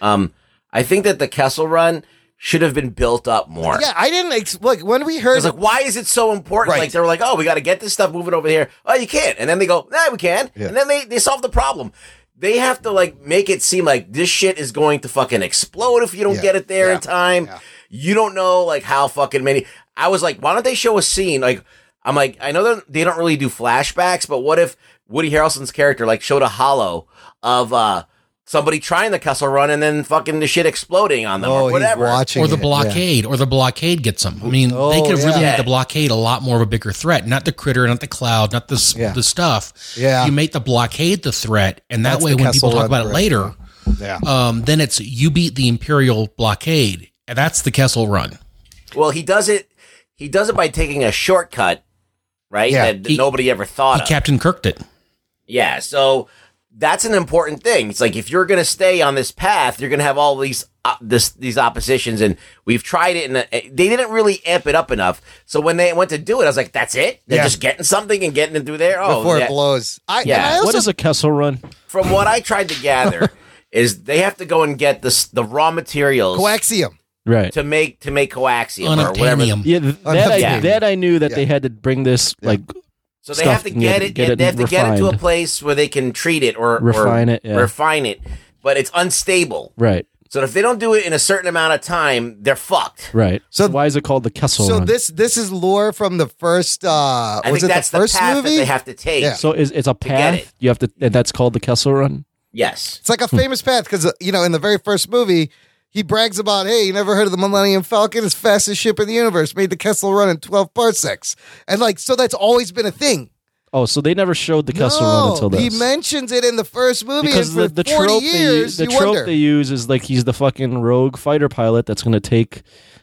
Speaker 5: Um, I think that the Kessel Run should have been built up more.
Speaker 1: Yeah, I didn't ex- look when we
Speaker 5: I
Speaker 1: heard.
Speaker 5: was like, why is it so important? Like, they were like, oh, we got to get this stuff moving over here. Oh, you can't. And then they go, nah, we can. And then they, they solve the problem. They have to, like, make it seem like this shit is going to fucking explode if you don't
Speaker 14: Yeah.
Speaker 5: get it there in time. You don't know, like, how fucking many. I was like, why don't they show a scene? Like, I'm like, I know that they don't really do flashbacks, but what if Woody Harrelson's character, like, showed a hollow of, uh, Somebody trying the Kessel Run and then fucking the shit exploding on them
Speaker 1: Oh,
Speaker 5: or
Speaker 1: he's
Speaker 5: whatever.
Speaker 1: watching
Speaker 4: or the blockade, or the blockade gets them. I mean,
Speaker 1: Oh,
Speaker 4: they could have really
Speaker 5: yeah.
Speaker 4: made the blockade a lot more of a bigger threat. Not the critter, not the cloud, not the s the stuff.
Speaker 1: Yeah.
Speaker 4: you make the blockade the threat, and that
Speaker 1: That's
Speaker 4: way,
Speaker 1: the
Speaker 4: when
Speaker 1: Kessel
Speaker 4: people talk
Speaker 1: Run
Speaker 4: about it
Speaker 1: threat,
Speaker 4: later,
Speaker 1: Yeah.
Speaker 4: um, then it's you beat the imperial blockade. And That's the Kessel Run.
Speaker 5: Well, he does it. He does it by taking a shortcut, right?
Speaker 4: Yeah.
Speaker 5: that
Speaker 4: He-
Speaker 5: nobody ever thought
Speaker 4: He
Speaker 5: of.
Speaker 4: Captain Kirked it.
Speaker 5: yeah, so that's an important thing. It's like if you're going to stay on this path, you're going to have all these uh, this these oppositions, and we've tried it, and uh, they didn't really amp it up enough. So when they went to do it, I was like, "That's it? They're
Speaker 1: Yeah.
Speaker 5: just getting something and getting it through there." Oh,
Speaker 1: Before it
Speaker 5: yeah.
Speaker 1: blows. I-
Speaker 5: yeah.
Speaker 1: and I
Speaker 3: what is a Kessel Run?
Speaker 5: From what I tried to gather, is they have to go and get this the raw materials
Speaker 1: coaxium
Speaker 3: Right.
Speaker 5: to make to make coaxium or whatever.
Speaker 3: Yeah, th- that, I,
Speaker 5: Unobtainium.
Speaker 3: that I knew that they had to bring this like.
Speaker 5: So they
Speaker 3: stuff
Speaker 5: have to
Speaker 3: and
Speaker 5: get it.
Speaker 3: Get it
Speaker 5: they have to get it to a
Speaker 3: refined.
Speaker 5: place where they can treat it or or
Speaker 3: Refine it, yeah.
Speaker 5: Refine it, but it's unstable.
Speaker 3: Right.
Speaker 5: So if they don't do it in a certain amount of time, they're fucked.
Speaker 3: Right. So why is it called the Kessel
Speaker 1: So
Speaker 3: Run?
Speaker 1: this this is lore from the first. uh
Speaker 5: I
Speaker 1: Was
Speaker 5: think
Speaker 1: it
Speaker 5: that's
Speaker 1: the
Speaker 5: the
Speaker 1: first
Speaker 5: path that
Speaker 1: movie?
Speaker 5: they have to take. Yeah.
Speaker 3: So is it's a
Speaker 5: get
Speaker 3: path you have to, and that's called the Kessel Run.
Speaker 5: Yes.
Speaker 1: It's
Speaker 3: Hmm.
Speaker 1: like a famous path because you know in the very first movie. He brags about, hey, you never heard of the Millennium Falcon? It's fastest ship in the universe. Made the Kessel Run in 12 parsecs. And like, so that's always been a thing.
Speaker 3: Oh, so they never showed the Kessel Run until this.
Speaker 1: He mentions it in the first movie.
Speaker 3: because
Speaker 1: and
Speaker 3: the,
Speaker 1: for
Speaker 3: the
Speaker 1: 40
Speaker 3: trope they use,
Speaker 1: years,
Speaker 3: the
Speaker 1: you
Speaker 3: trope
Speaker 1: wonder.
Speaker 3: they use is like he's the fucking rogue fighter pilot that's going to take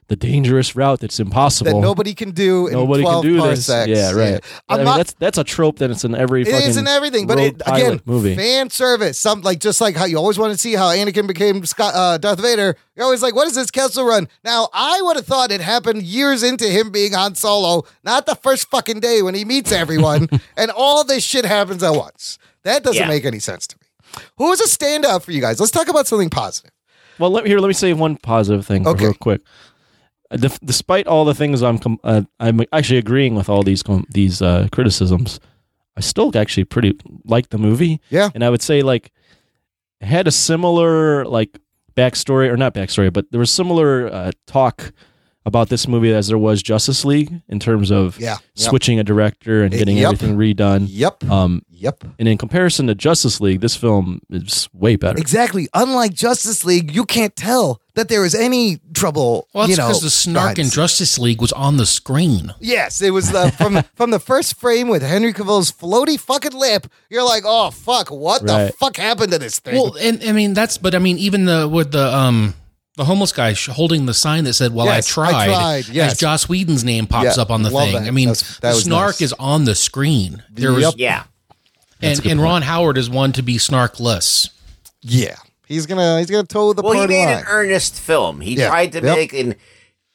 Speaker 3: the dangerous route that's impossible
Speaker 1: that nobody can do in
Speaker 3: Nobody
Speaker 1: 12
Speaker 3: can do
Speaker 1: parsecs.
Speaker 3: this. Yeah, right. i
Speaker 1: I'm
Speaker 3: mean,
Speaker 1: not-
Speaker 3: that's that's a trope that it's in every.
Speaker 1: It is in everything, but it, again,
Speaker 3: movie.
Speaker 1: fan service. Some like just like how you always want to see how Anakin became Scott, uh, Darth Vader. You're always like, what is this Kessel Run? Now, I would have thought it happened years into him being Han Solo, not the first fucking day when he meets everyone, and all this shit happens at once. That doesn't
Speaker 3: Yeah.
Speaker 1: make any sense to me. Who was a standout for you guys? Let's talk about something positive.
Speaker 3: Well, let, here, let me say one positive thing real quick. Uh, def- despite all the things I'm, com- uh, I'm actually agreeing with all these com- these uh, criticisms. I still actually pretty like the movie.
Speaker 1: Yeah,
Speaker 3: and I would say like it had a similar like backstory or not backstory, but there was similar uh, talk about this movie as there was Justice League in terms of
Speaker 1: Yeah. Yep.
Speaker 3: switching a director and
Speaker 1: Eh,
Speaker 3: getting
Speaker 1: yep.
Speaker 3: everything redone.
Speaker 1: Yep.
Speaker 3: Um,
Speaker 1: yep.
Speaker 3: And in comparison to Justice League, this film is way better.
Speaker 1: Exactly. Unlike Justice League, you can't tell that there is any trouble.
Speaker 4: Well,
Speaker 1: you
Speaker 4: that's
Speaker 1: know,
Speaker 4: because the snark in
Speaker 1: behind-
Speaker 4: Justice League was on the screen.
Speaker 1: Yes, it was the from from the first frame with Henry Cavill's floaty fucking lip. You're like, oh fuck, what the
Speaker 4: Right.
Speaker 1: fuck happened to this thing?
Speaker 4: Well, and I mean that's, but I mean even the with the um the homeless guy sh- holding the sign that said, "Well,
Speaker 1: Yes,
Speaker 4: I
Speaker 1: I
Speaker 4: tried."
Speaker 1: tried, yes.
Speaker 4: As Joss Whedon's name pops
Speaker 1: Yeah,
Speaker 4: up on the
Speaker 1: love
Speaker 4: thing.
Speaker 1: that.
Speaker 4: I mean,
Speaker 1: That's- that
Speaker 4: the
Speaker 1: was
Speaker 4: snark
Speaker 1: nice.
Speaker 4: is on the screen. There
Speaker 1: Yep.
Speaker 4: was
Speaker 1: Yeah. That's a
Speaker 4: and
Speaker 1: good
Speaker 4: and Ron Howard is one to be snarkless.
Speaker 1: Yeah, he's gonna he's gonna toe the
Speaker 5: well, he
Speaker 1: party
Speaker 5: made
Speaker 1: line.
Speaker 5: an earnest film. He
Speaker 1: Yeah.
Speaker 5: tried to
Speaker 1: Yep.
Speaker 5: make and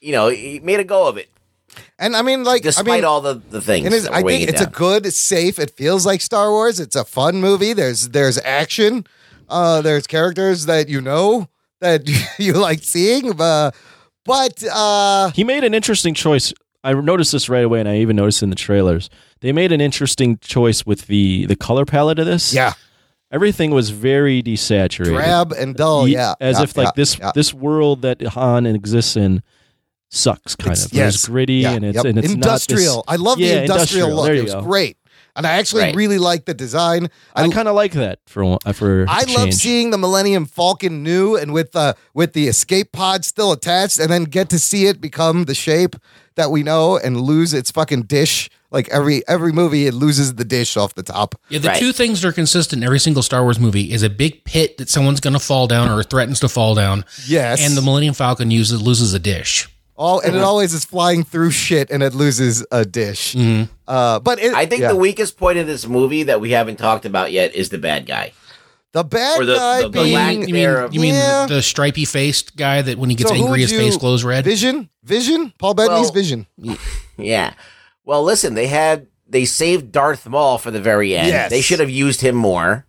Speaker 5: you know he made a go of it.
Speaker 1: And I mean, like,
Speaker 5: Despite
Speaker 1: I mean,
Speaker 5: all the, the things,
Speaker 1: And it's-
Speaker 5: that
Speaker 1: I
Speaker 5: weighing
Speaker 1: think
Speaker 5: it
Speaker 1: it's
Speaker 5: down.
Speaker 1: a good, it's safe. It feels like Star Wars. It's a fun movie. There's there's action. Uh, there's characters that you know that you like seeing. Uh, but uh,
Speaker 3: He made an interesting choice. I noticed this right away, and I even noticed in the trailers. They made an interesting choice with the the color palette of this.
Speaker 1: Yeah,
Speaker 3: everything was very desaturated,
Speaker 1: Drab and dull,
Speaker 3: Ye-
Speaker 1: yeah,
Speaker 3: as
Speaker 1: yeah,
Speaker 3: if like
Speaker 1: yeah,
Speaker 3: this
Speaker 1: yeah.
Speaker 3: this world that Han exists in sucks. Kind
Speaker 1: It's-
Speaker 3: of, There's
Speaker 1: yes.
Speaker 3: gritty
Speaker 1: Yeah,
Speaker 3: and it's
Speaker 1: yep.
Speaker 3: and it's
Speaker 1: industrial.
Speaker 3: Not this,
Speaker 1: I love
Speaker 3: Yeah,
Speaker 1: the industrial, look.
Speaker 3: There you
Speaker 1: It was
Speaker 3: go.
Speaker 1: great, and I actually
Speaker 3: Right.
Speaker 1: really like the design.
Speaker 3: I, kind of like that for one- for.
Speaker 1: I
Speaker 3: a
Speaker 1: love
Speaker 3: change.
Speaker 1: seeing the Millennium Falcon new and with uh, with the escape pod still attached, and then get to see it become the shape that we know and lose its fucking dish. Like every every movie, it loses the dish off the top.
Speaker 4: Yeah, the two things that are consistent in every single Star Wars movie is a big pit that someone's going to fall down or threatens to fall down.
Speaker 1: Yes.
Speaker 4: And the Millennium Falcon uses loses a dish.
Speaker 1: All and it always is flying through shit, and it loses a dish.
Speaker 3: Mm-hmm.
Speaker 1: Uh, but it,
Speaker 5: I think
Speaker 1: yeah.
Speaker 5: the weakest point of this movie that we haven't talked about yet is the bad guy.
Speaker 1: The bad
Speaker 5: Or the-
Speaker 1: guy
Speaker 5: the- the
Speaker 1: being
Speaker 5: lack
Speaker 4: You mean, you mean
Speaker 1: Yeah.
Speaker 4: the stripy faced guy that when he gets
Speaker 1: So who
Speaker 4: angry,
Speaker 1: would
Speaker 4: his face
Speaker 1: you-
Speaker 4: glows red?
Speaker 1: Vision, Vision, Paul Bettany's
Speaker 5: Well-
Speaker 1: Vision.
Speaker 5: Yeah. Well, listen, they had they saved Darth Maul for the very end.
Speaker 1: Yes.
Speaker 5: They should have used him more.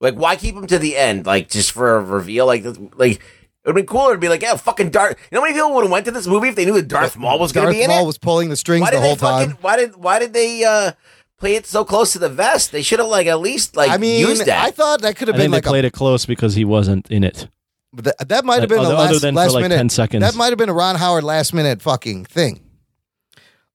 Speaker 5: Like, why keep him to the end? Like, just for a reveal? Like, that's- like it would have been cooler to be like, yeah, fucking Darth. You know how many people would have went to this movie if they knew that Darth Maul was going
Speaker 1: Darth
Speaker 5: to be in
Speaker 1: Maul
Speaker 5: it?
Speaker 1: was pulling the strings
Speaker 5: why
Speaker 1: the
Speaker 5: did
Speaker 1: whole
Speaker 5: they fucking,
Speaker 1: time.
Speaker 5: Why did why did they uh, play it so close to the vest? They should have like at least like
Speaker 1: I mean,
Speaker 5: used that.
Speaker 1: I thought that could
Speaker 3: I
Speaker 1: have
Speaker 3: think
Speaker 1: been
Speaker 3: they
Speaker 1: like a
Speaker 3: played it close because he wasn't in it.
Speaker 1: But that, that might have
Speaker 3: Like,
Speaker 1: been
Speaker 3: other-
Speaker 1: a
Speaker 3: other
Speaker 1: last,
Speaker 3: than for,
Speaker 1: last
Speaker 3: like,
Speaker 1: minute
Speaker 3: 10 seconds.
Speaker 1: That might have been a Ron Howard last minute fucking thing.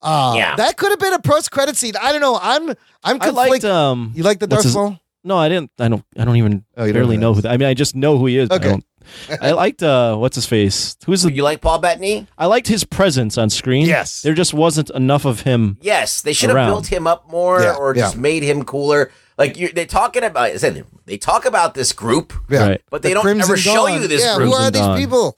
Speaker 1: Uh,
Speaker 3: Yeah.
Speaker 1: that could have been a post credit scene. I don't know. I'm I'm
Speaker 3: I
Speaker 1: conflict-
Speaker 3: liked um.
Speaker 1: You like the
Speaker 3: what's
Speaker 1: Darth
Speaker 3: his-
Speaker 1: Maul?
Speaker 3: No, I didn't. I don't. I don't even
Speaker 1: Oh, you don't
Speaker 3: barely
Speaker 1: know
Speaker 3: know who. That, I mean, I just know who he is. but I
Speaker 1: Okay.
Speaker 3: don't. I liked uh, what's his face? Who's the?
Speaker 5: you like Paul Bettany?
Speaker 3: I liked his presence on screen. Yes, there just wasn't enough of him.
Speaker 5: Yes, they should have
Speaker 3: around.
Speaker 5: built him up more
Speaker 3: Yeah,
Speaker 5: or just
Speaker 3: yeah.
Speaker 5: made him cooler. Like you, they're talking about. I said they talk about this group,
Speaker 3: Yeah. Right.
Speaker 5: but they
Speaker 1: The
Speaker 5: don't
Speaker 1: Crimson
Speaker 5: ever show
Speaker 1: Dawn.
Speaker 5: you this
Speaker 1: Yeah,
Speaker 5: group.
Speaker 1: who are these
Speaker 3: Dawn.
Speaker 1: people?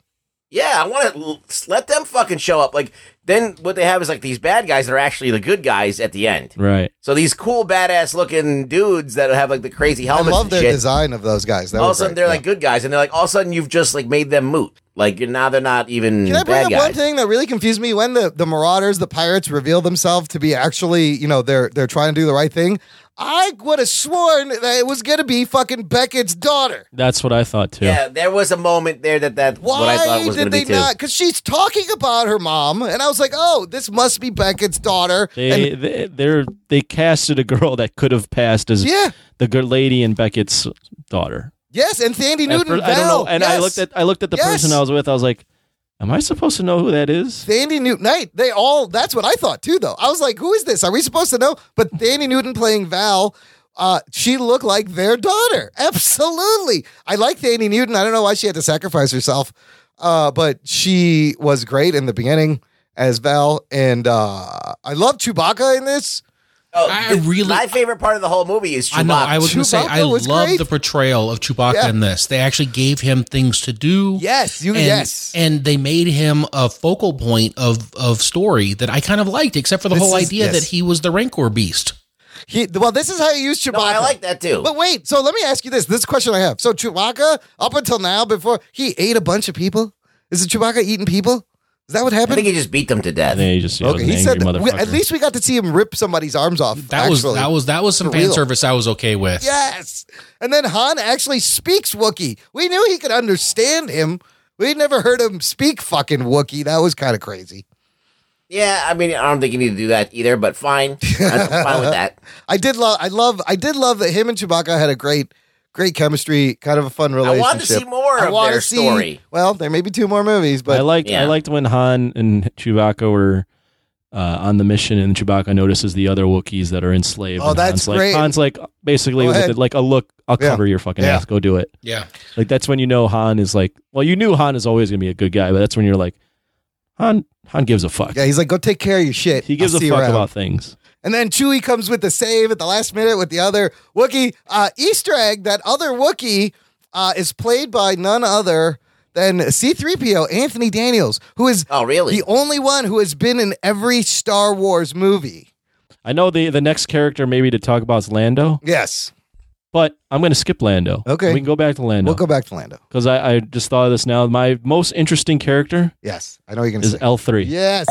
Speaker 5: Yeah, I want to let them fucking show up. Like then, what they have is like these bad guys that are actually the good guys at the end.
Speaker 3: Right.
Speaker 5: So these cool, badass looking dudes that have like the crazy helmets.
Speaker 1: I love
Speaker 5: and
Speaker 1: their
Speaker 5: shit,
Speaker 1: design of those guys. That
Speaker 5: All of a
Speaker 1: was
Speaker 5: sudden,
Speaker 1: great.
Speaker 5: they're like good guys, and they're like all of a sudden you've just like made them moot. Like you're, now they're not even
Speaker 1: Can I bring
Speaker 5: bad
Speaker 1: up
Speaker 5: guys.
Speaker 1: one thing that really confused me when the, the Marauders, the pirates, reveal themselves to be actually, you know, they're they're trying to do the right thing? I would have sworn that it was gonna be fucking Beckett's daughter.
Speaker 3: That's what I thought too.
Speaker 5: Yeah, there was a moment there that that
Speaker 1: Why
Speaker 5: what I thought was
Speaker 1: did
Speaker 5: going to be
Speaker 1: they
Speaker 5: too.
Speaker 1: not? Because she's talking about her mom, and I was like, "Oh, this must be Beckett's daughter."
Speaker 3: They
Speaker 1: and
Speaker 3: they they're, they casted a girl that could have passed as
Speaker 1: Yeah.
Speaker 3: the good lady in Beckett's daughter.
Speaker 1: yes, and Sandy
Speaker 3: At
Speaker 1: Newton.
Speaker 3: first- I don't know.
Speaker 1: Val,
Speaker 3: And I
Speaker 1: yes.
Speaker 3: looked at I looked at the
Speaker 1: Yes.
Speaker 3: person I was with. I was like, "Am I supposed to know who that is?"
Speaker 1: Sandy Newton. Knight. They all. That's what I thought too, though. I was like, "Who is this? Are we supposed to know?" But Sandy Newton playing Val. Uh, she looked like their daughter. Absolutely. I like Sandy Newton. I don't know why she had to sacrifice herself, uh, but she was great in the beginning as Val. And uh, I love Chewbacca in this.
Speaker 5: Oh,
Speaker 4: I really.
Speaker 5: My favorite part of the whole movie is Chewbacca.
Speaker 4: I know. I was going to say I
Speaker 1: Chewbacca was
Speaker 4: love
Speaker 1: great.
Speaker 4: the portrayal of Chewbacca
Speaker 1: Yeah.
Speaker 4: in this. They actually gave him things to do.
Speaker 1: Yes, you
Speaker 4: and,
Speaker 1: yes.
Speaker 4: and they made him a focal point of of story that I kind of liked, except for the
Speaker 1: This
Speaker 4: whole
Speaker 1: is-
Speaker 4: idea
Speaker 1: yes.
Speaker 4: that he was the Rancor beast.
Speaker 1: He well, this is how you use Chewbacca.
Speaker 5: I like that too.
Speaker 1: But wait, so let me ask you this: this question I have. So Chewbacca, up until now, before he ate a bunch of people, is it Chewbacca eating people? Is that what
Speaker 5: I
Speaker 1: happened?
Speaker 5: think he just beat them to death.
Speaker 3: Yeah, you just yeah, I was
Speaker 1: okay,
Speaker 3: an
Speaker 1: he said.
Speaker 3: angry
Speaker 1: that- we- at
Speaker 3: motherfucker.
Speaker 1: least we got to see him rip somebody's arms off.
Speaker 4: That was
Speaker 1: actually.
Speaker 4: that was that was some
Speaker 1: For
Speaker 4: fan
Speaker 1: real.
Speaker 4: service I was okay with.
Speaker 1: Yes, and then Han actually speaks Wookiee. We knew he could understand him. We would never heard him speak fucking Wookiee. That was kind of crazy.
Speaker 5: Yeah, I mean, I don't think you need to do that either, but fine. I'm fine with that.
Speaker 1: I did love. I love. I did love that him and Chewbacca had a great, great chemistry. Kind of a fun
Speaker 5: to
Speaker 1: relationship.
Speaker 5: see more of
Speaker 1: wanna
Speaker 5: their story.
Speaker 1: Well, there may be two more movies, but
Speaker 3: I liked I liked when Han and Chewbacca were uh, on the mission, and Chewbacca notices the other Wookiees that are enslaved.
Speaker 1: Oh,
Speaker 3: and
Speaker 1: that's
Speaker 3: Han's like,
Speaker 1: great.
Speaker 3: Han's like basically
Speaker 1: Go
Speaker 3: with
Speaker 1: ahead.
Speaker 3: it, like a look. I'll cover your fucking
Speaker 1: Yeah.
Speaker 3: ass. Go do it.
Speaker 4: Yeah.
Speaker 3: Like that's when you know Han is like. Well, you knew Han is always gonna be a good guy, but that's when you're like, Han Han gives a fuck.
Speaker 1: Yeah, he's like, go take care of your shit.
Speaker 3: He gives
Speaker 1: I'll
Speaker 3: a
Speaker 1: see you
Speaker 3: fuck
Speaker 1: around."
Speaker 3: about things.
Speaker 1: And then Chewie comes with the save at the last minute with the other Wookiee uh, Easter egg. That other Wookiee uh, is played by none other than C3PO Anthony Daniels, who is
Speaker 5: oh really
Speaker 1: the only one who has been in every Star Wars movie.
Speaker 3: I know the the next character maybe to talk about is Lando.
Speaker 1: Yes.
Speaker 3: But I'm going to skip Lando.
Speaker 1: Okay.
Speaker 3: We can go back to Lando.
Speaker 1: We'll go back to Lando.
Speaker 3: Because I, I just thought of this now. My most interesting character.
Speaker 1: Yes, I know you're going
Speaker 3: to is L three.
Speaker 1: Yes,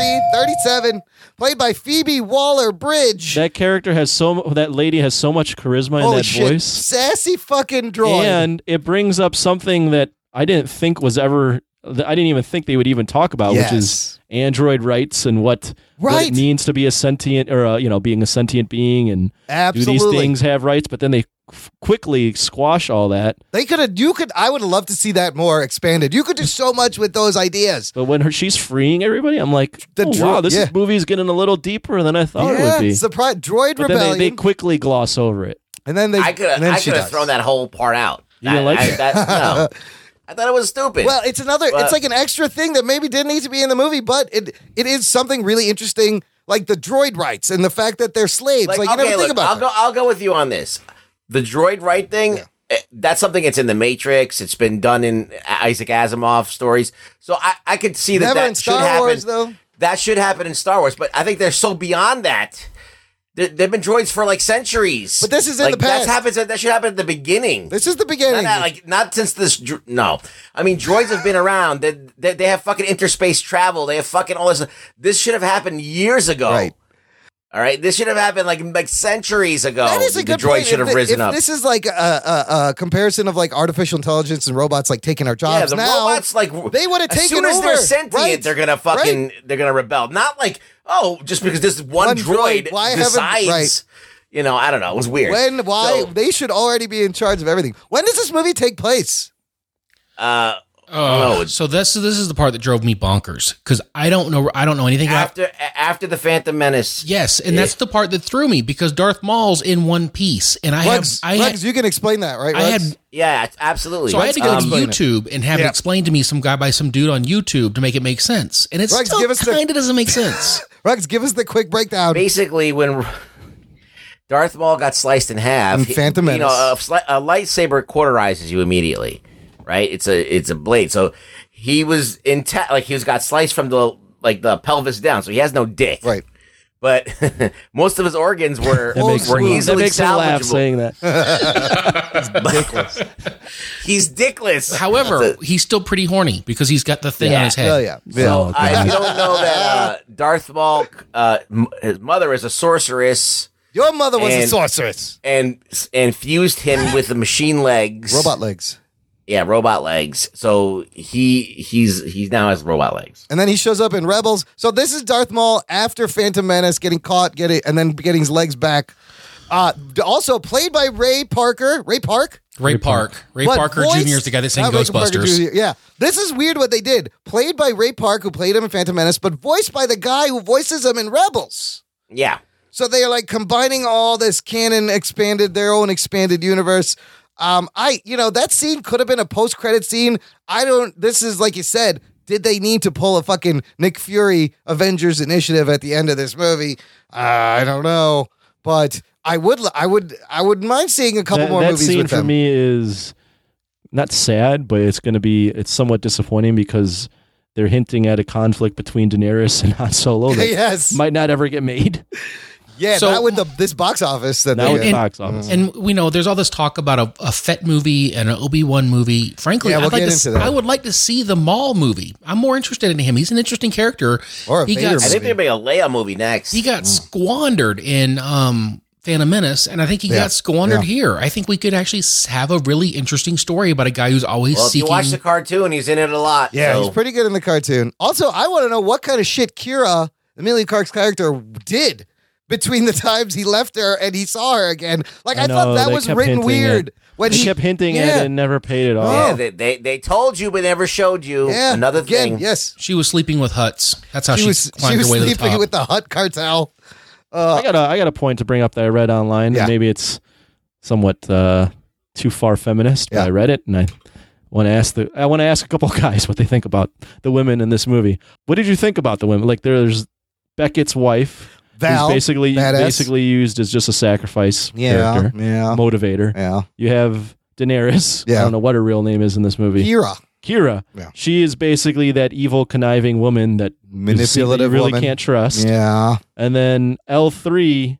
Speaker 1: L337, played by Phoebe Waller Bridge.
Speaker 3: That character has so mu- that lady has so much charisma in
Speaker 1: Holy
Speaker 3: that
Speaker 1: Oh, shit.
Speaker 3: voice,
Speaker 1: Sassy fucking drawing.
Speaker 3: and it brings up something that I didn't think was ever. that I didn't even think they would even talk about, which is android rights and what, what
Speaker 1: Right.
Speaker 3: it means to be a sentient or uh, you know being a sentient being and do
Speaker 1: Absolutely.
Speaker 3: these things have rights? But then they f- quickly squash all that.
Speaker 1: They could have, you could, I would have loved to see that more expanded. You could do so much with those ideas.
Speaker 3: But when her she's freeing everybody, I'm like,
Speaker 1: The
Speaker 3: oh,
Speaker 1: dro-
Speaker 3: wow, this
Speaker 1: yeah.
Speaker 3: is movie's getting a little deeper than I thought it would be.
Speaker 1: surprise, droid
Speaker 3: but
Speaker 1: rebellion.
Speaker 3: then they, they quickly gloss over it.
Speaker 1: and then they,
Speaker 5: I could
Speaker 1: and then
Speaker 5: I
Speaker 1: she
Speaker 5: could have
Speaker 1: dies.
Speaker 5: thrown that whole part out.
Speaker 3: You didn't like
Speaker 5: I,
Speaker 3: it?
Speaker 5: that? No, I thought it was stupid.
Speaker 1: Well, it's another.
Speaker 5: But-
Speaker 1: it's like an extra thing that maybe didn't need to be in the movie, but it it is something really interesting, like the droid rights and the fact that they're slaves. Like, you never think
Speaker 5: look,
Speaker 1: about.
Speaker 5: I'll
Speaker 1: that.
Speaker 5: go. I'll go with you on this. The droid right thing. eh, That's something that's in the Matrix. It's been done in Isaac Asimov stories. So I, I could see that
Speaker 1: Never
Speaker 5: that
Speaker 1: in
Speaker 5: should
Speaker 1: Star
Speaker 5: happen.
Speaker 1: Wars, though.
Speaker 5: That should happen in Star Wars. But I think they're so beyond that. There, they've been droids for like centuries.
Speaker 1: But this is in
Speaker 5: Like,
Speaker 1: the past.
Speaker 5: That happens. That should happen at the beginning.
Speaker 1: This is the beginning.
Speaker 5: Not, not, like not since this. dr- No, I mean droids have been around. They, they, they have fucking interspace travel. They have fucking all this. This should have happened years ago. Right. All right. This should have happened like like centuries ago.
Speaker 1: That is a
Speaker 5: oh, the
Speaker 1: good
Speaker 5: droid
Speaker 1: point.
Speaker 5: should
Speaker 1: If
Speaker 5: have
Speaker 1: the- if
Speaker 5: risen up.
Speaker 1: This is like a, a, a comparison of like artificial intelligence and robots like taking our jobs.
Speaker 5: yeah, the
Speaker 1: now,
Speaker 5: robots like
Speaker 1: they would have
Speaker 5: as
Speaker 1: taken
Speaker 5: soon as
Speaker 1: over.
Speaker 5: they're sentient,
Speaker 1: right?
Speaker 5: they're gonna fucking they're gonna rebel. Not like oh, just because this one,
Speaker 1: One droid,
Speaker 5: droid,
Speaker 1: why haven't-
Speaker 5: decides.
Speaker 1: right.
Speaker 5: You know, I don't know. It was weird.
Speaker 1: When? Why?
Speaker 5: So,
Speaker 1: they should already be in charge of everything. When does this movie take place?
Speaker 5: uh,
Speaker 4: Oh,
Speaker 5: oh,
Speaker 4: so this this is the part that drove me bonkers because I don't know I don't know anything about
Speaker 5: after after the Phantom Menace.
Speaker 4: Yes, and that's the part that threw me because Darth Maul's in one piece, and I
Speaker 1: Rugs,
Speaker 4: had I
Speaker 1: Rugs,
Speaker 4: had,
Speaker 1: you can explain that, right?
Speaker 4: I had-
Speaker 1: Rugs?
Speaker 5: yeah, absolutely.
Speaker 4: so I had to go
Speaker 5: Um,
Speaker 4: to YouTube and have
Speaker 1: Yeah.
Speaker 4: it explained to me some guy by some dude on YouTube to make it make sense, and it
Speaker 1: Rugs,
Speaker 4: still
Speaker 1: give us the-
Speaker 4: kind of doesn't make sense.
Speaker 1: Rugs, give us the quick breakdown.
Speaker 5: basically when Darth Maul got sliced in half,
Speaker 1: And Phantom
Speaker 5: you know, a,
Speaker 1: Menace.
Speaker 5: sli- a lightsaber quarterizes you immediately, right? It's a it's a blade. So he was intact, like he was got sliced from the like the pelvis down, so he has no dick,
Speaker 1: right?
Speaker 5: But most of his organs were
Speaker 3: That makes,
Speaker 5: were
Speaker 3: me, that
Speaker 5: easily
Speaker 3: makes me laugh
Speaker 5: salvageable.
Speaker 3: saying that.
Speaker 5: He's dickless.
Speaker 4: However, he's still pretty horny because he's got the thing on his head.
Speaker 1: Hell Oh, yeah.
Speaker 3: Oh,
Speaker 5: So I you don't know that uh, Darth Maul, uh, m- his mother is a sorceress.
Speaker 1: Your mother was a
Speaker 5: And-
Speaker 1: sorceress.
Speaker 5: and and fused him with the machine legs,
Speaker 1: Robot legs.
Speaker 5: yeah, robot legs. So he he's he now has robot legs.
Speaker 1: And then he shows up in Rebels. So this is Darth Maul after Phantom Menace getting caught, getting and then getting his legs back. Uh, d- also played by Ray Parker. Ray Park.
Speaker 4: Ray Park, Ray
Speaker 1: But
Speaker 4: Parker
Speaker 1: voiced-
Speaker 4: Jr. is the guy that sang
Speaker 1: not Ray Parker
Speaker 4: Ghostbusters.
Speaker 1: Jr., Yeah, this is weird what they did. Played by Ray Park, who played him in Phantom Menace, but voiced by the guy who voices him in Rebels.
Speaker 5: Yeah,
Speaker 1: So they are like combining all this canon expanded, their own expanded universe. Um, I, you know, that scene could have been a post credit scene. I don't, this is like you said, did they need to pull a fucking Nick Fury Avengers initiative at the end of this movie? Uh, I don't know, but I would, I would, I wouldn't mind seeing a couple
Speaker 3: that,
Speaker 1: more
Speaker 3: that
Speaker 1: movies
Speaker 3: scene
Speaker 1: with
Speaker 3: for
Speaker 1: them.
Speaker 3: me is not sad, but it's going to be it's somewhat disappointing because they're hinting at a conflict between Daenerys and Han Solo that
Speaker 1: Yes.
Speaker 3: might not ever get made.
Speaker 1: yeah,
Speaker 4: So-
Speaker 1: not with the, this box office that
Speaker 3: Not
Speaker 1: they
Speaker 3: with
Speaker 1: did.
Speaker 3: box office.
Speaker 4: And we know there's all this talk about a, a Fett movie and an Obi Wan movie. Frankly,
Speaker 1: Yeah, we'll
Speaker 4: I'd like
Speaker 1: get
Speaker 4: to, s-
Speaker 1: into that.
Speaker 4: I would like to see the Maul movie. I'm more interested in him. He's an interesting character.
Speaker 1: Or a
Speaker 4: he
Speaker 1: Vader
Speaker 4: got
Speaker 5: I think there'll be a Leia movie next.
Speaker 4: he
Speaker 1: Hmm.
Speaker 4: got squandered in um Phantom Menace, and I think he
Speaker 1: Yeah.
Speaker 4: got squandered
Speaker 1: Yeah.
Speaker 4: here. I think we could actually s- have a really interesting story about a guy who's always
Speaker 5: well, if you
Speaker 4: seeking.
Speaker 5: watch the cartoon, he's in it a lot.
Speaker 1: Yeah,
Speaker 5: so-
Speaker 1: he's pretty good in the cartoon. Also, I want to know what kind of shit Kira, Amelia Clark's character, did between the times he left her and he saw her again. Like I,
Speaker 3: know,
Speaker 1: thought that
Speaker 3: they
Speaker 1: was
Speaker 3: kept
Speaker 1: written
Speaker 3: hinting
Speaker 1: weird.
Speaker 3: At, they kept hinting at
Speaker 1: Yeah.
Speaker 3: it and never paid it
Speaker 5: Yeah,
Speaker 3: off.
Speaker 5: they, they they told you but never showed you.
Speaker 1: Yeah,
Speaker 5: Another
Speaker 1: again,
Speaker 5: thing.
Speaker 1: Yes,
Speaker 4: she was sleeping with huts. That's how she,
Speaker 1: she was
Speaker 4: climbed
Speaker 1: she was
Speaker 4: her way to the
Speaker 1: sleeping
Speaker 4: top.
Speaker 1: with the Hut cartel. uh,
Speaker 3: I got a I got a point to bring up that I read online.
Speaker 1: Yeah.
Speaker 3: And maybe it's somewhat uh, too far feminist, but
Speaker 1: Yeah.
Speaker 3: I read it and I want to ask the I want to ask a couple of guys what they think about the women in this movie. What did you think about the women? Like there's Beckett's wife,
Speaker 1: Val,
Speaker 3: who's basically
Speaker 1: badass.
Speaker 3: basically used as just a sacrifice
Speaker 1: Yeah,
Speaker 3: character,
Speaker 1: yeah.
Speaker 3: motivator.
Speaker 1: Yeah,
Speaker 3: You have Daenerys.
Speaker 1: Yeah.
Speaker 3: I don't know what her real name is in this movie.
Speaker 1: Kira.
Speaker 3: Kira.
Speaker 1: Yeah.
Speaker 3: She is basically that evil, conniving woman that you see that
Speaker 1: Manipulative
Speaker 3: you really
Speaker 1: woman.
Speaker 3: can't trust.
Speaker 1: Yeah,
Speaker 3: And then L3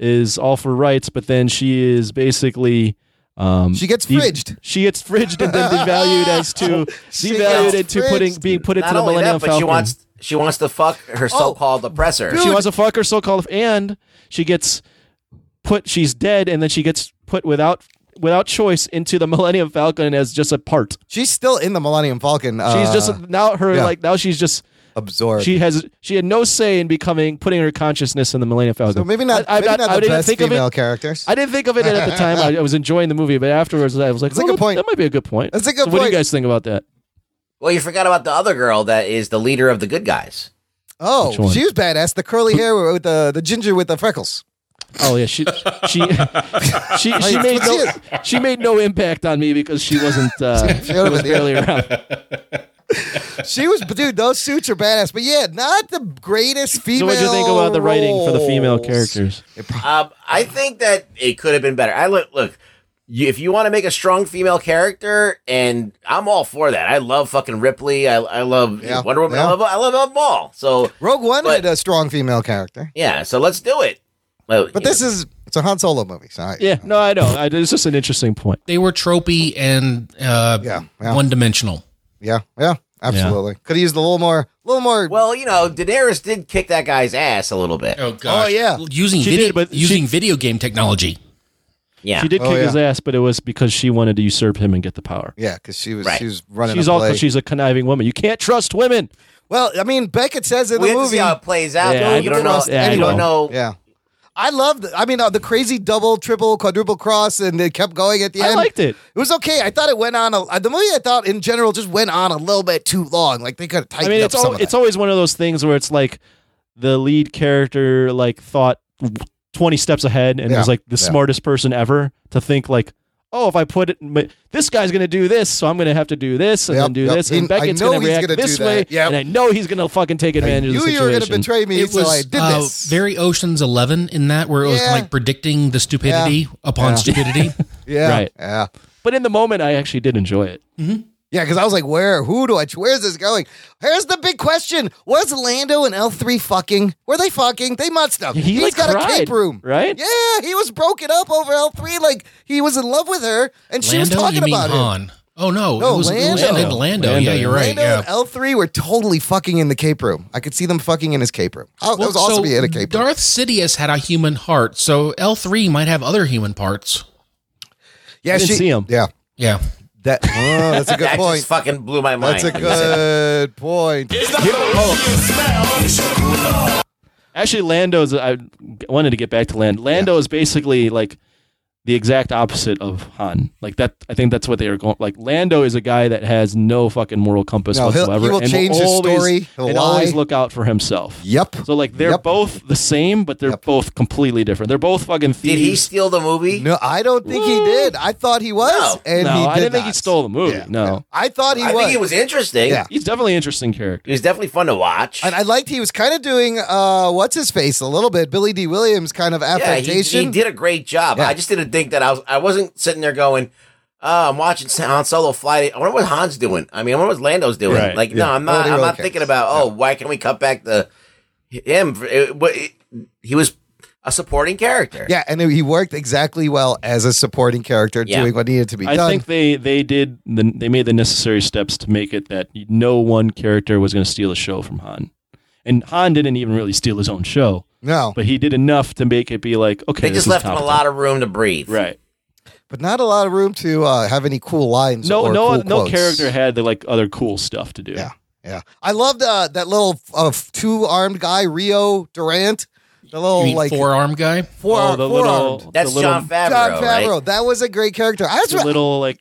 Speaker 3: is all for rights, but then she is basically. Um,
Speaker 1: she gets
Speaker 3: de-
Speaker 1: fridged.
Speaker 3: She gets fridged and then devalued as to
Speaker 5: She
Speaker 3: devalued
Speaker 5: gets
Speaker 3: into putting
Speaker 5: fridged.
Speaker 3: being put into
Speaker 5: Not
Speaker 3: the
Speaker 5: only
Speaker 3: Millennium
Speaker 5: that, but
Speaker 3: Falcon.
Speaker 5: she wants she wants to fuck
Speaker 1: Oh,
Speaker 5: her so-called oppressor.
Speaker 3: She wants to fuck her so-called, and she gets put. She's dead, and then she gets put without without choice into the Millennium Falcon as just a part.
Speaker 1: She's still in the Millennium Falcon.
Speaker 3: she's
Speaker 1: uh,
Speaker 3: just now her
Speaker 1: yeah.
Speaker 3: like now she's just
Speaker 1: absorbed.
Speaker 3: She has she had no say in becoming putting her consciousness in the Millennium Falcon.
Speaker 1: So maybe not. maybe not, the best female
Speaker 3: of it.
Speaker 1: characters.
Speaker 3: I didn't think of it at the time. I, I was enjoying the movie, but afterwards I was like,
Speaker 1: a
Speaker 3: "Oh,
Speaker 1: good
Speaker 3: that-
Speaker 1: point.
Speaker 3: That might be a good point.
Speaker 1: That's a good
Speaker 3: so What do
Speaker 1: point.
Speaker 3: you guys think about that?
Speaker 5: Well, you forgot about the other girl that is the leader of the good guys.
Speaker 1: Oh,
Speaker 3: Which one?
Speaker 1: she was badass. The curly hair with the the ginger with the freckles.
Speaker 3: Oh yeah, she she she she made no she made no impact on me because she wasn't uh,
Speaker 1: She would've
Speaker 3: was
Speaker 1: been the-
Speaker 3: barely around.
Speaker 1: She was, dude. Those suits are badass, but yeah, not the greatest
Speaker 3: So
Speaker 1: female.
Speaker 3: what do you think about the writing for the female
Speaker 1: role.
Speaker 3: characters?
Speaker 5: Um, I think that it could have been better. I look look. You, if you want to make a strong female character, and I'm all for that. I love fucking Ripley. I, I love
Speaker 1: Yeah,
Speaker 5: Wonder Woman.
Speaker 1: yeah.
Speaker 5: I love I love them all. So
Speaker 1: Rogue One had a strong female character,
Speaker 5: yeah, so let's do it.
Speaker 1: but this is it's a Han Solo movie. So I,
Speaker 3: Yeah, no, I know. I, it's just an interesting point.
Speaker 4: They were tropey and uh,
Speaker 1: yeah.
Speaker 4: one dimensional.
Speaker 1: yeah, yeah, absolutely. Could have used a little more, a little more.
Speaker 5: Well, you know, Daenerys did kick that guy's ass a little bit.
Speaker 4: Oh gosh.
Speaker 1: Oh, yeah.
Speaker 4: using
Speaker 3: She
Speaker 4: video
Speaker 3: did, but she-
Speaker 4: using video game technology.
Speaker 5: Yeah,
Speaker 3: She did
Speaker 1: Oh,
Speaker 3: kick his ass, but it was because she wanted to usurp him and get the power.
Speaker 1: Yeah, because she was
Speaker 5: Right.
Speaker 1: she was running.
Speaker 3: She's
Speaker 1: a
Speaker 3: also
Speaker 1: play.
Speaker 3: she's a conniving woman. You can't trust women.
Speaker 1: well. I mean, Beckett says in
Speaker 5: we
Speaker 1: the
Speaker 5: have to
Speaker 1: movie
Speaker 5: see how it plays out.
Speaker 3: Yeah,
Speaker 5: though.
Speaker 3: I
Speaker 5: you don't
Speaker 3: don't
Speaker 5: know.
Speaker 3: trust Yeah, I
Speaker 5: you
Speaker 3: anyone.
Speaker 5: don't know.
Speaker 1: Yeah. I love. I mean, uh, the crazy double, triple, quadruple cross, and they kept going at the
Speaker 3: I
Speaker 1: end.
Speaker 3: liked it.
Speaker 1: It was okay. I thought it went on. A, uh, the movie I thought in general just went on a little bit too long. Like they could have
Speaker 3: I
Speaker 1: tightened
Speaker 3: mean,
Speaker 1: up
Speaker 3: it's
Speaker 1: some
Speaker 3: al-
Speaker 1: of
Speaker 3: it's
Speaker 1: that.
Speaker 3: always one of those things where it's like the lead character like thought twenty steps ahead and
Speaker 1: Yeah,
Speaker 3: was like the
Speaker 1: yeah.
Speaker 3: smartest person ever to think like, oh, if I put it, my, this guy's gonna do this, so I'm gonna have to do this and
Speaker 1: Yep,
Speaker 3: then do
Speaker 1: yep.
Speaker 3: this,
Speaker 1: He-
Speaker 3: and Beckett's
Speaker 1: I know
Speaker 3: gonna
Speaker 1: he's
Speaker 3: react
Speaker 1: gonna do
Speaker 3: this
Speaker 1: that.
Speaker 3: way,
Speaker 1: Yep.
Speaker 3: and I know he's gonna fucking take advantage of
Speaker 1: you
Speaker 3: the
Speaker 1: you
Speaker 3: situation.
Speaker 1: were going to betray me, so I did
Speaker 4: uh,
Speaker 1: this.
Speaker 4: very Ocean's Eleven in that, where it was
Speaker 1: Yeah.
Speaker 4: like predicting the stupidity
Speaker 1: Yeah.
Speaker 4: upon
Speaker 1: Yeah.
Speaker 4: stupidity.
Speaker 1: yeah,
Speaker 3: right.
Speaker 1: yeah,
Speaker 3: But in the moment, I actually did enjoy it.
Speaker 1: yeah. Because I was like, where? Who do I? Where's this going? Here's the big question: Was Lando and L three fucking? Were they fucking? They must have.
Speaker 3: He,
Speaker 1: has
Speaker 3: like,
Speaker 1: got a
Speaker 3: cried,
Speaker 1: cape room,
Speaker 3: right?
Speaker 1: Yeah, he was broken up over L three. Like he was in love with her, and she was
Speaker 4: Lando,
Speaker 1: talking
Speaker 4: you mean
Speaker 1: about him.
Speaker 4: Han? Oh no,
Speaker 1: No,
Speaker 4: it was Lando. It
Speaker 1: Lando.
Speaker 4: ended Lando.
Speaker 3: Lando.
Speaker 4: Yeah, you're right.
Speaker 1: Lando
Speaker 4: Yeah.
Speaker 1: and L three were totally fucking in the cape room. I could see them fucking in his cape room. Oh, that was awesome.
Speaker 4: so
Speaker 1: he had a cape room.
Speaker 4: Darth Sidious had a human heart, so L three might have other human parts.
Speaker 1: Yeah,
Speaker 3: I didn't
Speaker 1: she-
Speaker 3: see him.
Speaker 1: Yeah,
Speaker 4: Yeah,
Speaker 1: that. Oh, that's a good
Speaker 5: That
Speaker 1: point.
Speaker 5: just fucking blew my mind.
Speaker 1: That's a good point.
Speaker 3: Actually, Lando's. I wanted to get back to Land. Lando is basically like the exact opposite of Han. Like that. I think that's what they are going. Like Lando is a guy that has no fucking moral compass
Speaker 1: No, he'll- he
Speaker 3: whatsoever.
Speaker 1: will
Speaker 3: and
Speaker 1: change his
Speaker 3: always,
Speaker 1: story. He'll
Speaker 3: and
Speaker 1: lie.
Speaker 3: always look out for himself.
Speaker 1: Yep.
Speaker 3: So like they're
Speaker 1: Yep.
Speaker 3: both the same, but they're both completely different. They're both fucking
Speaker 5: Did he
Speaker 3: thieves.
Speaker 5: steal the movie?
Speaker 1: No, I don't think he did. I thought he was,
Speaker 5: No.
Speaker 1: and
Speaker 3: no,
Speaker 1: he did
Speaker 3: I didn't
Speaker 1: not.
Speaker 3: think he stole the movie.
Speaker 1: Yeah,
Speaker 3: no,
Speaker 1: I thought he
Speaker 5: I
Speaker 1: was.
Speaker 5: think it was interesting.
Speaker 1: Yeah.
Speaker 3: he's definitely an interesting character.
Speaker 5: It was definitely fun to watch.
Speaker 1: and I liked he was kind of doing uh, what's his face a little bit, Billy D. Williams kind of
Speaker 5: yeah, he,
Speaker 1: affectation.
Speaker 5: he did a great job.
Speaker 1: Yeah.
Speaker 5: I just didn't think that I was. I wasn't sitting there going, "Oh, I'm watching Han Solo fly." I wonder what Han's doing. I mean, I wonder what Lando's doing.
Speaker 3: Right,
Speaker 5: Like,
Speaker 1: yeah.
Speaker 5: no,
Speaker 1: Nobody
Speaker 5: I'm not. I'm
Speaker 1: really
Speaker 5: not
Speaker 1: cares.
Speaker 5: thinking about. Oh, why can we cut back the him? for- It, what- it- he was a supporting character.
Speaker 1: yeah, and he worked exactly well as a supporting character,
Speaker 5: Yeah.
Speaker 1: doing what needed to be
Speaker 3: I
Speaker 1: done.
Speaker 3: think they they did the, they made the necessary steps to make it that no one character was going to steal a show from Han, and Han didn't even really steal his own show,
Speaker 1: no,
Speaker 3: but he did enough to make it be like okay.
Speaker 5: they just left him a lot of room to breathe.
Speaker 3: right.
Speaker 1: but not a lot of room to uh, have any cool lines.
Speaker 3: No
Speaker 1: or
Speaker 3: no
Speaker 1: cool
Speaker 3: no
Speaker 1: quotes.
Speaker 3: character had the like other cool stuff to do.
Speaker 1: Yeah, yeah. I loved uh, that little uh, two armed guy, Rio Durant. The
Speaker 4: you
Speaker 1: little
Speaker 4: mean
Speaker 1: like
Speaker 4: four arm guy.
Speaker 1: four,
Speaker 3: oh, the little
Speaker 1: forearmed.
Speaker 5: That's
Speaker 3: the little,
Speaker 5: John Favreau.
Speaker 1: John
Speaker 5: right?
Speaker 1: Favreau. That was a great character. I was
Speaker 3: the little like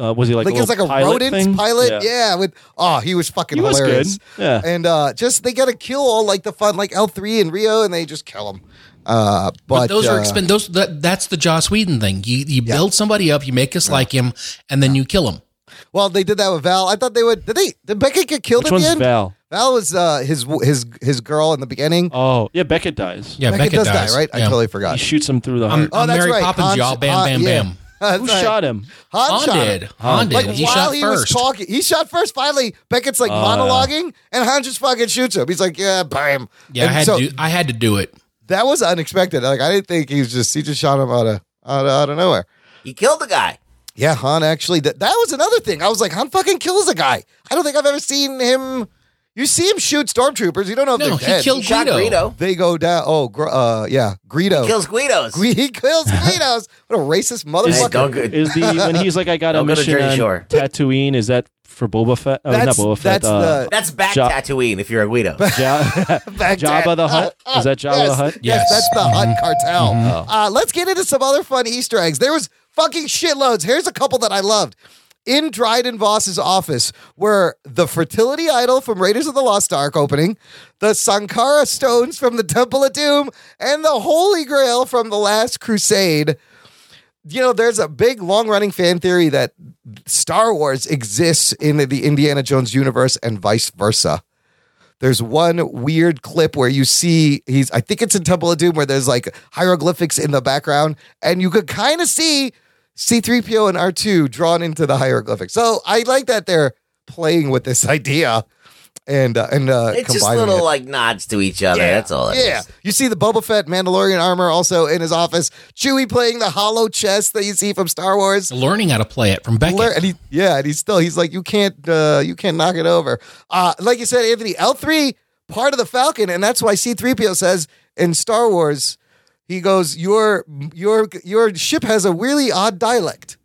Speaker 3: uh, was he like
Speaker 1: like
Speaker 3: a
Speaker 1: it's like
Speaker 3: little
Speaker 1: a
Speaker 3: pilot
Speaker 1: rodent
Speaker 3: thing?
Speaker 1: pilot. Yeah. with oh, he was fucking
Speaker 3: He was
Speaker 1: hilarious.
Speaker 3: good. Yeah.
Speaker 1: and uh, just they gotta kill all like the fun, like L three and Rio, and they just kill them. Uh, but,
Speaker 4: But, those are
Speaker 1: uh,
Speaker 4: expen- those that, that's the Joss Whedon thing. You you build somebody up, you make us like him, and then you kill him.
Speaker 1: Well, they did that with Val. I thought they would. Did they? Did Beckett get killed
Speaker 3: Which
Speaker 1: at
Speaker 3: one's
Speaker 1: the end?
Speaker 3: Val?
Speaker 1: Val was uh, his his his girl in the beginning.
Speaker 3: Oh yeah, Beckett dies.
Speaker 4: Yeah, Beckett,
Speaker 1: Beckett does
Speaker 4: dies.
Speaker 1: die, right? I
Speaker 4: Yeah.
Speaker 1: totally
Speaker 3: He
Speaker 1: forgot.
Speaker 3: shoots him through the
Speaker 4: I'm,
Speaker 3: heart.
Speaker 1: Oh,
Speaker 4: I'm
Speaker 1: that's
Speaker 4: Mary
Speaker 1: right.
Speaker 4: Poppins,
Speaker 1: Han-
Speaker 4: y'all. Bam,
Speaker 1: Han-
Speaker 4: bam,
Speaker 1: yeah.
Speaker 4: bam.
Speaker 3: Who shot him?
Speaker 1: Han,
Speaker 4: Han
Speaker 1: shot
Speaker 4: did.
Speaker 1: him.
Speaker 4: Han
Speaker 1: Like
Speaker 4: did. He
Speaker 1: while
Speaker 4: shot
Speaker 1: he
Speaker 4: first. Uh.
Speaker 1: was talking, he shot first. Finally, Beckett's like monologuing, and Han just fucking shoots him. He's like, "Yeah, bam."
Speaker 4: Yeah, I
Speaker 1: And
Speaker 4: had
Speaker 1: so
Speaker 4: to do, I had to do it.
Speaker 1: that was unexpected. Like I didn't think he was just he just shot him out of out of, out of nowhere.
Speaker 5: He killed the guy.
Speaker 1: Yeah, Han actually. That that was another thing. I was like, Han fucking kills a guy. I don't think I've ever seen him. You see him shoot stormtroopers. You don't know if
Speaker 5: No,
Speaker 1: they're
Speaker 5: he
Speaker 1: dead.
Speaker 5: killed He shot Greedo. Greedo.
Speaker 1: They go down. Oh, Gr- uh, yeah, Greedo.
Speaker 5: He kills Guidos.
Speaker 1: Gre- he kills Greedos. What a racist
Speaker 3: Is,
Speaker 1: motherfucker.
Speaker 3: is the when he's like I got a
Speaker 5: Don't go to
Speaker 3: mission
Speaker 5: Jersey
Speaker 3: on
Speaker 5: Shore.
Speaker 3: Tatooine? Is that for Boba Fett? Oh,
Speaker 5: That's-
Speaker 3: not Boba Fett.
Speaker 5: that's
Speaker 3: uh,
Speaker 5: the- That's back Tatooine if you're a Guido.
Speaker 3: Ja-
Speaker 1: Back to-
Speaker 3: Jabba the Hutt.
Speaker 1: uh, uh,
Speaker 3: Is that Jabba
Speaker 1: yes,
Speaker 3: the Hutt?
Speaker 1: Yes, that's the Hutt cartel.
Speaker 3: Mhm.
Speaker 1: Uh, let's get into some other fun Easter eggs. There was fucking shitloads. Here's a couple that I loved. In Dryden Voss's office were the fertility idol from Raiders of the Lost Ark opening, the Sankara stones from the Temple of Doom, and the Holy Grail from the Last Crusade you know, there's a big long running fan theory that Star Wars exists in the Indiana Jones universe and vice versa. There's one weird clip where you see he's I think it's in Temple of Doom where there's like hieroglyphics in the background and you could kind of see C3PO and R2 drawn into the hieroglyphics. So I like that they're playing with this idea and uh, and uh
Speaker 5: It's just
Speaker 1: combining
Speaker 5: little
Speaker 1: it.
Speaker 5: like nods to each other. That's all. it is.
Speaker 1: Yeah. You see the Boba Fett Mandalorian armor also in his office. Chewie playing the hollow chest that you see from Star Wars.
Speaker 4: Learning how to play it from Beckett.
Speaker 1: Lear- and he, yeah, and he's still he's like you can't uh you can't knock it over. Uh like you said Anthony, L3 part of the Falcon and that's why C3PO says in Star Wars he goes your your your ship has a really odd dialect.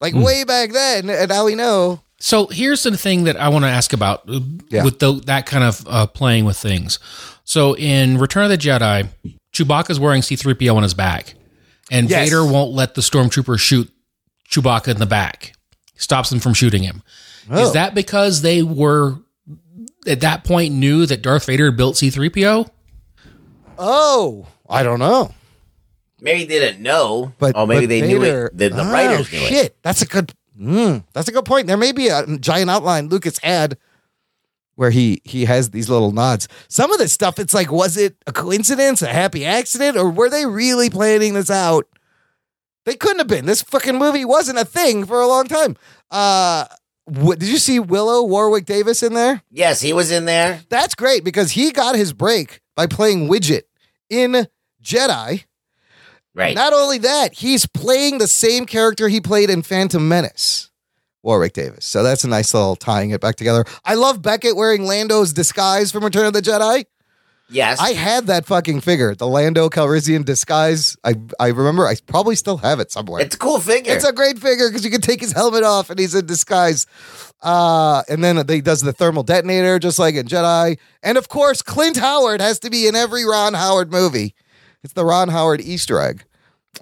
Speaker 1: Like
Speaker 4: Hmm.
Speaker 1: way back then and now we know
Speaker 4: So here's the thing that I want to ask about uh,
Speaker 1: Yeah.
Speaker 4: with tho- that kind of uh, playing with things. So in Return of the Jedi, Chewbacca's wearing C3PO on his back, and
Speaker 1: Yes.
Speaker 4: Vader won't let the stormtrooper shoot Chewbacca in the back. Stops him from shooting him.
Speaker 1: Oh.
Speaker 4: Is that because they were at that point knew that Darth Vader built C3PO?
Speaker 1: Oh, I don't know.
Speaker 5: Maybe they didn't know,
Speaker 1: But
Speaker 5: or Oh, maybe
Speaker 1: but
Speaker 5: they knew
Speaker 1: Vader-
Speaker 5: it. The, the
Speaker 1: Oh,
Speaker 5: writers knew
Speaker 1: shit. That's a good. Mm, that's a good point. There may be a giant outline Lucas had where he he has these little nods. Some of this stuff, it's like, was it a coincidence, a happy accident, or were they really planning this out? They couldn't have been. This fucking movie wasn't a thing for a long time. Uh, what, did you see Willow Warwick Davis in there?
Speaker 5: Yes, he was in there.
Speaker 1: That's great because he got his break by playing Widget in Jedi.
Speaker 5: Right.
Speaker 1: Not only that, he's playing the same character he played in Phantom Menace, Warwick Davis. So that's a nice little tying it back together. I love Beckett wearing Lando's disguise from Return of the Jedi.
Speaker 5: Yes.
Speaker 1: I had that fucking figure, the Lando Calrissian disguise. I I remember. I probably still have it somewhere.
Speaker 5: It's a cool figure.
Speaker 1: It's a great figure because you can take his helmet off and he's in disguise. Uh, and then he does the thermal detonator, just like in Jedi. And of course, Clint Howard has to be in every Ron Howard movie. It's the Ron Howard Easter egg.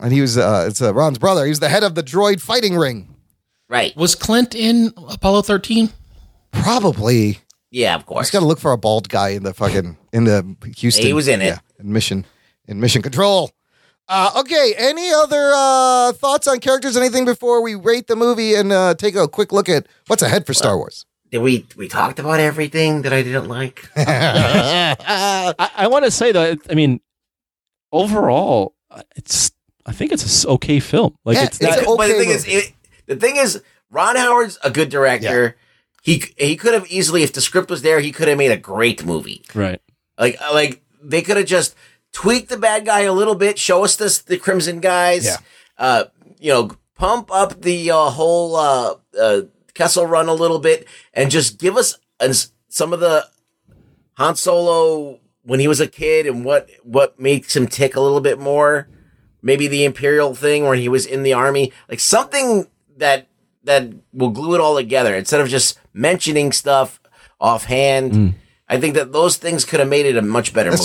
Speaker 1: And he was, uh, it's uh, Ron's brother. He was the head of the droid fighting ring.
Speaker 5: Right.
Speaker 4: Was Clint in Apollo 13?
Speaker 1: Probably.
Speaker 5: Yeah,
Speaker 1: I
Speaker 5: of
Speaker 1: just
Speaker 5: course.
Speaker 1: got to look for a bald guy in the fucking, in the Houston.
Speaker 5: He was in it.
Speaker 1: Yeah, in mission, in mission control. Uh, okay. Any other uh, thoughts on characters? Anything before we rate the movie and uh, take a quick look at what's ahead for Star Wars?
Speaker 5: Did we we talked about everything that I didn't like?
Speaker 3: I, I want to say that I mean, overall, it's I think it's a s- okay film. Like it's not.
Speaker 5: It's- but the thing is, it, the thing is, Ron Howard's a good director. He c- he could have easily, if the script was there, he could have made a great movie.
Speaker 3: Right.
Speaker 5: Like like they could have just tweaked the bad guy a little bit, show us this the Crimson guys.
Speaker 1: Yeah.
Speaker 5: Uh, you know, pump up the uh, whole uh, uh, Kessel Run a little bit, and just give us uh, s- some of the Han Solo when he was a kid and what what makes him tick a little bit more. Maybe the Imperial thing when he was in the army, like something that that will glue it all together instead of just mentioning stuff offhand. I think that those things could have made it a much better movie.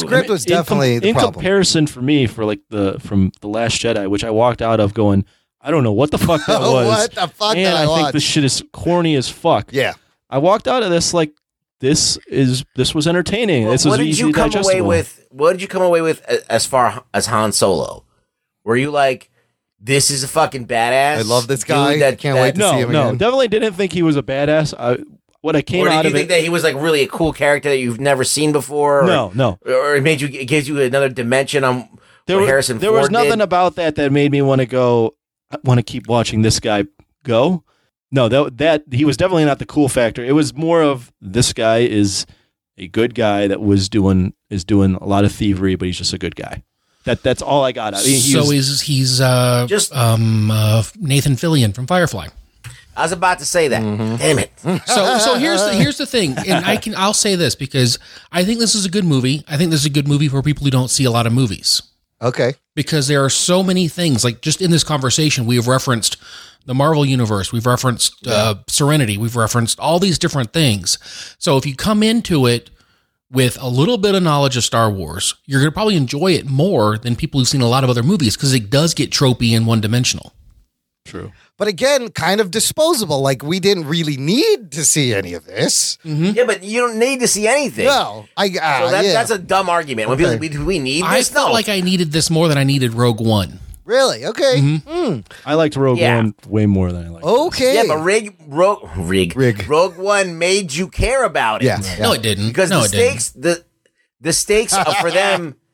Speaker 3: In com- in comparison for me for like the from the Last Jedi, which I walked out of going, I don't know what the fuck that was.
Speaker 1: What the fuck
Speaker 3: and
Speaker 1: did I
Speaker 3: I, think
Speaker 1: watch?
Speaker 3: this shit is corny as fuck.
Speaker 1: Yeah,
Speaker 3: I walked out of this like this is this was entertaining. this was
Speaker 5: what did
Speaker 3: easy
Speaker 5: you come away
Speaker 3: digestible.
Speaker 5: with? What did you come away with a- as far as Han Solo? Were you like, this is a fucking badass?
Speaker 1: I love this
Speaker 5: dude
Speaker 1: guy. I can't wait to
Speaker 3: no,
Speaker 1: see him
Speaker 3: no,
Speaker 1: again.
Speaker 3: definitely didn't think he was a badass. I, what I came
Speaker 5: or did
Speaker 3: out
Speaker 5: you
Speaker 3: of
Speaker 5: think
Speaker 3: it,
Speaker 5: that he was like really a cool character that you've never seen before? or-
Speaker 3: No, no.
Speaker 5: Or it made you it gives you another dimension on
Speaker 3: there,
Speaker 5: what
Speaker 3: was,
Speaker 5: Harrison
Speaker 3: there
Speaker 5: Ford
Speaker 3: was nothing
Speaker 5: did?
Speaker 3: about that that made me want to go. I want to keep watching this guy go. No, that that he was definitely not the cool factor. It was more of this guy is a good guy that was doing is doing a lot of thievery, but he's just a good guy. That that's all I got. out of it. He
Speaker 4: so
Speaker 3: was-
Speaker 4: he's he's uh,
Speaker 5: Just-
Speaker 4: um, uh, Nathan Fillion from Firefly.
Speaker 5: I was about to say that.
Speaker 1: Mm-hmm.
Speaker 5: Damn it.
Speaker 4: So so here's the, here's the thing, and I can I'll say this because I think this is a good movie. I think this is a good movie for people who don't see a lot of movies.
Speaker 1: Okay.
Speaker 4: Because there are so many things, like just in this conversation, we have referenced the Marvel Universe, we've referenced uh, Serenity, we've referenced all these different things. So if you come into it with a little bit of knowledge of Star Wars, you're going to probably enjoy it more than people who've seen a lot of other movies because it does get tropey and one dimensional.
Speaker 3: True.
Speaker 1: But again, kind of disposable. Like we didn't really need to see any of this.
Speaker 3: Mm-hmm.
Speaker 5: Yeah, but you don't need to see anything.
Speaker 1: No, I ah,
Speaker 5: so that,
Speaker 1: yeah.
Speaker 5: that's a dumb argument. When people,
Speaker 1: Okay.
Speaker 5: we, do we need
Speaker 4: I
Speaker 5: this?
Speaker 4: felt
Speaker 5: no.
Speaker 4: like I needed this more than I needed Rogue One.
Speaker 1: really okay.
Speaker 4: Mm-hmm.
Speaker 1: Hmm.
Speaker 3: I liked Rogue
Speaker 5: Yeah.
Speaker 3: One way more than I liked.
Speaker 1: Okay.
Speaker 5: yeah, but Rig, Rogue, Rig,
Speaker 1: Rig.
Speaker 5: Rogue One made you care about it.
Speaker 1: Yeah,
Speaker 4: No, it didn't.
Speaker 5: because
Speaker 4: no,
Speaker 5: the
Speaker 4: it didn't.
Speaker 5: stakes the the stakes are for them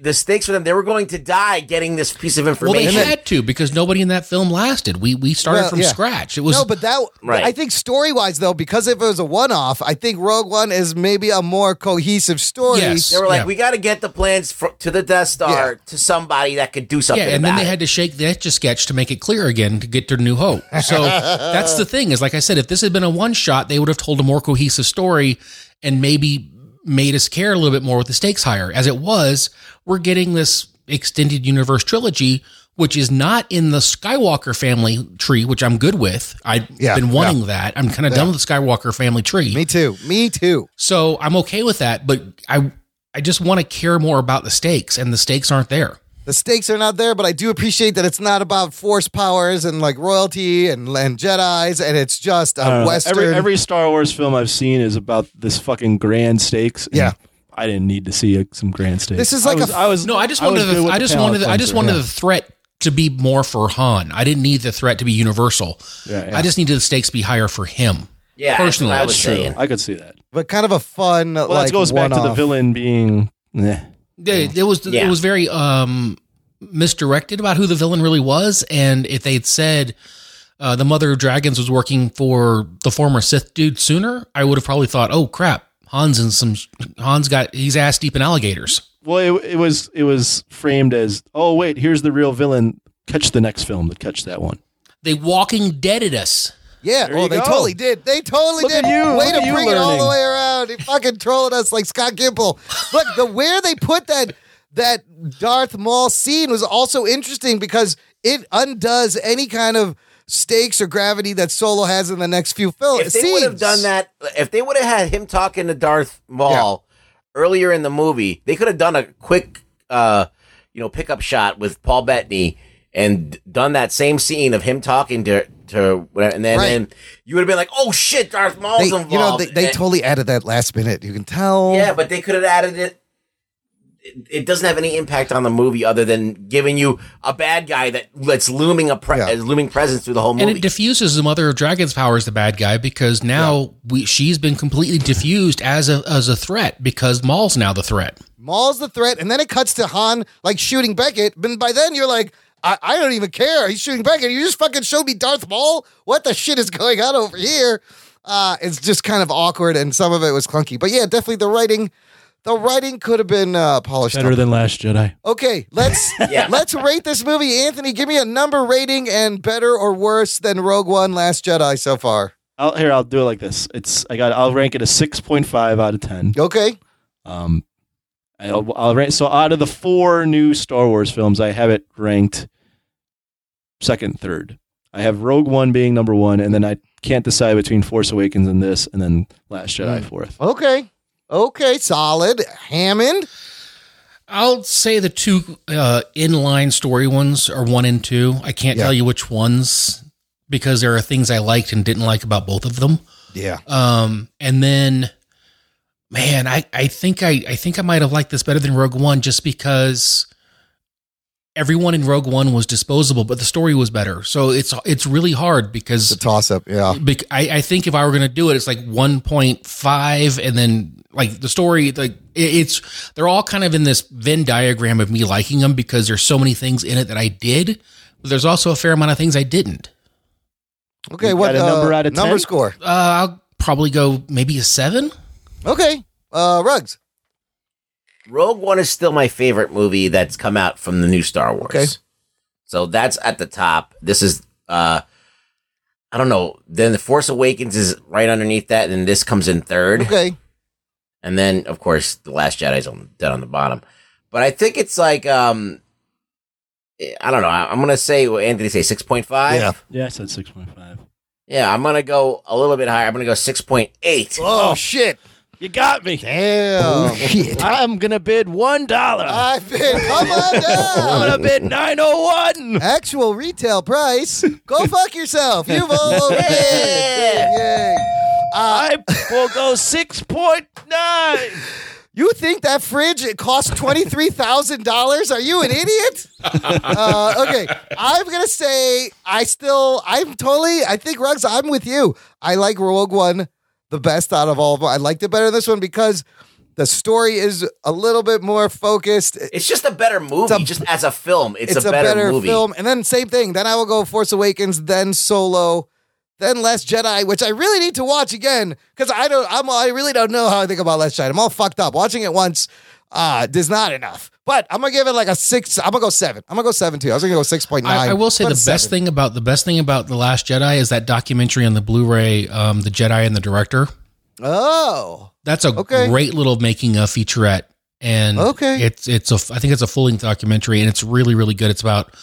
Speaker 5: the stakes for them they were going to die getting this piece of
Speaker 4: Well, they
Speaker 5: information
Speaker 4: had to because nobody in that film lasted. We we started
Speaker 1: Well,
Speaker 4: from
Speaker 1: yeah.
Speaker 4: scratch. It was
Speaker 1: no, but that
Speaker 5: Right.
Speaker 1: I think story wise though, because if it was a one off, I think Rogue One is maybe a more cohesive story.
Speaker 4: Yes.
Speaker 5: they were like
Speaker 4: Yeah.
Speaker 5: we got to get the plans fro- to the death star
Speaker 1: Yeah.
Speaker 5: to somebody that could do something
Speaker 4: yeah, and
Speaker 5: about
Speaker 4: then
Speaker 5: it.
Speaker 4: they had to shake the etch a sketch to make it clear again to get to New Hope. So that's the thing is, like I said, if this had been a one shot, they would have told a more cohesive story and maybe made us care a little bit more with the stakes higher. As it was, we're getting this extended universe trilogy. Which is not in the Skywalker family tree, which I'm good with. I've
Speaker 1: Yeah,
Speaker 4: been wanting that. I'm kind of done with the Skywalker family tree.
Speaker 1: Me too. Me too.
Speaker 4: So I'm okay with that, but I I just want to care more about the stakes, and the stakes aren't there.
Speaker 1: The stakes are not there, but I do appreciate that it's not about force powers and like royalty and, and Jedi's, and it's just
Speaker 3: I
Speaker 1: a
Speaker 3: don't know.
Speaker 1: Western.
Speaker 3: Every every Star Wars film I've seen is about this fucking grand stakes. and
Speaker 1: Yeah.
Speaker 3: I didn't need to see a, some grand stakes.
Speaker 1: This is like
Speaker 3: I was,
Speaker 1: a-
Speaker 3: I was
Speaker 4: No, I just
Speaker 3: was
Speaker 4: wanted
Speaker 3: good
Speaker 4: the,
Speaker 3: with
Speaker 4: I
Speaker 3: the
Speaker 4: just wanted the, I
Speaker 3: palate
Speaker 4: just
Speaker 3: cleanser.
Speaker 4: wanted the threat to be more for Han. I didn't need the threat to be universal.
Speaker 3: Yeah, yeah.
Speaker 4: I just needed the stakes to be higher for him.
Speaker 5: yeah that's
Speaker 4: personally,
Speaker 5: what I
Speaker 4: that's
Speaker 5: was
Speaker 4: true.
Speaker 5: saying
Speaker 3: I could see that.
Speaker 1: but kind of a fun.
Speaker 3: Well,
Speaker 1: like,
Speaker 3: that goes back to the
Speaker 1: one-off.
Speaker 3: villain being. eh.
Speaker 4: It, it was
Speaker 5: Yeah.
Speaker 4: it was very um, misdirected about who the villain really was, and if they'd said. Uh, the mother of dragons was working for the former Sith dude sooner. I would have probably thought, "Oh crap, Han's in some Han's got he's ass deep in alligators."
Speaker 3: Well, it, it was it was framed as oh wait here's the real villain. Catch the next film that catch that one.
Speaker 4: They Walking Deaded us.
Speaker 1: Yeah,
Speaker 3: you
Speaker 1: well, they
Speaker 3: go.
Speaker 1: totally did. They totally
Speaker 3: Look
Speaker 1: did.
Speaker 3: at you.
Speaker 1: Way
Speaker 3: Look
Speaker 1: to
Speaker 3: at you
Speaker 1: bring it all the
Speaker 3: learning.
Speaker 1: way around. He fucking trolled us like Scott Gimple. Look, the where they put that that Darth Maul scene was also interesting because it undoes any kind of stakes or gravity that Solo has in the next few films.
Speaker 5: if they would have done that if they would have had him talking to darth maul earlier in the movie they could have done a quick uh you know pickup shot with paul bettany and done that same scene of him talking to to and then,
Speaker 1: Right.
Speaker 5: then you would have been like oh shit darth maul's
Speaker 1: They,
Speaker 5: involved
Speaker 1: you know, they, they
Speaker 5: And-
Speaker 1: totally added that last minute. You can tell.
Speaker 5: Yeah, but they could have added it. it- It doesn't have any impact on the movie other than giving you a bad guy that that's looming a pre-
Speaker 1: Yeah.
Speaker 5: is looming presence through the whole
Speaker 4: And
Speaker 5: movie.
Speaker 4: it diffuses the Mother of Dragons power as the bad guy because now we, she's been completely diffused as a as a threat because Maul's now the threat.
Speaker 1: Maul's the threat, and then it cuts to Han like shooting Beckett. But by then you're like, I, I don't even care. He's shooting Beckett. You just fucking showed me Darth Maul. What the shit is going on over here? Uh, it's just kind of awkward, and some of it was clunky. But yeah, definitely the writing, the writing could have been uh, polished.
Speaker 3: Better
Speaker 1: up.
Speaker 3: than Last Jedi.
Speaker 1: okay, let's
Speaker 5: Yeah.
Speaker 1: let's rate this movie. Anthony, give me a number rating and better or worse than Rogue One, Last Jedi so far.
Speaker 3: I'll, here I'll do it like this. It's I got I'll rank it a six point five out of ten.
Speaker 1: Okay,
Speaker 3: Um, I'll, I'll rank so out of the four new Star Wars films, I have it ranked second, third. I have Rogue One being number one, and then I can't decide between Force Awakens and this, and then Last Jedi fourth.
Speaker 1: okay, okay, solid. Hammond,
Speaker 4: I'll say the two uh, inline story ones are one and two. I can't
Speaker 1: Yeah.
Speaker 4: tell you which ones because there are things I liked and didn't like about both of them.
Speaker 1: yeah,
Speaker 4: Um, and then, man, I, I think I, I think I might have liked this better than Rogue One just because everyone in Rogue One was disposable, but the story was better. So it's it's really hard because
Speaker 1: the toss up. Yeah,
Speaker 4: Bec- I, I think if I were going to do it, it's like 1.5, and then like the story, like it- it's they're all kind of in this Venn diagram of me liking them because there's so many things in it that I did, but there's also a fair amount of things I didn't.
Speaker 1: Okay,
Speaker 3: You
Speaker 1: what
Speaker 3: got a number out of
Speaker 1: number
Speaker 3: 10?
Speaker 1: score?
Speaker 4: Uh, I'll probably go maybe a seven.
Speaker 1: Okay, uh, rugs.
Speaker 5: Rogue One is still my favorite movie that's come out from the new Star Wars.
Speaker 1: Okay.
Speaker 5: So that's at the top. This is uh I don't know. Then the Force Awakens is right underneath that, and then this comes in third.
Speaker 1: Okay.
Speaker 5: And then of course the Last Jedi's on dead on the bottom. But I think it's like um I don't know. I- I'm gonna say what Anthony say six point five.
Speaker 3: Yeah. Yeah, I said 6.5.
Speaker 5: Yeah, I'm gonna go a little bit higher. I'm gonna go six point eight.
Speaker 1: Oh, shit.
Speaker 3: You got me. Oh,
Speaker 1: Damn. Shit.
Speaker 3: I'm gonna bid one dollar.
Speaker 1: I bid. Come on down.
Speaker 3: I'm gonna bid nine oh one.
Speaker 1: Actual retail price. Go fuck yourself. You've all overbid. Yay. Ah.
Speaker 3: I will go six point nine.
Speaker 1: You think that fridge it costs twenty three thousand dollars? Are you an idiot? uh, okay, I'm gonna say I still I'm totally I think Rugs I'm with you. I like Rogue One the best out of all of them. I liked it better than this one because the story is a little bit more focused.
Speaker 5: It's just a better movie, just as a film. It's, a, better, movie.
Speaker 1: film. And then same thing. Then I will go Force Awakens, then Solo, then Last Jedi, which I really need to watch again because I don't. I'm I really don't know how I think about Last Jedi. I'm all fucked up. Watching it once uh is not enough. But I'm gonna give it like a six. I'm gonna go seven. I'm gonna go seven too. I was gonna go six point nine.
Speaker 4: I, I will say the best thing about the best thing about the Last Jedi is that documentary on the Blu-ray, um, the Jedi and the director.
Speaker 1: Oh,
Speaker 4: That's a
Speaker 1: Okay.
Speaker 4: great little making a featurette, and
Speaker 1: Okay.
Speaker 4: it's it's a I think it's a full length documentary, and it's really really good. It's about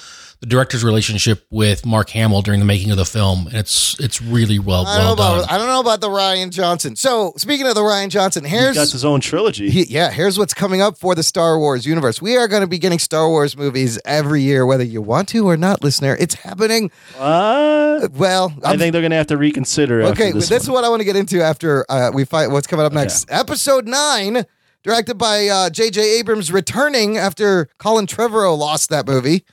Speaker 4: the director's relationship with Mark Hamill during the making of the film, and it's it's really well
Speaker 1: I don't know
Speaker 4: well done.
Speaker 1: about I don't know about the Ryan Johnson. So speaking of the Ryan Johnson, here's
Speaker 3: got his own trilogy.
Speaker 1: He- yeah, here's what's coming up for the Star Wars universe. We are going to be getting Star Wars movies every year, whether you want to or not, listener. It's happening.
Speaker 3: Uh,
Speaker 1: Well,
Speaker 3: I think they're gonna have to reconsider.
Speaker 1: okay.
Speaker 3: after this,
Speaker 1: is what I want to get into after uh, we find what's coming up next. Episode nine, directed by uh, J.J. Abrams, returning after Colin Trevorrow lost that movie,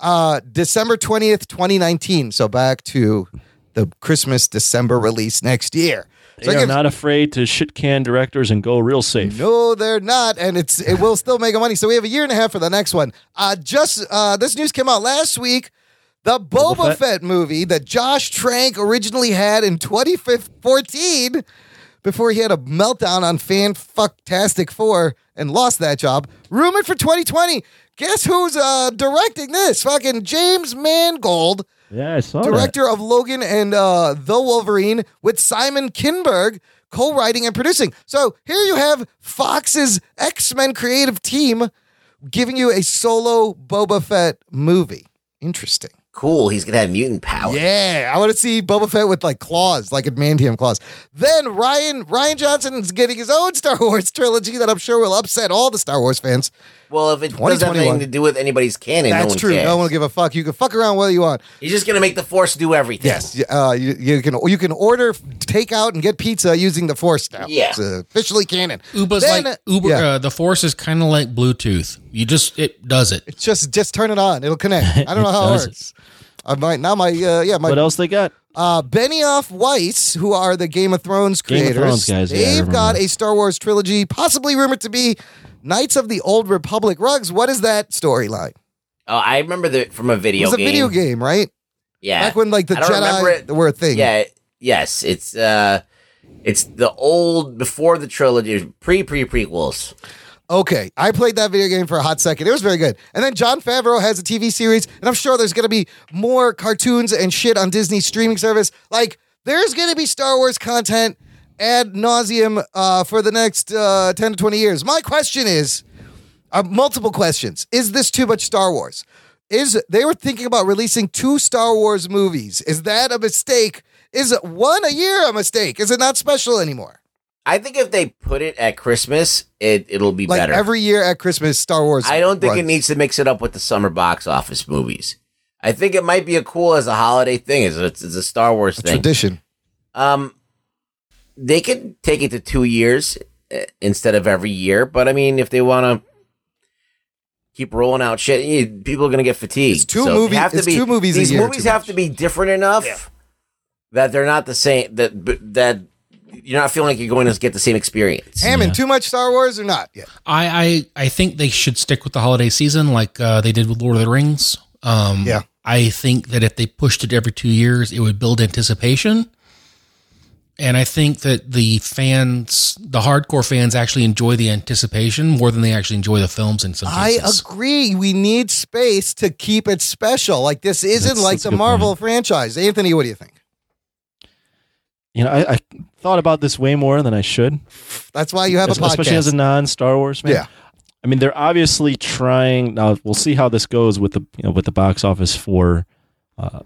Speaker 1: uh, December twentieth, twenty nineteen. So back to the Christmas December release next year. So
Speaker 3: They
Speaker 1: that
Speaker 3: are
Speaker 1: gives-
Speaker 3: not afraid to shit can directors and go real safe.
Speaker 1: No, they're not, and it's it will still make money. So we have a year and a half for the next one. Uh, just uh, this news came out last week. The Boba,
Speaker 3: Boba
Speaker 1: Fett. movie that Josh Trank originally had in 2014, before he had a meltdown on Fan Fucktastic Four and lost that job, rumored for 2020. Guess who's uh, directing this? Fucking James Mangold
Speaker 3: Yeah, I saw that.
Speaker 1: director of Logan and uh, The Wolverine, with Simon Kinberg co-writing and producing. So here you have Fox's X Men creative team giving you a solo Boba Fett movie. Interesting.
Speaker 5: cool. He's gonna have mutant power.
Speaker 1: Yeah, I want to see Boba Fett with like claws, like adamantium claws. Then Ryan Ryan Johnson's getting his own Star Wars trilogy that I'm sure will upset all the Star Wars fans.
Speaker 5: Well, if it doesn't have
Speaker 1: 2021.
Speaker 5: anything to do with anybody's canon, no
Speaker 1: That's
Speaker 5: one
Speaker 1: true.
Speaker 5: cares.
Speaker 1: No one will give a fuck. You can fuck around whether you want.
Speaker 5: He's just gonna make the Force do everything.
Speaker 1: Yes, y- uh, you, you can you can order takeout and get pizza using the Force now.
Speaker 5: Yeah.
Speaker 1: it's officially canon.
Speaker 4: Uber's
Speaker 1: Then-
Speaker 4: like Uber.
Speaker 1: yeah.
Speaker 4: Uh, the Force is kind of like Bluetooth. You just it does it.
Speaker 1: just just turn it on; it'll connect. I don't know how it
Speaker 3: does it.
Speaker 1: works. I might now my uh, yeah my
Speaker 3: What else they got?
Speaker 1: uh, Benioff Weiss, who are the Game of Thrones
Speaker 3: Game of
Speaker 1: creators,
Speaker 3: Thrones guys, yeah, I
Speaker 1: they've
Speaker 3: remember
Speaker 1: got
Speaker 3: that.
Speaker 1: a Star Wars trilogy, possibly rumored to be Knights of the Old Republic. Rugs, what is that storyline?
Speaker 5: Oh, I remember that from a
Speaker 1: It
Speaker 5: video
Speaker 1: was a
Speaker 5: game.
Speaker 1: video game, right?
Speaker 5: Yeah.
Speaker 1: Back when like the
Speaker 5: I don't remember
Speaker 1: Jedi
Speaker 5: it.
Speaker 1: were a thing.
Speaker 5: Yeah. Yes. It's uh, it's the old before the trilogy, pre pre prequels.
Speaker 1: Okay, I played that video game for a hot second. It was very good. And then John Favreau has a TV series, and I'm sure there's going to be more cartoons and shit on Disney streaming service. Like, there's going to be Star Wars content ad nauseum uh, for the next uh, 10 to 20 years. My question is uh, multiple questions. Is this too much Star Wars? Is they were thinking about releasing two Star Wars movies? Is that a mistake? Is one a year a mistake? Is it not special anymore?
Speaker 5: I think if they put it at Christmas, it it'll be
Speaker 1: Like
Speaker 5: better.
Speaker 1: every year at Christmas, Star Wars.
Speaker 5: I don't think it
Speaker 1: runs.
Speaker 5: needs to mix it up with the summer box office movies. I think it might be a cool as a holiday thing. It's it's, it's a Star Wars thing.
Speaker 1: tradition.
Speaker 5: Um, they could take it to two years eh, instead of every year, but I mean, if they want to keep rolling out shit, you, people are going to get fatigued.
Speaker 1: It's two
Speaker 5: So they
Speaker 1: movies-
Speaker 5: Have to
Speaker 1: it's
Speaker 5: be,
Speaker 1: two movies a
Speaker 5: These
Speaker 1: year
Speaker 5: movies
Speaker 1: too
Speaker 5: have to be different enough that they're not the same. That b- that you're not feeling like you're going to get the same experience.
Speaker 1: Hammond, too much Star Wars or not? Yeah.
Speaker 4: I, I I think they should stick with the holiday season like uh, they did with Lord of the Rings. Um,
Speaker 1: Yeah.
Speaker 4: I think that if they pushed it every two years, it would build anticipation. And I think that the fans, the hardcore fans, actually enjoy the anticipation more than they actually enjoy the films in some
Speaker 1: I
Speaker 4: cases.
Speaker 1: agree. We need space to keep it special. Like this isn't
Speaker 3: That's-
Speaker 1: like
Speaker 3: that's a
Speaker 1: the
Speaker 3: good
Speaker 1: Marvel franchise. Anthony, what do you think?
Speaker 3: You know, I, I thought about this way more than I should.
Speaker 1: That's why you have a
Speaker 3: Especially
Speaker 1: podcast.
Speaker 3: Especially as a non-Star Wars man.
Speaker 1: Yeah.
Speaker 3: I mean, they're obviously trying. Now we'll see how this goes with the you know with the box office for uh,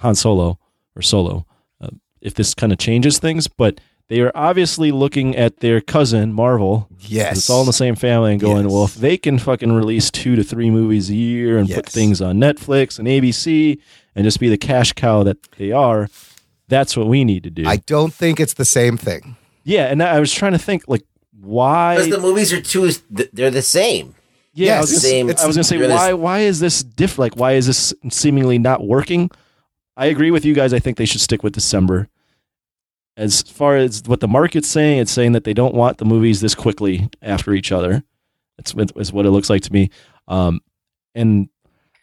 Speaker 3: Han Solo or Solo. Uh, if this kind of changes things, but they are obviously looking at their cousin Marvel. 'cause
Speaker 1: Yes.
Speaker 3: it's all in the same family and going. Well, if they can fucking release two to three movies a year and put things on Netflix and ABC and just be the cash cow that they are, that's what we need to do.
Speaker 1: I don't think it's the same thing.
Speaker 3: Yeah, and I was trying to think like why
Speaker 5: Because the movies are too, th- they're the same.
Speaker 3: Yeah, I was
Speaker 5: Yes,
Speaker 3: gonna,
Speaker 5: same.
Speaker 3: I was gonna say
Speaker 5: You're the-
Speaker 3: why why is this diff like why is this seemingly not working? I agree with you guys. I think they should stick with December. As far as what the market's saying, it's saying that they don't want the movies this quickly after each other. That's what- is what it looks like to me. Um, and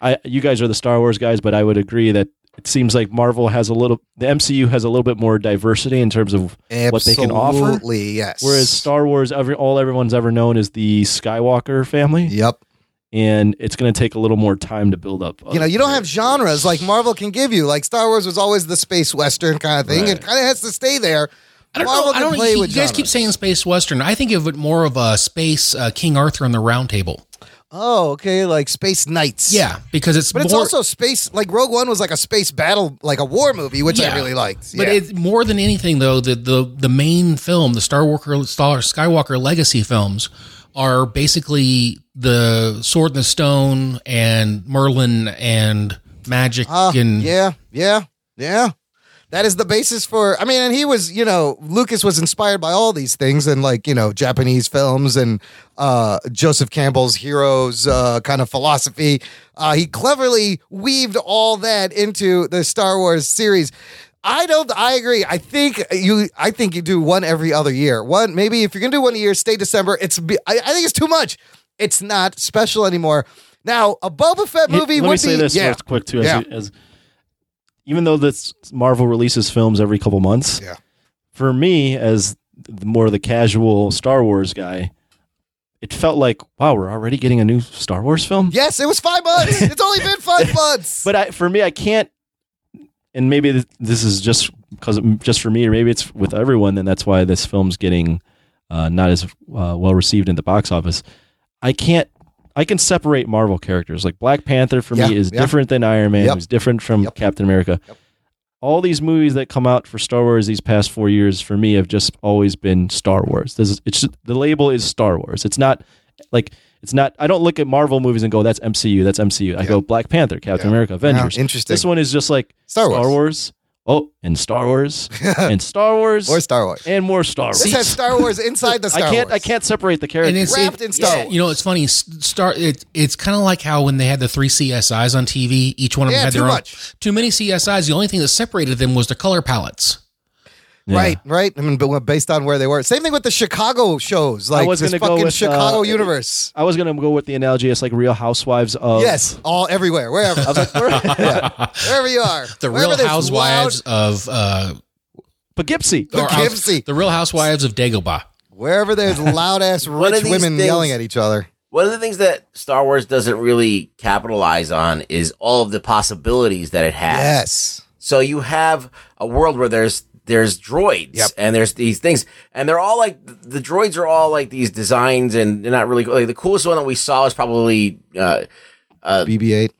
Speaker 3: I, you guys are the Star Wars guys, but I would agree that it seems like Marvel has a little, the MCU has a little bit more diversity in terms of what they can offer.
Speaker 1: Absolutely, yes.
Speaker 3: Whereas Star Wars, every all everyone's ever known is the Skywalker family.
Speaker 1: Yep.
Speaker 3: And it's going to take a little more time to build up. Uh,
Speaker 1: You know, you don't have genres like Marvel can give you. Like Star Wars was always the space western kind of thing. It kind of has to stay there.
Speaker 4: I don't
Speaker 1: Marvel
Speaker 4: know. I don't.
Speaker 1: can play
Speaker 4: You,
Speaker 1: with
Speaker 4: you guys keep
Speaker 1: genres.
Speaker 4: saying space western. I think of it more of a space uh, King Arthur and the Round Table.
Speaker 1: Oh, okay, like space knights.
Speaker 4: Yeah, because it's
Speaker 1: but it's
Speaker 4: more-
Speaker 1: also space. Like Rogue One was like a space battle, like a war movie, which I really liked.
Speaker 4: But
Speaker 1: Yeah.
Speaker 4: it's more than anything, though, the the the main film, the Star Walker, Star Skywalker legacy films, are basically the Sword in the Stone and Merlin and magic and
Speaker 1: Ah, yeah, yeah, yeah. That is the basis for. I mean, and he was, you know, Lucas was inspired by all these things and like you know Japanese films and uh, Joseph Campbell's heroes uh, kind of philosophy. Uh, he cleverly weaved all that into the Star Wars series. I don't. I agree. I think you. I think you do one every other year. One maybe if you're gonna do one a year, stay December. It's. be- I, I think it's too much. It's not special anymore. Now a Boba Fett
Speaker 3: Hey,
Speaker 1: movie
Speaker 3: Let
Speaker 1: would
Speaker 3: me say
Speaker 1: be
Speaker 3: this
Speaker 1: yeah.
Speaker 3: real quick too. As,
Speaker 1: Yeah.
Speaker 3: as- even though this Marvel releases films every couple months,
Speaker 1: yeah.
Speaker 3: For me, as the, more of the casual Star Wars guy, it felt like wow, we're already getting a new Star Wars film.
Speaker 1: Yes, it was five months. It's only been five months.
Speaker 3: But I, for me, I can't. And maybe th- this is just because just for me, or maybe it's with everyone, and that's why this film's getting uh, not as uh, well received in the box office. I can't. I can separate Marvel characters. Like Black Panther for
Speaker 11: Yeah,
Speaker 3: me is
Speaker 11: yeah.
Speaker 3: different than Iron Man.
Speaker 11: Yep.
Speaker 3: Who's different from Captain America. All these movies that come out for Star Wars these past four years for me have just always been Star Wars. This is, it's the label is Star Wars. It's not like it's not. I don't look at Marvel movies and go that's MCU. That's MCU. I go Black Panther, Captain America, Avengers.
Speaker 1: Wow, interesting.
Speaker 3: This one is just like Star Wars. Star Wars. Oh, and Star Wars, and Star Wars,
Speaker 1: More Star Wars,
Speaker 3: and more Star Wars.
Speaker 1: This has Star Wars inside the Star
Speaker 3: I can't.
Speaker 1: Wars.
Speaker 3: I can't separate the characters.
Speaker 4: And it's
Speaker 1: Wrapped
Speaker 4: it-
Speaker 1: in Star
Speaker 4: yeah,
Speaker 1: Wars.
Speaker 4: You know, it's funny. s- Star. It, it's kind of like how when they had the three CSIs on TV, each one of them
Speaker 1: Yeah,
Speaker 4: had their
Speaker 1: too
Speaker 4: own.
Speaker 1: much.
Speaker 4: Too many CSIs. The only thing that separated them was the color palettes.
Speaker 1: Right, right. I mean, but based on where they were. Same thing with the Chicago shows, like
Speaker 3: I was
Speaker 1: this
Speaker 3: going to go
Speaker 1: fucking
Speaker 3: with
Speaker 1: Chicago
Speaker 3: uh,
Speaker 1: universe.
Speaker 3: I was going to go with the analogy. It's like Real Housewives of
Speaker 1: yes, all everywhere, wherever, Yeah, wherever you are,
Speaker 4: The
Speaker 1: Wherever
Speaker 4: Real
Speaker 1: there's
Speaker 4: Housewives of uh,
Speaker 3: Poughkeepsie.
Speaker 1: Poughkeepsie.
Speaker 4: The Real Housewives of Dagobah.
Speaker 1: loud- wherever there's loud ass
Speaker 5: One of
Speaker 1: rich
Speaker 5: these
Speaker 1: women
Speaker 5: things-
Speaker 1: yelling at each other.
Speaker 5: One of the things that Star Wars doesn't really capitalize on is all of the possibilities that it has.
Speaker 1: Yes.
Speaker 5: So you have a world where there's there's droids and there's these things and they're all like the droids are all like these designs and they're not really cool. like the coolest one that we saw is probably uh uh
Speaker 1: BB-8.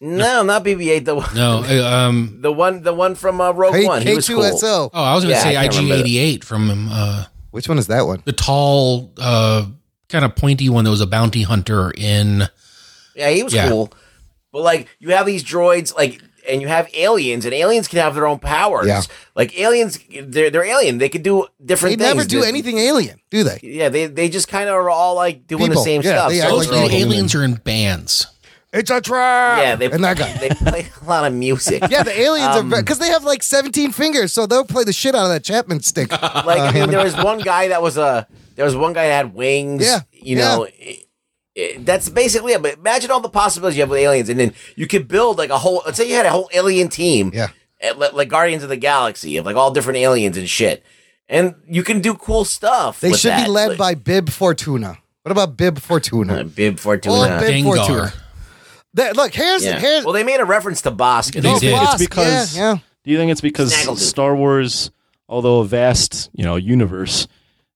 Speaker 5: No, not BB-8 the one
Speaker 4: No, uh, um,
Speaker 5: the one the one from uh, Rogue One. He was cool.
Speaker 4: Oh, I was going
Speaker 5: Yeah,
Speaker 4: to
Speaker 5: I can't
Speaker 4: say
Speaker 5: remember that.
Speaker 4: IG88 from him. Uh,
Speaker 1: Which one is that one?
Speaker 4: The tall, uh, kind of pointy one that was a bounty hunter in.
Speaker 5: Yeah, he was
Speaker 4: Yeah.
Speaker 5: cool. But like you have these droids like and you have aliens and aliens can have their own powers.
Speaker 1: Yeah.
Speaker 5: Like aliens they're they're alien. They can do
Speaker 1: They
Speaker 5: different things.
Speaker 1: never do
Speaker 5: They're-
Speaker 1: anything alien, do they?
Speaker 5: Yeah, they they just kind of are all like doing the
Speaker 1: People.
Speaker 5: same
Speaker 1: Yeah,
Speaker 5: stuff.
Speaker 1: they act
Speaker 5: So
Speaker 1: like
Speaker 5: they're
Speaker 1: they're
Speaker 5: all-
Speaker 1: all human.
Speaker 4: Aliens are in bands.
Speaker 1: It's a trap.
Speaker 5: Yeah, they
Speaker 1: and that guy.
Speaker 5: they play a lot of music.
Speaker 1: Yeah, the aliens
Speaker 5: Um,
Speaker 1: are because they have like 17 fingers, so they'll play the shit out of that Chapman stick.
Speaker 5: like I mean, there was one guy that was a there was one guy that had wings.
Speaker 1: Yeah,
Speaker 5: you know. It- it- that's basically it. But imagine all the possibilities you have with aliens, and then you could build like a whole. Let's say you had a whole alien team.
Speaker 1: Yeah.
Speaker 5: eh, li- like Guardians of the Galaxy of like all different aliens and shit. And you can do cool stuff.
Speaker 1: They
Speaker 5: with
Speaker 1: should
Speaker 5: that.
Speaker 1: be led by Bib Fortuna. What about Bib Fortuna?
Speaker 5: Bib Fortuna.
Speaker 1: Or Bib
Speaker 5: Dengar.
Speaker 1: Fortuna. That, look, here's
Speaker 5: Yeah.
Speaker 1: here's Oh,
Speaker 5: Well, they made a reference to Bosk.
Speaker 3: Do you think it's because? Do you think it's because Star Wars, although a vast you know universe,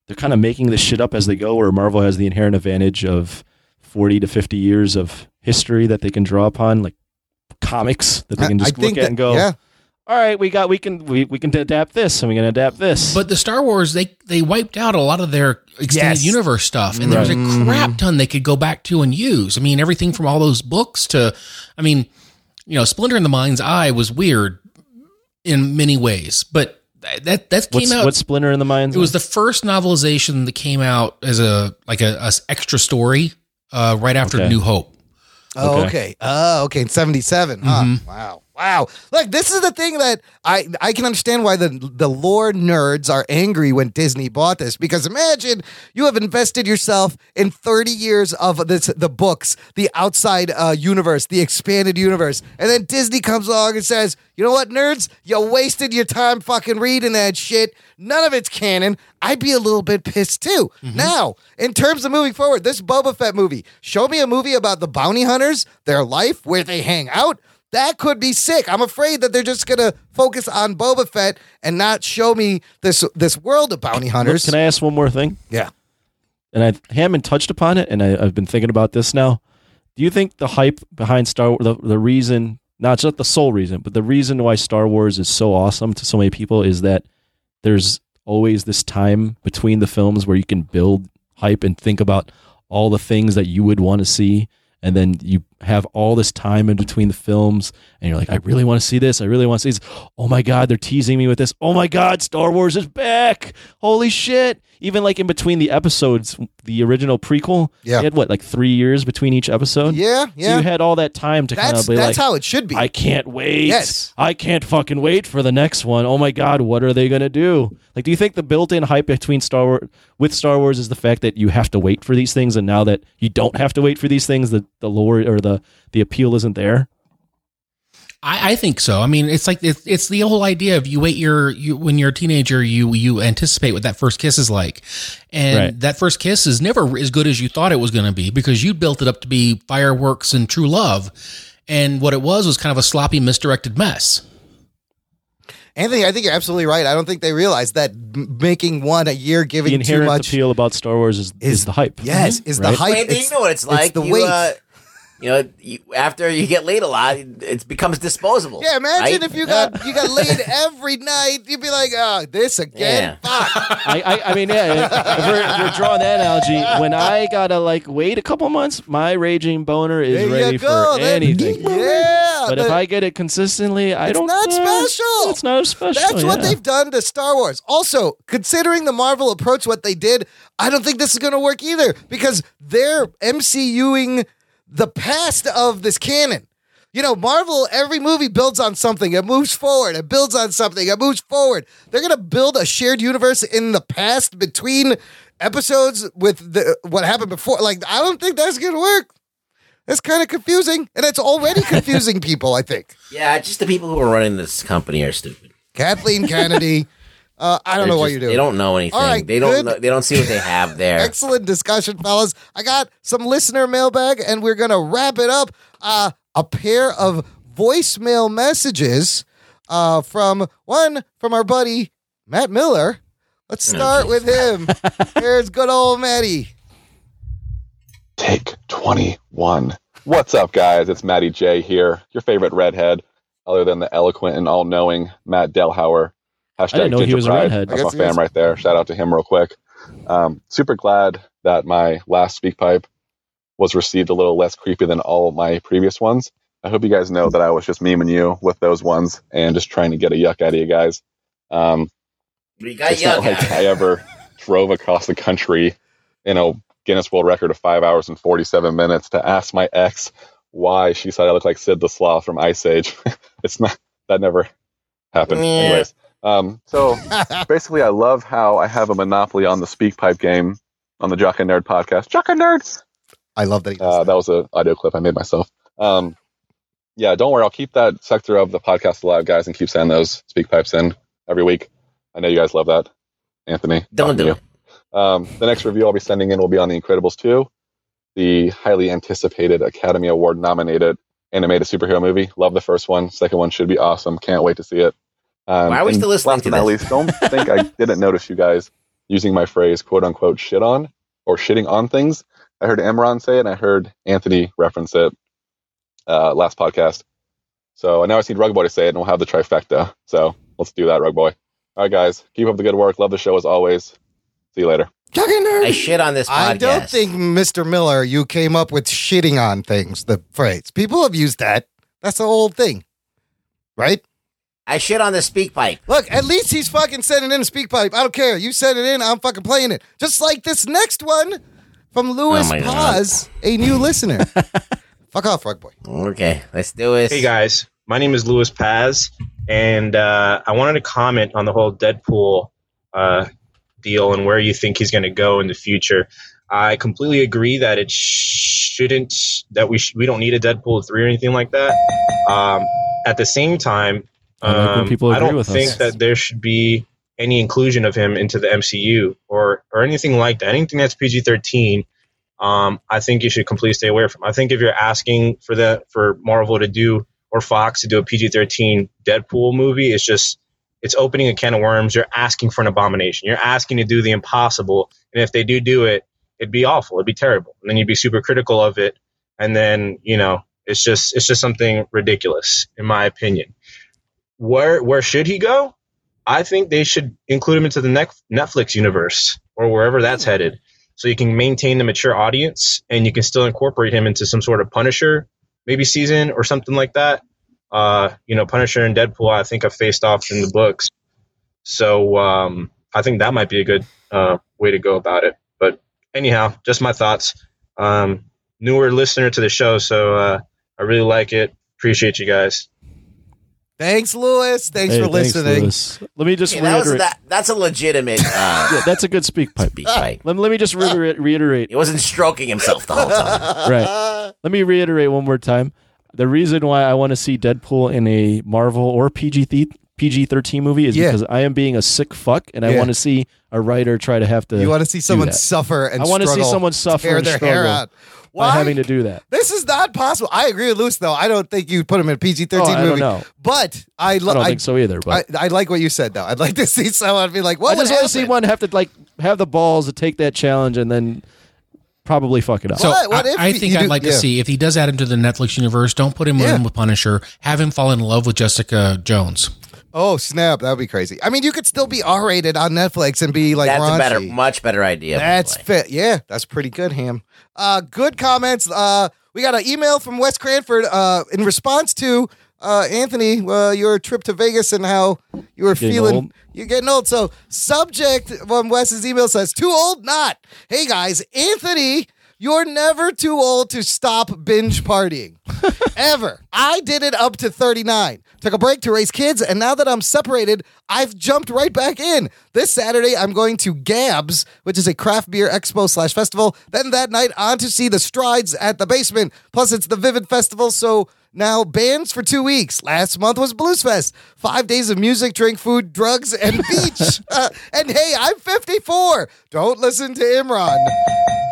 Speaker 3: they're kind of making this shit up as they go, where Marvel has the inherent advantage of forty to fifty years of history that they can draw upon, like comics that they can
Speaker 4: I- I
Speaker 3: just look
Speaker 4: think
Speaker 3: at
Speaker 4: that-
Speaker 3: and go,
Speaker 4: yeah.
Speaker 3: "All right, we got we can we, we can adapt this and we can adapt this."
Speaker 4: But the Star Wars, they they wiped out a lot of their extended
Speaker 3: Yes.
Speaker 4: universe stuff, and there was
Speaker 3: Right.
Speaker 4: a
Speaker 5: Mm-hmm.
Speaker 4: crap ton they could go back to and use. I mean, everything from all those books to, I mean, you know, Splinter in the Mind's Eye was weird in many ways, but that that, that came
Speaker 3: What's,
Speaker 4: out.
Speaker 3: what's Splinter in the Mind's
Speaker 4: it was the first novelization that came out as a like a, a s- extra story uh, right after
Speaker 1: Okay.
Speaker 4: New Hope.
Speaker 1: Oh, okay.
Speaker 4: Okay.
Speaker 1: Oh, okay. In 77. Huh?
Speaker 4: Mhm.
Speaker 1: Wow. Wow. Look, this is the thing that I, I can understand why the, the lore nerds are angry when Disney bought this. Because imagine you have invested yourself in 30 years of this the books, the outside uh, universe, the expanded universe. And then Disney comes along and says, you know what, nerds? You wasted your time fucking reading that shit. None of it's canon. I'd be a little bit pissed too.
Speaker 3: Mm-hmm.
Speaker 1: Now, in terms of moving forward, this Boba Fett movie, show me a movie about the bounty hunters, their life, where they hang out. That could be sick. I'm afraid that they're just gonna focus on Boba Fett and not show me this this world of bounty hunters.
Speaker 3: Look, can I ask one more thing?
Speaker 1: Yeah.
Speaker 3: And I Hammond touched upon it, and I, I've been thinking about this now. Do you think the hype behind Star Wars, the, the reason, not just the sole reason, but the reason why Star Wars is so awesome to so many people is that there's always this time between the films where you can build hype and think about all the things that you would want to see. And then you have all this time in between the films, and you're like, I really want to see this. I really want to see this. Oh my God, they're teasing me with this. Oh my God, Star Wars is back. Holy shit. Even like in between the episodes, the original prequel,
Speaker 1: Yeah.
Speaker 3: they had what, like three years between each episode?
Speaker 1: Yeah,
Speaker 3: So
Speaker 1: yeah.
Speaker 3: you had all that time to kind
Speaker 1: That's
Speaker 3: of be
Speaker 1: that's
Speaker 3: like,
Speaker 1: how it should be.
Speaker 3: I can't wait.
Speaker 1: Yes.
Speaker 3: I can't fucking wait for the next one. Oh my god, what are they gonna do? Like, do you think the built-in hype between Star Wars with Star Wars is the fact that you have to wait for these things, and now that you don't have to wait for these things, the the lore or the the appeal isn't there?
Speaker 4: I, I think so. I mean, it's like it's, it's the whole idea of you wait your you when you're a teenager, you you anticipate what that first kiss is like, and
Speaker 3: Right.
Speaker 4: that first kiss is never as good as you thought it was going to be because you built it up to be fireworks and true love, and what it was was kind of a sloppy, misdirected mess.
Speaker 1: Anthony, I think you're absolutely right. I don't think they realize that m- making one a year,
Speaker 3: the
Speaker 1: giving too
Speaker 3: inherent
Speaker 1: much.
Speaker 3: appeal about Star Wars is, is, the hype.
Speaker 1: yes, is the
Speaker 3: Right?
Speaker 1: hype.
Speaker 5: Andy, you know what it's
Speaker 1: it's
Speaker 5: like.
Speaker 1: the
Speaker 5: you,
Speaker 1: weight.
Speaker 5: Uh, you know, you, after you get laid a lot, it becomes disposable.
Speaker 1: Yeah, imagine
Speaker 5: right?
Speaker 1: if you got you got laid every night, you'd be like, "Oh, this again."
Speaker 3: I, I, I mean, yeah, if we're, if we're drawing that analogy. When I gotta like wait a couple months, my raging boner is
Speaker 1: There you
Speaker 3: ready
Speaker 1: go,
Speaker 3: for
Speaker 1: that-
Speaker 3: anything.
Speaker 1: Yeah,
Speaker 3: but if
Speaker 1: the-
Speaker 3: I get it consistently, I
Speaker 1: it's
Speaker 3: don't.
Speaker 1: not
Speaker 3: uh,
Speaker 1: special.
Speaker 3: It's not special.
Speaker 1: That's what
Speaker 3: yeah.
Speaker 1: they've done to Star Wars. Also, considering the Marvel approach, what they did, I don't think this is going to work either because they're MCUing the past of this canon. You know, Marvel, every movie builds on something. It moves forward. It builds on something. It moves forward. They're going to build a shared universe in the past between episodes with the, what happened before. Like, I don't think that's going to work. That's kind of confusing. And it's already confusing people, I think.
Speaker 5: Yeah, just the people who are running this company are stupid.
Speaker 1: Kathleen Kennedy. Uh, I don't know what
Speaker 5: They're
Speaker 1: you're
Speaker 5: just-
Speaker 1: doing.
Speaker 5: They don't know anything.
Speaker 1: All right,
Speaker 5: they don't.
Speaker 1: good.
Speaker 5: Know, they don't see what they have there.
Speaker 1: Excellent discussion, fellas. I got some listener mailbag, and we're gonna wrap it up. Uh, a pair of voicemail messages uh, from one from our buddy Matt Miller. Let's start with him. Here's good old Matty.
Speaker 14: Take 21. What's up, guys? It's Matty J here, your favorite redhead, other than the eloquent and all knowing Matt Delhauer. Hashtag
Speaker 3: I didn't know he
Speaker 14: Ginger
Speaker 3: was a
Speaker 14: Pride.
Speaker 3: redhead. I
Speaker 14: That's my
Speaker 3: guess he is.
Speaker 14: fam right there. Shout out to him real quick. Um, super glad that my last speak pipe was received a little less creepy than all of my previous ones. I hope you guys know that I was just memeing you with those ones and just trying to get a yuck out of you guys. Um,
Speaker 5: We got
Speaker 14: it's not
Speaker 5: young.
Speaker 14: like I ever drove across the country in a Guinness World Record of five hours and 47 minutes to ask my ex why she said I look like Sid the Sloth from Ice Age. it's not, that never happened.
Speaker 15: Yeah.
Speaker 14: Anyways, um, so basically, I love how I have a monopoly on the speak pipe game on the Jock and Nerd podcast. Jock and Nerd!
Speaker 1: I love that.
Speaker 14: Uh, that was an audio clip I made myself. Um, yeah, don't worry. I'll keep that sector of the podcast alive, guys, and keep sending those speak pipes in every week. I know you guys love that, Anthony.
Speaker 5: Don't do
Speaker 14: it. Um, the next review I'll be sending in will be on The Incredibles 2, the highly anticipated Academy Award nominated animated superhero movie. Love the first one. Second one should be awesome. Can't wait to see it. Um,
Speaker 5: Why are we
Speaker 14: and
Speaker 5: still listening
Speaker 14: last
Speaker 5: to
Speaker 14: but not
Speaker 5: this?
Speaker 14: least, don't think I didn't notice you guys using my phrase "quote unquote" shit on or shitting on things. I heard Emron say it, and I heard Anthony reference it uh, last podcast. So I now I see Rug Boy to say it, and we'll have the trifecta. So let's do that, Rug Boy. All right, guys, keep up the good work. Love the show as always. See you later.
Speaker 5: I shit on this podcast.
Speaker 1: I don't think, Mr. Miller, you came up with shitting on things, the phrase. People have used that. That's the whole thing, right?
Speaker 5: I shit on the speak pipe.
Speaker 1: Look, at least he's fucking sending in a speak pipe. I don't care. You send it in, I'm fucking playing it. Just like this next one from Lewis
Speaker 5: Oh my God.
Speaker 1: Paz, a new listener. Fuck off, Rug Boy.
Speaker 5: Okay, let's do it.
Speaker 15: Hey guys, my name is Louis Paz, and uh, I wanted to comment on the whole Deadpool uh, deal and where you think he's going to go in the future. I completely agree that it shouldn't that we sh- we don't need a Deadpool three or anything like that. Um, at the same time,
Speaker 3: I like when
Speaker 15: um,
Speaker 3: people
Speaker 15: I
Speaker 3: agree
Speaker 15: don't
Speaker 3: with us.
Speaker 15: think that there should be any inclusion of him into the MCU or or anything like that. Anything that's PG thirteen um, I think you should completely stay away from. I think if you're asking for the for Marvel to do or Fox to do a PG-13 Deadpool movie, it's just it's opening a can of worms. You're asking for an abomination. You're asking to do the impossible, and if they do do it, it'd be awful. It'd be terrible, and then you'd be super critical of it, and then you know it's just it's just something ridiculous, in my opinion. Where where should he go? I think they should include him into the Nef- Netflix universe or wherever that's headed so you can maintain the mature audience and you can still incorporate him into some sort of Punisher maybe season or something like that. Uh, you know, Punisher and Deadpool I think have faced off in the books, so um, I think that might be a good uh, way to go about it. But anyhow, just my thoughts. Um, newer listener to the show, so uh, I really like it. Appreciate you guys.
Speaker 1: Thanks, Lewis. Thanks
Speaker 3: Hey,
Speaker 1: for
Speaker 3: thanks,
Speaker 1: listening.
Speaker 3: Lewis. Let me just
Speaker 5: Okay, that was-
Speaker 3: reiterate.
Speaker 5: that- that's a legitimate. Uh,
Speaker 3: Yeah, that's a good speak pipe.
Speaker 5: pipe.
Speaker 3: Let, let me just reiterate. reiterate.
Speaker 5: He wasn't stroking himself the whole time.
Speaker 3: right. Let me reiterate one more time. The reason why I want to see Deadpool in a Marvel or PG PG thirteen movie is
Speaker 1: Yeah.
Speaker 3: because I am being a sick fuck, and I
Speaker 1: Yeah.
Speaker 3: want to see a writer try to have to.
Speaker 1: You want to
Speaker 3: do
Speaker 1: see someone
Speaker 3: that.
Speaker 1: suffer and
Speaker 3: I want to see
Speaker 1: struggle,
Speaker 3: someone suffer
Speaker 1: tear
Speaker 3: and
Speaker 1: their hair
Speaker 3: struggle
Speaker 1: out.
Speaker 3: by
Speaker 1: Why?
Speaker 3: having to do that.
Speaker 1: This is not possible. I agree with Luce though. I don't think you put him in a PG
Speaker 3: Oh,
Speaker 1: thirteen
Speaker 3: I don't
Speaker 1: movie.
Speaker 3: know.
Speaker 1: But I, lo-
Speaker 3: I don't think so either. But
Speaker 1: I, I like what you said though. I'd like to see someone be like, "What
Speaker 3: I just
Speaker 1: would
Speaker 3: want to see one have to like have the balls to take that challenge and then probably fuck it up.
Speaker 4: So
Speaker 1: what
Speaker 4: I,
Speaker 1: if
Speaker 4: I
Speaker 1: you-
Speaker 4: think
Speaker 1: you
Speaker 4: I'd
Speaker 1: do-
Speaker 4: like to
Speaker 1: yeah.
Speaker 4: see if he does add him to the Netflix universe. Don't put him
Speaker 1: Yeah.
Speaker 4: in with Punisher. Have him fall in love with Jessica Jones.
Speaker 1: Oh snap! That would be crazy. I mean, you could still be R rated on Netflix and be like,
Speaker 5: That's
Speaker 1: raunchy.
Speaker 5: a better, much better idea.
Speaker 1: That's fit. Yeah, that's pretty good, Ham. Uh, good comments. Uh, we got an email from Wes Cranford uh, in response to uh, Anthony, uh, your trip to Vegas and how you were
Speaker 3: Getting
Speaker 1: feeling.
Speaker 3: old.
Speaker 1: You're getting old. So, subject from Wes's email says, Too old, not. Hey guys, Anthony, you're never too old to stop binge partying. Ever. I did it up to 39. Took a break to raise kids, and now that I'm separated, I've jumped right back in. This Saturday, I'm going to Gabs, which is a craft beer expo slash festival. Then that night, on to see the strides at the basement. Plus, it's the Vivid Festival, so now bands for two weeks. Last month was Bluesfest. Five days of music, drink, food, drugs, and beach. Uh, and hey, I'm 54. Don't listen to Imran.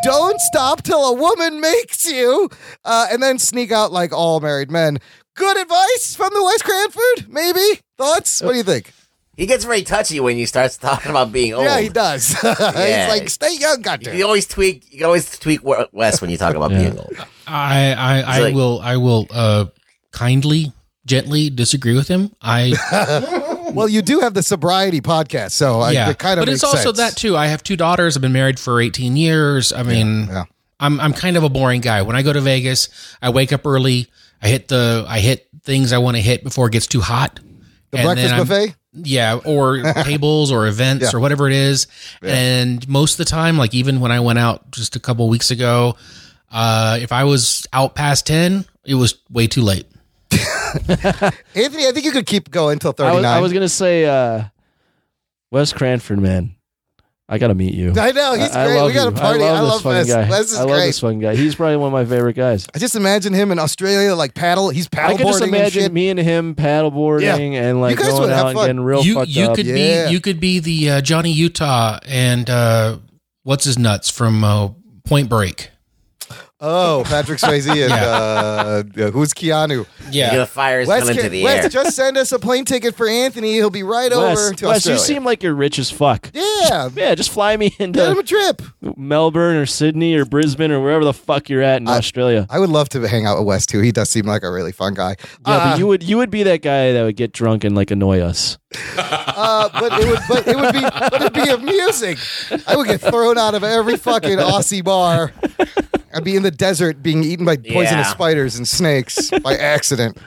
Speaker 1: Don't stop till a woman makes you, uh, and then sneak out like all married men. Good advice from the West Cranford, maybe? Thoughts? What do you think?
Speaker 5: He gets very touchy when he starts talking about being old.
Speaker 1: Yeah, he does.
Speaker 5: Oh. Yeah.
Speaker 1: He's like, stay young,
Speaker 5: You
Speaker 1: goddamn.
Speaker 5: can always tweak. You can always tweak Wa- Wes when you talk about being old.
Speaker 4: I I, I
Speaker 5: It's like-
Speaker 4: will I will uh, kindly gently disagree with him. I
Speaker 1: well, you do have the sobriety podcast, so I,
Speaker 4: yeah,
Speaker 1: it kind of
Speaker 4: but it's
Speaker 1: makes
Speaker 4: also
Speaker 1: sense.
Speaker 4: that too. I have two daughters. I've been married for 18 years. I mean, I'm I'm kind of a boring guy. When I go to Vegas, I wake up early. I hit the I hit things I want to hit before it gets too hot.
Speaker 1: The
Speaker 4: And
Speaker 1: breakfast
Speaker 4: then I'm-
Speaker 1: buffet?
Speaker 4: Yeah, or tables or events
Speaker 1: Yeah.
Speaker 4: or whatever it is. And most of the time, like even when I went out just a couple weeks ago, uh, if I was out past 10, it was way too late.
Speaker 1: Anthony, I think you could keep going until
Speaker 3: I
Speaker 1: 39.
Speaker 3: was, I was gonna say uh, Wes Cranford, man. I gotta meet you.
Speaker 1: I know, he's great.
Speaker 3: love
Speaker 1: We gotta
Speaker 3: you.
Speaker 1: party. I love
Speaker 3: fucking
Speaker 1: Les.
Speaker 3: guy.
Speaker 1: Les is
Speaker 3: I love
Speaker 1: great.
Speaker 3: this fucking guy. He's probably one of my favorite guys.
Speaker 1: I just imagine him in Australia, like paddle. He's
Speaker 3: I can just
Speaker 1: paddleboarding and
Speaker 3: imagine
Speaker 1: shit.
Speaker 3: me and him paddleboarding and like
Speaker 1: guys
Speaker 3: going
Speaker 1: would have
Speaker 3: out and
Speaker 1: fun.
Speaker 3: getting real
Speaker 4: you
Speaker 3: fucked
Speaker 4: you
Speaker 3: up.
Speaker 4: could be you could be the uh, Johnny Utah and uh, what's his nuts from uh, Point Break.
Speaker 1: Oh, Patrick Swayze and uh, uh, who's Keanu?
Speaker 5: Yeah. The fire is
Speaker 1: Wes,
Speaker 5: coming
Speaker 1: can-
Speaker 5: to the
Speaker 1: Wes,
Speaker 5: air.
Speaker 1: just send us a plane ticket for Anthony. He'll be right over
Speaker 3: Wes,
Speaker 1: to
Speaker 3: Wes, you
Speaker 1: Australia.
Speaker 3: seem like you're rich as fuck.
Speaker 1: yeah,
Speaker 3: yeah. Just fly me into
Speaker 1: Get him a trip.
Speaker 3: Melbourne or Sydney or Brisbane or wherever the fuck you're at in Australia.
Speaker 1: I would love to hang out with Wes too. He does seem like a really fun guy.
Speaker 3: Yeah,
Speaker 1: Uh,
Speaker 3: but you would you would be that guy that would get drunk and like annoy us.
Speaker 1: Uh, but it would, but it would be, but it'd be amusing. I would get thrown out of every fucking Aussie bar. I'd be in the desert being eaten by poisonous
Speaker 3: Yeah.
Speaker 1: spiders and snakes by accident.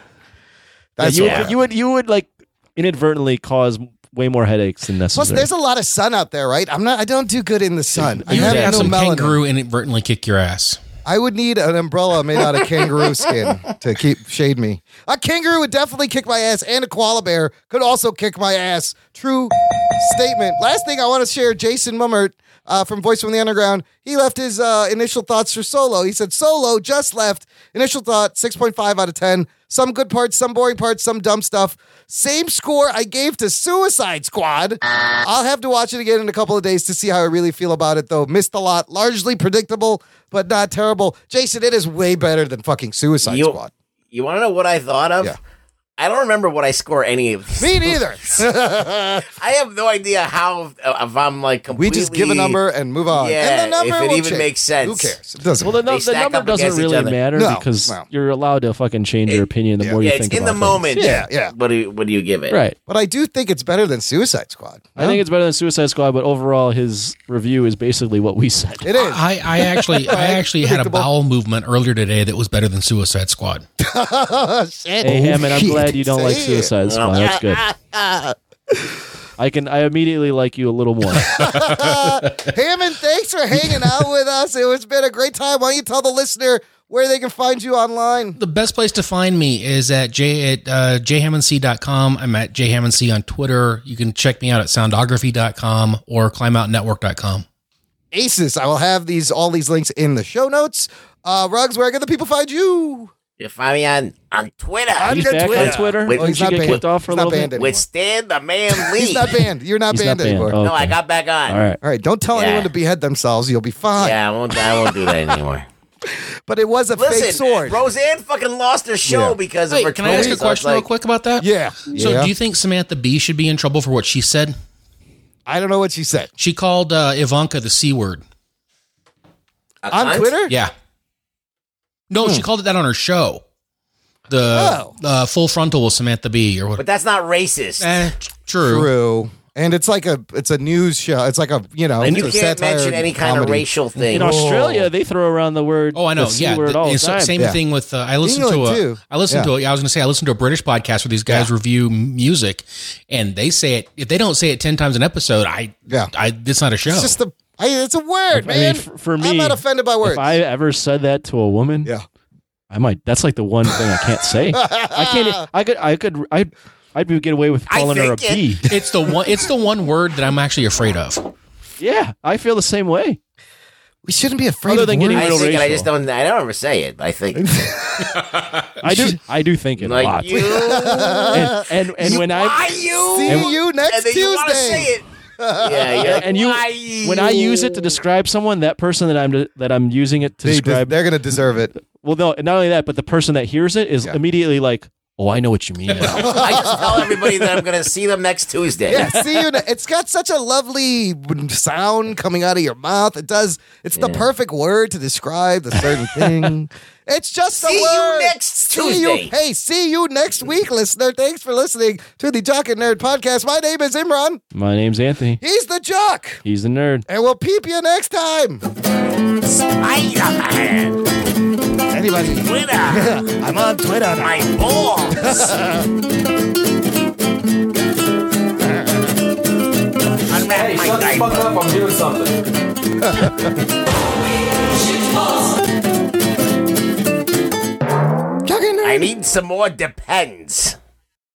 Speaker 1: That's
Speaker 3: you,
Speaker 1: what I-
Speaker 3: would, you would you would like inadvertently cause way more headaches than necessary.
Speaker 1: Plus, there's a lot of sun out there, right? I'm not. I don't do good in the sun. I
Speaker 4: You
Speaker 1: have
Speaker 4: could have
Speaker 1: no
Speaker 4: some
Speaker 1: melanin.
Speaker 4: kangaroo inadvertently kick your ass.
Speaker 1: I would need an umbrella made out of kangaroo skin to keep shade me. A kangaroo would definitely kick my ass, and a koala bear could also kick my ass. True statement. Last thing I want to share: Jason Mummert uh, from Voice from the Underground. He left his uh, initial thoughts for Solo. He said, "Solo just left. Initial thought: six point five out of ten. Some good parts, some boring parts, some dumb stuff. Same score I gave to Suicide Squad. I'll have to watch it again in a couple of days to see how I really feel about it, though. Missed a lot. Largely predictable, but not terrible. Jason, it is way better than fucking Suicide
Speaker 5: You-
Speaker 1: Squad.
Speaker 5: You want to know what I thought of? I don't remember what I score any of.
Speaker 1: Me neither. I
Speaker 5: have no idea how uh, if I'm like
Speaker 1: We
Speaker 5: completely.
Speaker 1: just give a number and move on.
Speaker 5: Yeah,
Speaker 1: and the number
Speaker 5: if it
Speaker 1: will
Speaker 5: even
Speaker 1: change.
Speaker 5: makes sense.
Speaker 1: Who cares? It doesn't.
Speaker 3: well, the, nu- the number doesn't really matter
Speaker 1: No,
Speaker 3: because
Speaker 1: no.
Speaker 3: you're allowed to fucking change your opinion the more you
Speaker 5: yeah,
Speaker 3: think
Speaker 5: it's in
Speaker 3: about
Speaker 5: the
Speaker 3: things.
Speaker 5: moment.
Speaker 1: Yeah, yeah.
Speaker 5: What do you, what do you give it?
Speaker 3: Right.
Speaker 1: But I do think it's better than Suicide Squad.
Speaker 3: I think it's better than Suicide Squad, but overall, his review is basically what we said.
Speaker 1: It is.
Speaker 4: I, I actually I actually had a bowel movement earlier today that was better than Suicide Squad.
Speaker 1: Shit.
Speaker 3: Hey, Hammond, I'm glad you don't like
Speaker 1: Shit.
Speaker 3: Suicide Squad. That's good. I can. I immediately like you a little more.
Speaker 1: Hammond, thanks for hanging out with us. It has been a great time. Why don't you tell the listener where they can find you online?
Speaker 4: The best place to find me is at j at uh, jhammondc.com. I'm at jhammondc on Twitter. You can check me out at soundography.com or climeoutnetwork.com.
Speaker 1: Aces. I will have these all these links in the show notes. Uh, Rugs, where can the people find you?
Speaker 5: You find me on on Twitter.
Speaker 1: On He's your back on Twitter. Twitter?
Speaker 5: With,
Speaker 1: Oh, he's Did you not get banned. kicked off for a He's not little bit? banned anymore.
Speaker 5: With Stan the Man Lee.
Speaker 1: He's not banned. You're not,
Speaker 5: He's
Speaker 1: banned,
Speaker 5: not banned.
Speaker 1: anymore.
Speaker 5: No, I got back on.
Speaker 1: All right. Don't tell
Speaker 5: Yeah.
Speaker 1: anyone to behead themselves. You'll be fine.
Speaker 5: Yeah, I won't. I won't do that anymore.
Speaker 1: But it was a
Speaker 5: Listen,
Speaker 1: fake sword.
Speaker 5: Roseanne fucking lost her show
Speaker 1: Yeah.
Speaker 5: because
Speaker 4: Hey,
Speaker 5: of her.
Speaker 4: can I ask a
Speaker 5: tweets. So it's
Speaker 4: question real
Speaker 5: like-
Speaker 4: quick about that?
Speaker 1: Yeah.
Speaker 4: So,
Speaker 1: Yeah.
Speaker 4: do you think Samantha Bee should be in trouble for what she said?
Speaker 1: I don't know what she said.
Speaker 4: She called uh, Ivanka the c word
Speaker 1: On cunt? Twitter?
Speaker 4: Yeah. No,
Speaker 3: Hmm.
Speaker 4: she called it that on her show. The
Speaker 3: Oh.
Speaker 4: uh, full frontal with Samantha Bee or
Speaker 5: But
Speaker 4: whatever.
Speaker 5: that's not racist.
Speaker 4: Eh, true.
Speaker 1: True. And it's like a it's a news show. It's like a you know.
Speaker 5: And you
Speaker 1: it's a
Speaker 5: can't
Speaker 1: satire
Speaker 5: mention any kind of
Speaker 1: comedy.
Speaker 5: racial thing.
Speaker 3: In Australia, they throw around the word.
Speaker 4: Oh, I know.
Speaker 3: the C
Speaker 4: Yeah,
Speaker 3: word
Speaker 4: the-
Speaker 3: all the
Speaker 4: it's the
Speaker 3: time.
Speaker 4: same thing with uh, I listened
Speaker 3: England,
Speaker 4: to a,
Speaker 3: too.
Speaker 4: I listened
Speaker 3: Yeah.
Speaker 4: to a, I was going to say I listened to a British podcast where these guys review m- music, and they say it if they don't say it ten times an episode, I
Speaker 1: yeah,
Speaker 4: I it's not a show.
Speaker 1: It's just a I, it's a word,
Speaker 3: I mean,
Speaker 1: man.
Speaker 3: for, for me,
Speaker 1: I'm not offended by words.
Speaker 3: If I ever said that to a woman,
Speaker 1: yeah,
Speaker 3: I might. That's like the one thing I can't say. I can't. e, I could. I could. I. I'd be get away with calling her a bee.
Speaker 4: it's the one it's the one word that I'm actually afraid of.
Speaker 3: Yeah, I feel the same way.
Speaker 1: We shouldn't be afraid
Speaker 3: Other than getting
Speaker 5: I
Speaker 3: real
Speaker 5: think
Speaker 3: racial.
Speaker 5: I just don't. I don't ever say it. I think
Speaker 3: I do. I do think it
Speaker 5: like
Speaker 3: a lot.
Speaker 5: you.
Speaker 3: and and, and when
Speaker 5: Why
Speaker 3: I
Speaker 5: you?
Speaker 1: See
Speaker 3: And-
Speaker 1: you next
Speaker 5: and then You wanna
Speaker 1: Tuesday.
Speaker 5: say it. Yeah, yeah.
Speaker 3: and you when I use it to describe someone, that person that I'm that I'm using it to
Speaker 1: They
Speaker 3: describe,
Speaker 1: are gonna deserve it.
Speaker 3: well, no, not only that, but the person that hears it is immediately like, "Oh, I know what you mean." now."
Speaker 5: I just tell everybody that I'm going to see them next Tuesday.
Speaker 1: Yeah, see you. ne- It's got such a lovely sound coming out of your mouth. It does. It's the perfect word to describe the certain thing. It's just
Speaker 5: See
Speaker 1: a
Speaker 5: you
Speaker 1: word.
Speaker 5: next
Speaker 1: See you-
Speaker 5: Tuesday.
Speaker 1: hey, see you next week, listener. Thanks for listening to the Jock and Nerd podcast. My name is Imran.
Speaker 3: My name's Anthony.
Speaker 1: He's the Jock,
Speaker 3: He's the nerd.
Speaker 1: and we'll peep you next time.
Speaker 5: Spider-Man.
Speaker 1: Anybody?
Speaker 5: Twitter.
Speaker 1: I'm on Twitter.
Speaker 5: My balls.
Speaker 13: Hey, shut the fuck up. I'm doing something.
Speaker 5: I need some more depends.